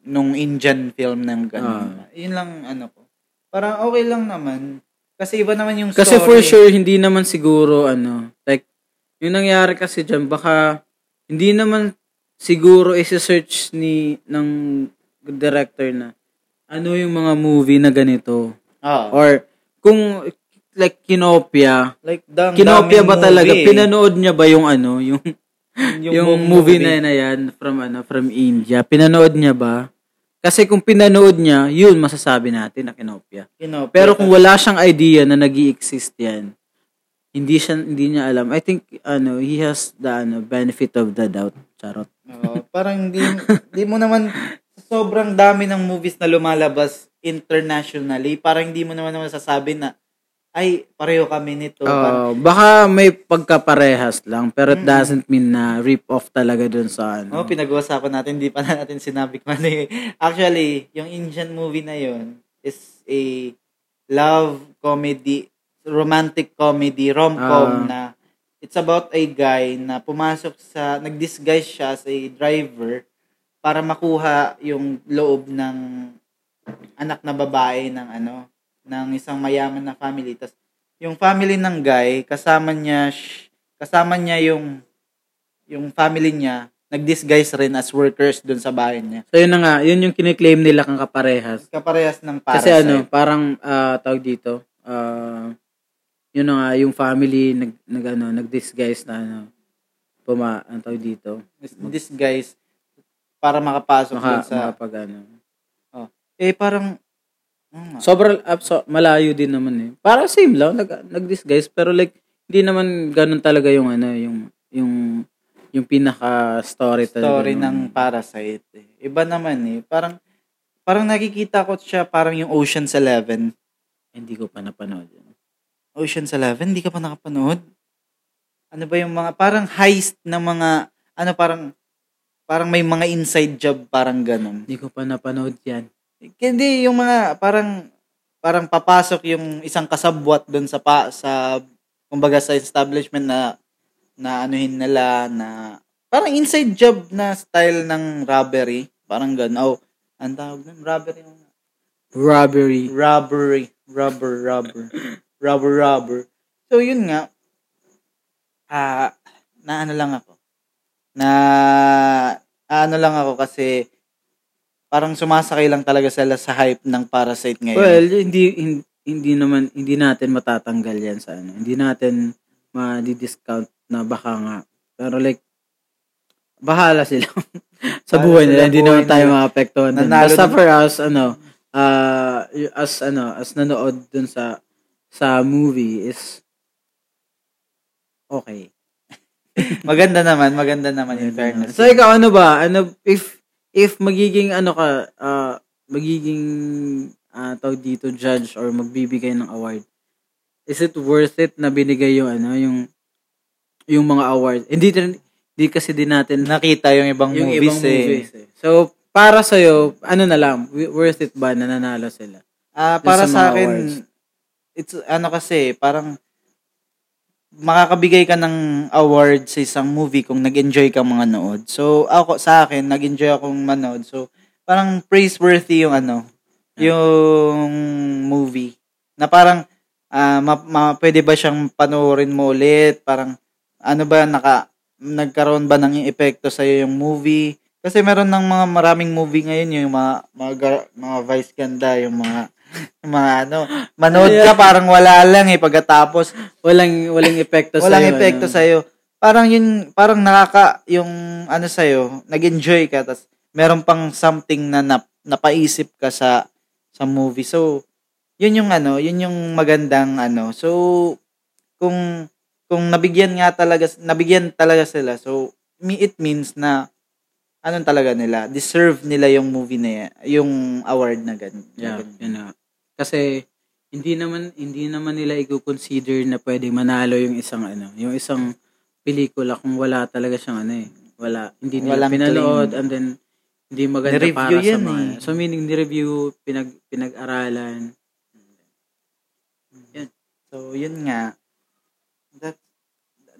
[SPEAKER 3] nung Indian film
[SPEAKER 2] Ah.
[SPEAKER 3] ng ganun. Yun lang ano ko. Parang okay lang naman. Kasi iba naman yung
[SPEAKER 2] Kasi
[SPEAKER 3] story.
[SPEAKER 2] for sure, hindi naman siguro, ano, like, yung nangyari kasi dyan, baka, hindi naman siguro isi-search ni, ng director na, ano yung mga movie na ganito.
[SPEAKER 3] Oo.
[SPEAKER 2] Or, kung, like, kinopia,
[SPEAKER 3] Like, dang,
[SPEAKER 2] kinopia
[SPEAKER 3] daming
[SPEAKER 2] ba talaga?
[SPEAKER 3] movie eh.
[SPEAKER 2] Pinanood niya ba yung, ano, yung, yung,
[SPEAKER 3] buong
[SPEAKER 2] movie, na, na yan, from, ano, from India? Pinanood niya ba? Kasi kung pinanood niya, yun masasabi natin na kinopia.
[SPEAKER 3] Kinopia
[SPEAKER 2] Pero kung wala siyang idea na nag exist yan, hindi siya hindi niya alam. I think ano, he has the ano, benefit of the doubt. Charot.
[SPEAKER 3] Oo, parang di, di mo naman, sobrang dami ng movies na lumalabas internationally, parang hindi mo naman naman sasabi na, ay, pareho kami nito.
[SPEAKER 2] Oo,
[SPEAKER 3] Parang,
[SPEAKER 2] baka may pagkaparehas lang pero it doesn't mean na rip off talaga dun sa ano.
[SPEAKER 3] oh, pinag-uusapan natin, hindi pa natin sinabi kung ano yun. Actually, yung Indian movie na yon is a love comedy, romantic comedy,
[SPEAKER 2] Ah.
[SPEAKER 3] rom-com na it's about a guy na pumasok sa, nag-disguise siya as a driver para makuha yung loob ng anak na babae ng ano, ng isang mayaman na family. Tas, yung family ng guy, kasama niya, sh- kasama niya yung, yung family niya, nag-disguise rin as workers dun sa bahay niya.
[SPEAKER 2] So yun na nga, yun yung kiniklaim nila kang kaparehas.
[SPEAKER 3] Kaparehas ng parasite.
[SPEAKER 2] Kasi ano, parang ah, tawag dito, ah, yun na nga, yung family nag, nag ano, nag-disguise na ano, puma, ang tawag dito,
[SPEAKER 3] disguise para makapasok
[SPEAKER 2] maka,
[SPEAKER 3] dun sa...
[SPEAKER 2] makapag ano,
[SPEAKER 3] eh, parang... hmm, oo nga.
[SPEAKER 2] Sobrang abso, ah, malayo din naman eh. Para same lang, nag, nag-disguise, pero like, hindi naman ganun talaga yung ano, yung, yung, yung pinaka-story talaga.
[SPEAKER 3] story
[SPEAKER 2] nung-
[SPEAKER 3] ng Parasite. eh. Iba naman eh. Parang parang nakikita ko siya parang yung Ocean's Eleven.
[SPEAKER 2] Hindi ko pa napanood yun.
[SPEAKER 3] Ocean's Eleven, hindi ka pa nakapanood? Ano ba yung mga parang heist na mga ano parang parang may mga inside job parang ganun.
[SPEAKER 2] Hindi ko pa napanood yan.
[SPEAKER 3] Hindi yung mga parang parang papasok yung isang kasabwat doon sa pa, sa kumbaga sa establishment na na anuhin nila na parang inside job na style ng robbery, parang ganun. Oh, ang tawag nun, robbery.
[SPEAKER 2] Robbery.
[SPEAKER 3] Robbery, robber, robber. robber, robber. So yun nga. Ah, na ano lang ako. Na ano lang ako kasi parang sumasakay lang talaga sila sa hype ng Parasite ngayon.
[SPEAKER 2] Well, hindi, hin- hindi naman, hindi natin matatanggal yan sa ano. Hindi natin ma-discount na baka nga. Pero like, bahala sila sa
[SPEAKER 3] Bahala
[SPEAKER 2] buhay
[SPEAKER 3] sila
[SPEAKER 2] nila. Hindi
[SPEAKER 3] buhay
[SPEAKER 2] naman tayo
[SPEAKER 3] nila.
[SPEAKER 2] maapektuhan. dun.
[SPEAKER 3] Nanalo
[SPEAKER 2] Basta
[SPEAKER 3] dun.
[SPEAKER 2] for us, ano, ah, y- as ano, as nanood dun sa sa movie is okay.
[SPEAKER 3] maganda naman, maganda naman in fairness.
[SPEAKER 2] So ikaw ano ba? Ano if if uh, magiging ano ka ah, magiging ah tawag dito judge or magbibigay ng award is it worth it na binigay yung ano yung yung mga awards hindi din- hindi kasi din natin
[SPEAKER 3] Nakita yung ibang
[SPEAKER 2] yung
[SPEAKER 3] movies
[SPEAKER 2] ibang
[SPEAKER 3] eh.
[SPEAKER 2] movies eh. so para sa ano na lang w- worth it ba na nanalo sila
[SPEAKER 3] Ah,
[SPEAKER 2] Yung sa
[SPEAKER 3] para sa
[SPEAKER 2] mga
[SPEAKER 3] akin
[SPEAKER 2] awards.
[SPEAKER 3] it's ano kasi parang makakabigay ka ng award sa isang movie kung nag-enjoy ka manood. So ako sa akin nag-enjoy akong manood. So parang praiseworthy yung ano, yung movie na parang ah ma- ma- pwede ba siyang panoorin mo ulit? Parang ano ba naka nagkaroon ba ng epekto sa yung movie? Kasi meron ng mga maraming movie ngayon yung mga mga, gar- mga vice ganda, yung mga yung mga ano, manood ka parang wala lang eh pagkatapos
[SPEAKER 2] walang walang epekto ano? sa
[SPEAKER 3] walang epekto sa iyo. Parang yun parang nakaka yung ano sa nag-enjoy ka tas meron pang something na nap, napaisip ka sa sa movie. So yun yung ano, yun yung magandang ano. So kung kung nabigyan nga talaga nabigyan talaga sila. So me- it means na anong talaga nila, deserve nila yung movie na yan, yung award na ganun.
[SPEAKER 2] Yeah,
[SPEAKER 3] Na ganun.
[SPEAKER 2] yun nga. Kasi hindi naman hindi naman nila i-consider na pwede manalo yung isang ano, yung isang pelikula kung wala talaga siyang ano eh. Wala, hindi nila
[SPEAKER 3] Walang
[SPEAKER 2] pinanood
[SPEAKER 3] claim.
[SPEAKER 2] and then hindi maganda
[SPEAKER 3] Nireview
[SPEAKER 2] para sa
[SPEAKER 3] yan
[SPEAKER 2] mga.
[SPEAKER 3] eh.
[SPEAKER 2] So meaning ni-review, pinag pinag-aralan.
[SPEAKER 3] So, yun nga. That,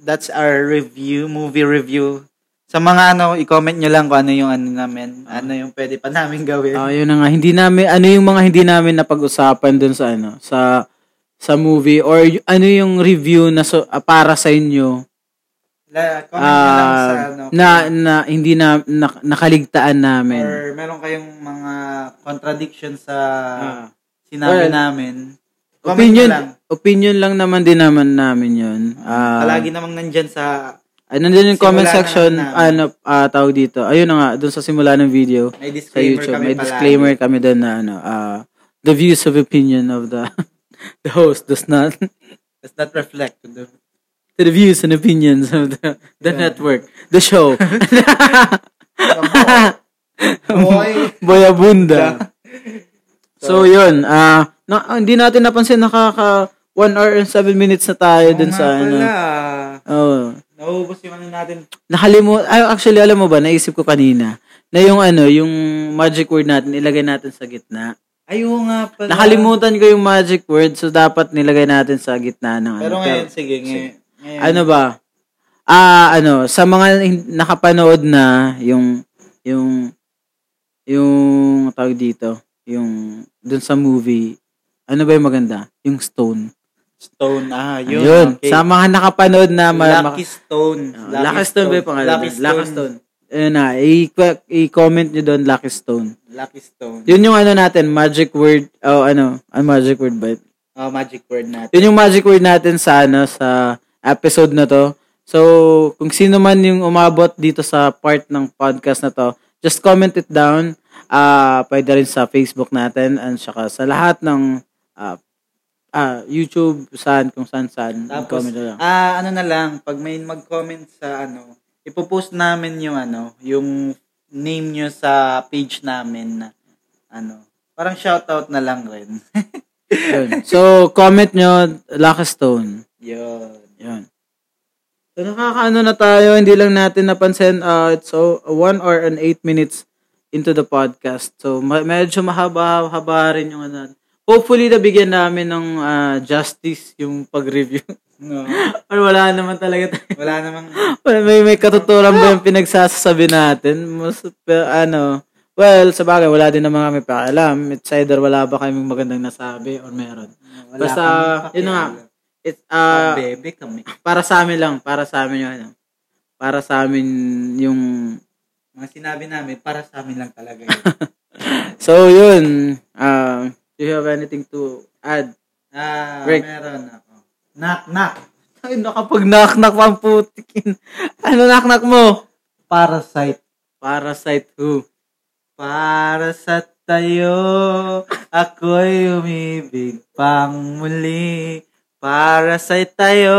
[SPEAKER 3] that's our review, movie review. Sa mga ano, i-comment nyo lang kung ano yung ano namin. Ano yung pwede pa namin gawin.
[SPEAKER 2] Ah, yun na nga. Hindi namin ano yung mga hindi namin napag-usapan dun sa ano, sa sa movie or y- ano yung review na so, ah, para sa inyo
[SPEAKER 3] La, comment nyo Ano lang sa
[SPEAKER 2] ah,
[SPEAKER 3] ano.
[SPEAKER 2] na, na hindi na, na- nakaligtaan namin.
[SPEAKER 3] Or meron kayong mga contradiction sa
[SPEAKER 2] Ah.
[SPEAKER 3] sinabi
[SPEAKER 2] Well,
[SPEAKER 3] namin. Comment
[SPEAKER 2] opinion
[SPEAKER 3] nyo lang.
[SPEAKER 2] opinion lang naman din naman namin 'yun. Ah,
[SPEAKER 3] Palagi namang nandyan sa
[SPEAKER 2] ah, nandun yung
[SPEAKER 3] simula
[SPEAKER 2] comment
[SPEAKER 3] na
[SPEAKER 2] section
[SPEAKER 3] namin.
[SPEAKER 2] ano ah, tawag dito. Ayun na nga doon sa simula ng video
[SPEAKER 3] may
[SPEAKER 2] sa
[SPEAKER 3] disclaimer
[SPEAKER 2] YouTube.
[SPEAKER 3] kami
[SPEAKER 2] May
[SPEAKER 3] palagi.
[SPEAKER 2] disclaimer kami doon na ano ah, the views of opinion of the the host does not
[SPEAKER 3] Does not reflect. to the-
[SPEAKER 2] to the views and opinions of the the
[SPEAKER 3] Yeah.
[SPEAKER 2] network, the show.
[SPEAKER 3] Boy.
[SPEAKER 2] Boyabunda. so, yun. ah na, ah, hindi natin napansin nakaka 1 hour and 7 minutes na tayo dun
[SPEAKER 3] Oo
[SPEAKER 2] sa
[SPEAKER 3] nga
[SPEAKER 2] ano.
[SPEAKER 3] pala.
[SPEAKER 2] Oh.
[SPEAKER 3] Nauubos yung ano natin.
[SPEAKER 2] Nakalimut, ay, actually, alam mo ba, naisip ko kanina, na yung ano, yung magic word natin, ilagay natin sa gitna.
[SPEAKER 3] Ay, oo nga pala.
[SPEAKER 2] Nakalimutan ko yung magic word, so dapat nilagay natin sa gitna ng ano.
[SPEAKER 3] Pero ngayon, sige, ngayon. ngayon.
[SPEAKER 2] ano ba? Ah, ano, sa mga hin- nakapanood na yung yung yung tawag dito, yung dun sa movie, ano ba yung maganda? Yung stone.
[SPEAKER 3] Stone. Ah, yun.
[SPEAKER 2] Yun.
[SPEAKER 3] okay.
[SPEAKER 2] Sa mga nakapanood na ma- ma-
[SPEAKER 3] Lucky Stone.
[SPEAKER 2] Ah, Lucky, Stone ba yung pangalan?
[SPEAKER 3] Lucky Stone. Lucky Stone.
[SPEAKER 2] Ayun na, i- i-comment nyo doon Lucky Stone.
[SPEAKER 3] Lucky Stone.
[SPEAKER 2] Yun yung ano natin, magic word, oh ano, ang magic word ba?
[SPEAKER 3] Ah, magic word natin.
[SPEAKER 2] Yun yung magic word natin sa ano sa episode na to. So, kung sino man yung umabot dito sa part ng podcast na to, just comment it down. Ah, pwede rin sa Facebook natin and saka sa lahat ng ah, ah, YouTube saan kung saan saan.
[SPEAKER 3] Tapos,
[SPEAKER 2] comment na lang.
[SPEAKER 3] ah, ano na lang, pag may mag-comment sa ano, ipopost namin yung ano, yung name nyo sa page namin na ano, parang shoutout na lang rin.
[SPEAKER 2] Yun. So, comment nyo Lucky Stone.
[SPEAKER 3] yun.
[SPEAKER 2] Yun. So, nakakaano na tayo, hindi lang natin napansin, uh, it's so, 1 hour and 8 minutes into the podcast. So, ma- medyo mahaba-haba rin yung ano. Hopefully, nabigyan namin ng ah, justice yung pag-review.
[SPEAKER 3] No.
[SPEAKER 2] Or wala naman talaga tayo.
[SPEAKER 3] Wala namang,
[SPEAKER 2] Well, may, may katuturan ba yung pinagsasabi natin? Mas, pero ano, well, sa bagay, wala din naman kami pakialam. It's either wala ba kaming magandang nasabi or meron.
[SPEAKER 3] wala
[SPEAKER 2] Basta,
[SPEAKER 3] kang
[SPEAKER 2] yun na nga.
[SPEAKER 3] pakialam.
[SPEAKER 2] It's, ah,
[SPEAKER 3] Bebe kami.
[SPEAKER 2] para sa amin lang, para sa amin yung ano. Para sa amin yung
[SPEAKER 3] Mga sinabi namin, para sa amin lang talaga yun.
[SPEAKER 2] So yun, uh, do you have anything to add?
[SPEAKER 3] Ah,
[SPEAKER 2] Break.
[SPEAKER 3] meron ako. Knock, knock.
[SPEAKER 2] Ay, nakapag knock-knock pang putikin. Ano knock-knock mo?
[SPEAKER 3] Parasite.
[SPEAKER 2] Parasite who?
[SPEAKER 3] Para sa tayo, ako'y umibig pang muli. Para sa tayo.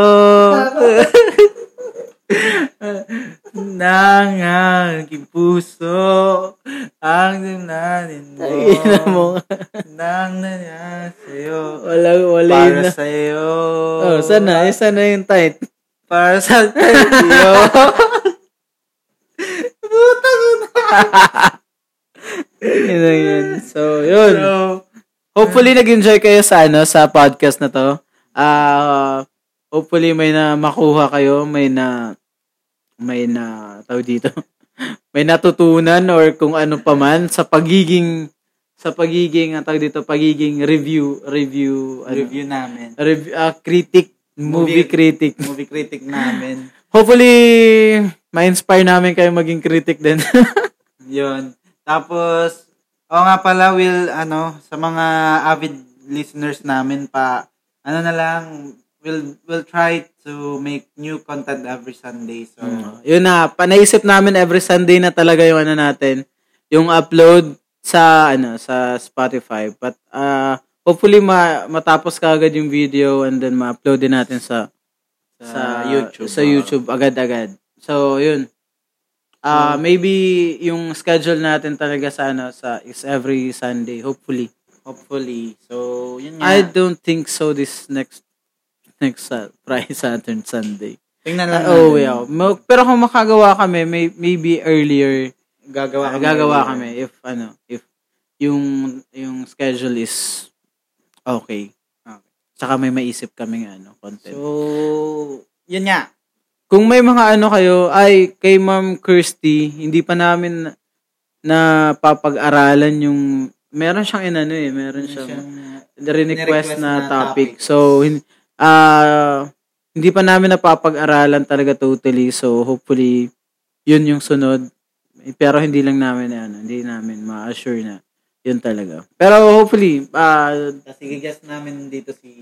[SPEAKER 3] Nangang puso ang dinanin mo.
[SPEAKER 2] Ina mo.
[SPEAKER 3] Nang nanya sa'yo.
[SPEAKER 2] Wala, wala yun
[SPEAKER 3] Para
[SPEAKER 2] na.
[SPEAKER 3] sa'yo.
[SPEAKER 2] Oh, sana. Eh, sana yung tight.
[SPEAKER 3] Para sa sa'yo.
[SPEAKER 2] Yun na yun. So, yun.
[SPEAKER 3] So,
[SPEAKER 2] Hopefully nag-enjoy kayo sa ano sa podcast na to. Ah, hopefully may na makuha kayo, may na may na tao dito. may natutunan or kung ano pa man sa pagiging sa pagiging ang tawag dito pagiging review review ano, review
[SPEAKER 3] review namin.
[SPEAKER 2] ah, critic movie
[SPEAKER 3] Movie-
[SPEAKER 2] critic.
[SPEAKER 3] Movie critic namin.
[SPEAKER 2] Hopefully ma-inspire namin kayo maging critic din.
[SPEAKER 3] Yun. Tapos, o nga pala, will, ano, sa mga avid listeners namin pa, ano na lang, we'll, we'll try to make new content every Sunday. So,
[SPEAKER 2] Yun na, panaisip namin every Sunday na talaga yung ano natin, yung upload sa ano sa Spotify. But uh, hopefully ma- matapos kaagad yung video and then ma-upload din natin sa
[SPEAKER 3] sa, YouTube.
[SPEAKER 2] sa YouTube agad-agad. So, yun. Uh, maybe yung schedule natin talaga sa ano sa is every Sunday hopefully.
[SPEAKER 3] Hopefully. So, yun nga.
[SPEAKER 2] I don't think so this next next uh, Friday Saturday Sunday.
[SPEAKER 3] Tingnan lang.
[SPEAKER 2] Ah, oh,
[SPEAKER 3] natin.
[SPEAKER 2] yeah. Mo- Pero kung makagawa kami, may, maybe earlier,
[SPEAKER 3] Gagawa kami.
[SPEAKER 2] gagawa kami if ano, if yung yung schedule is okay.
[SPEAKER 3] Okay.
[SPEAKER 2] Saka may maisip kami ng ano, content.
[SPEAKER 3] So, yun nga.
[SPEAKER 2] kung may mga ano kayo, ay kay Ma'am Kirsty, hindi pa namin na papag-aralan yung meron siyang inano eh, meron
[SPEAKER 3] Yun
[SPEAKER 2] siyang
[SPEAKER 3] siyang-
[SPEAKER 2] request
[SPEAKER 3] Nirequest
[SPEAKER 2] na,
[SPEAKER 3] na
[SPEAKER 2] topic.
[SPEAKER 3] topic.
[SPEAKER 2] So, hin- ah, hindi pa namin napapag-aralan talaga totally. So, hopefully, yun yung sunod. Pero hindi lang namin, ano, hindi namin ma-assure na yun talaga. Pero hopefully, ah,
[SPEAKER 3] Kasi gigas namin dito si...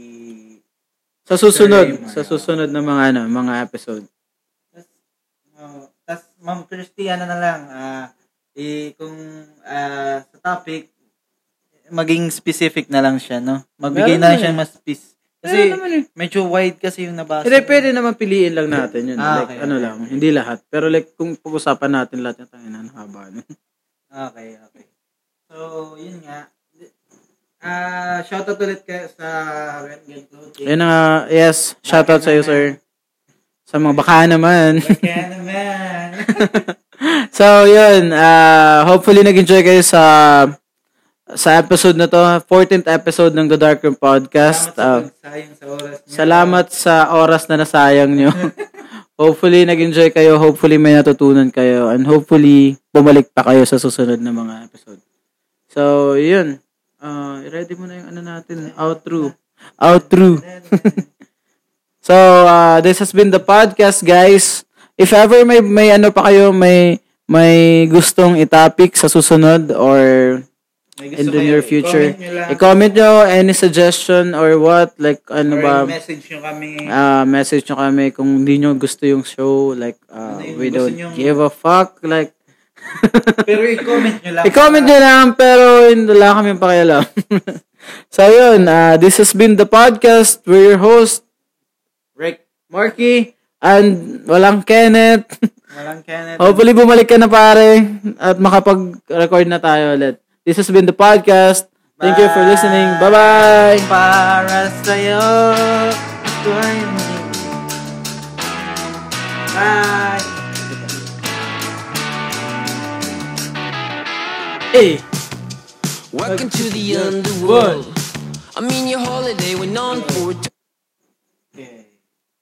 [SPEAKER 2] sa susunod,
[SPEAKER 3] Sure, yun,
[SPEAKER 2] sa
[SPEAKER 3] mga-
[SPEAKER 2] susunod na mga, ano, mga episode.
[SPEAKER 3] Oh, tas, Ma'am Christy, ano na lang, ah, eh, kung ah, sa topic, maging specific na lang siya, no?
[SPEAKER 2] Meron
[SPEAKER 3] Magbigay na
[SPEAKER 2] na
[SPEAKER 3] lang siya
[SPEAKER 2] eh.
[SPEAKER 3] mas specific.
[SPEAKER 2] Kasi,
[SPEAKER 3] Kasi, medyo wide kasi yung
[SPEAKER 2] eh.
[SPEAKER 3] nabasa.
[SPEAKER 2] Hindi, pwede naman piliin lang natin yun.
[SPEAKER 3] Ah,
[SPEAKER 2] like,
[SPEAKER 3] okay,
[SPEAKER 2] ano
[SPEAKER 3] okay,
[SPEAKER 2] lang, hindi lahat. Pero like, kung pag-usapan natin lahat yung tangin na haba. nun.
[SPEAKER 3] Okay, okay. So, yun nga. Ah, shoutout ulit ka sa Rengen Clothing.
[SPEAKER 2] Ayun na nga, yes, shoutout
[SPEAKER 3] Baka
[SPEAKER 2] sa'yo,
[SPEAKER 3] naman.
[SPEAKER 2] sir. Sa mga baka naman.
[SPEAKER 3] Kaya naman.
[SPEAKER 2] so, yun, ah, hopefully nag-enjoy kayo sa sa episode na to, 14th episode ng The Dark Room Podcast. Ah,
[SPEAKER 3] Salamat sa pagsayang sa oras niya.
[SPEAKER 2] Salamat sa oras na nasayang nyo. hopefully, nag-enjoy kayo. Hopefully, may natutunan kayo. And hopefully, bumalik pa kayo sa susunod na mga episode. So, yun. Uh, ready mo na yung ano natin. Outro. Outro. so, uh, this has been the podcast, guys. If ever may, may ano pa kayo, may may gustong itopic sa susunod or
[SPEAKER 3] May gusto
[SPEAKER 2] in the
[SPEAKER 3] kayo,
[SPEAKER 2] near future,
[SPEAKER 3] i-comment nyo lang.
[SPEAKER 2] i-comment nyo any suggestion or what, like ano
[SPEAKER 3] Or
[SPEAKER 2] ba,
[SPEAKER 3] message nyo kami.
[SPEAKER 2] Ah, message nyo kami kung hindi nyo gusto yung show. Like, ah,
[SPEAKER 3] Ano yung
[SPEAKER 2] we
[SPEAKER 3] gusto
[SPEAKER 2] don't
[SPEAKER 3] nyong-
[SPEAKER 2] give a fuck. Like,
[SPEAKER 3] Pero i-comment nyo lang.
[SPEAKER 2] i-comment nyo lang, pero hindi- wala kami pakialam. so, yun. ah, this has been the podcast. We're your host,
[SPEAKER 3] Rick,
[SPEAKER 2] Marky, and walang Kenneth.
[SPEAKER 3] walang Kenneth.
[SPEAKER 2] Hopefully, bumalik ka na pare at makapag-record na tayo ulit. This has been the podcast. Thank you for listening. Bye-bye!
[SPEAKER 3] Para sa'yo. Dorming. Bye.
[SPEAKER 2] Hey!
[SPEAKER 1] Welcome to the underworld. I mean your holiday went on for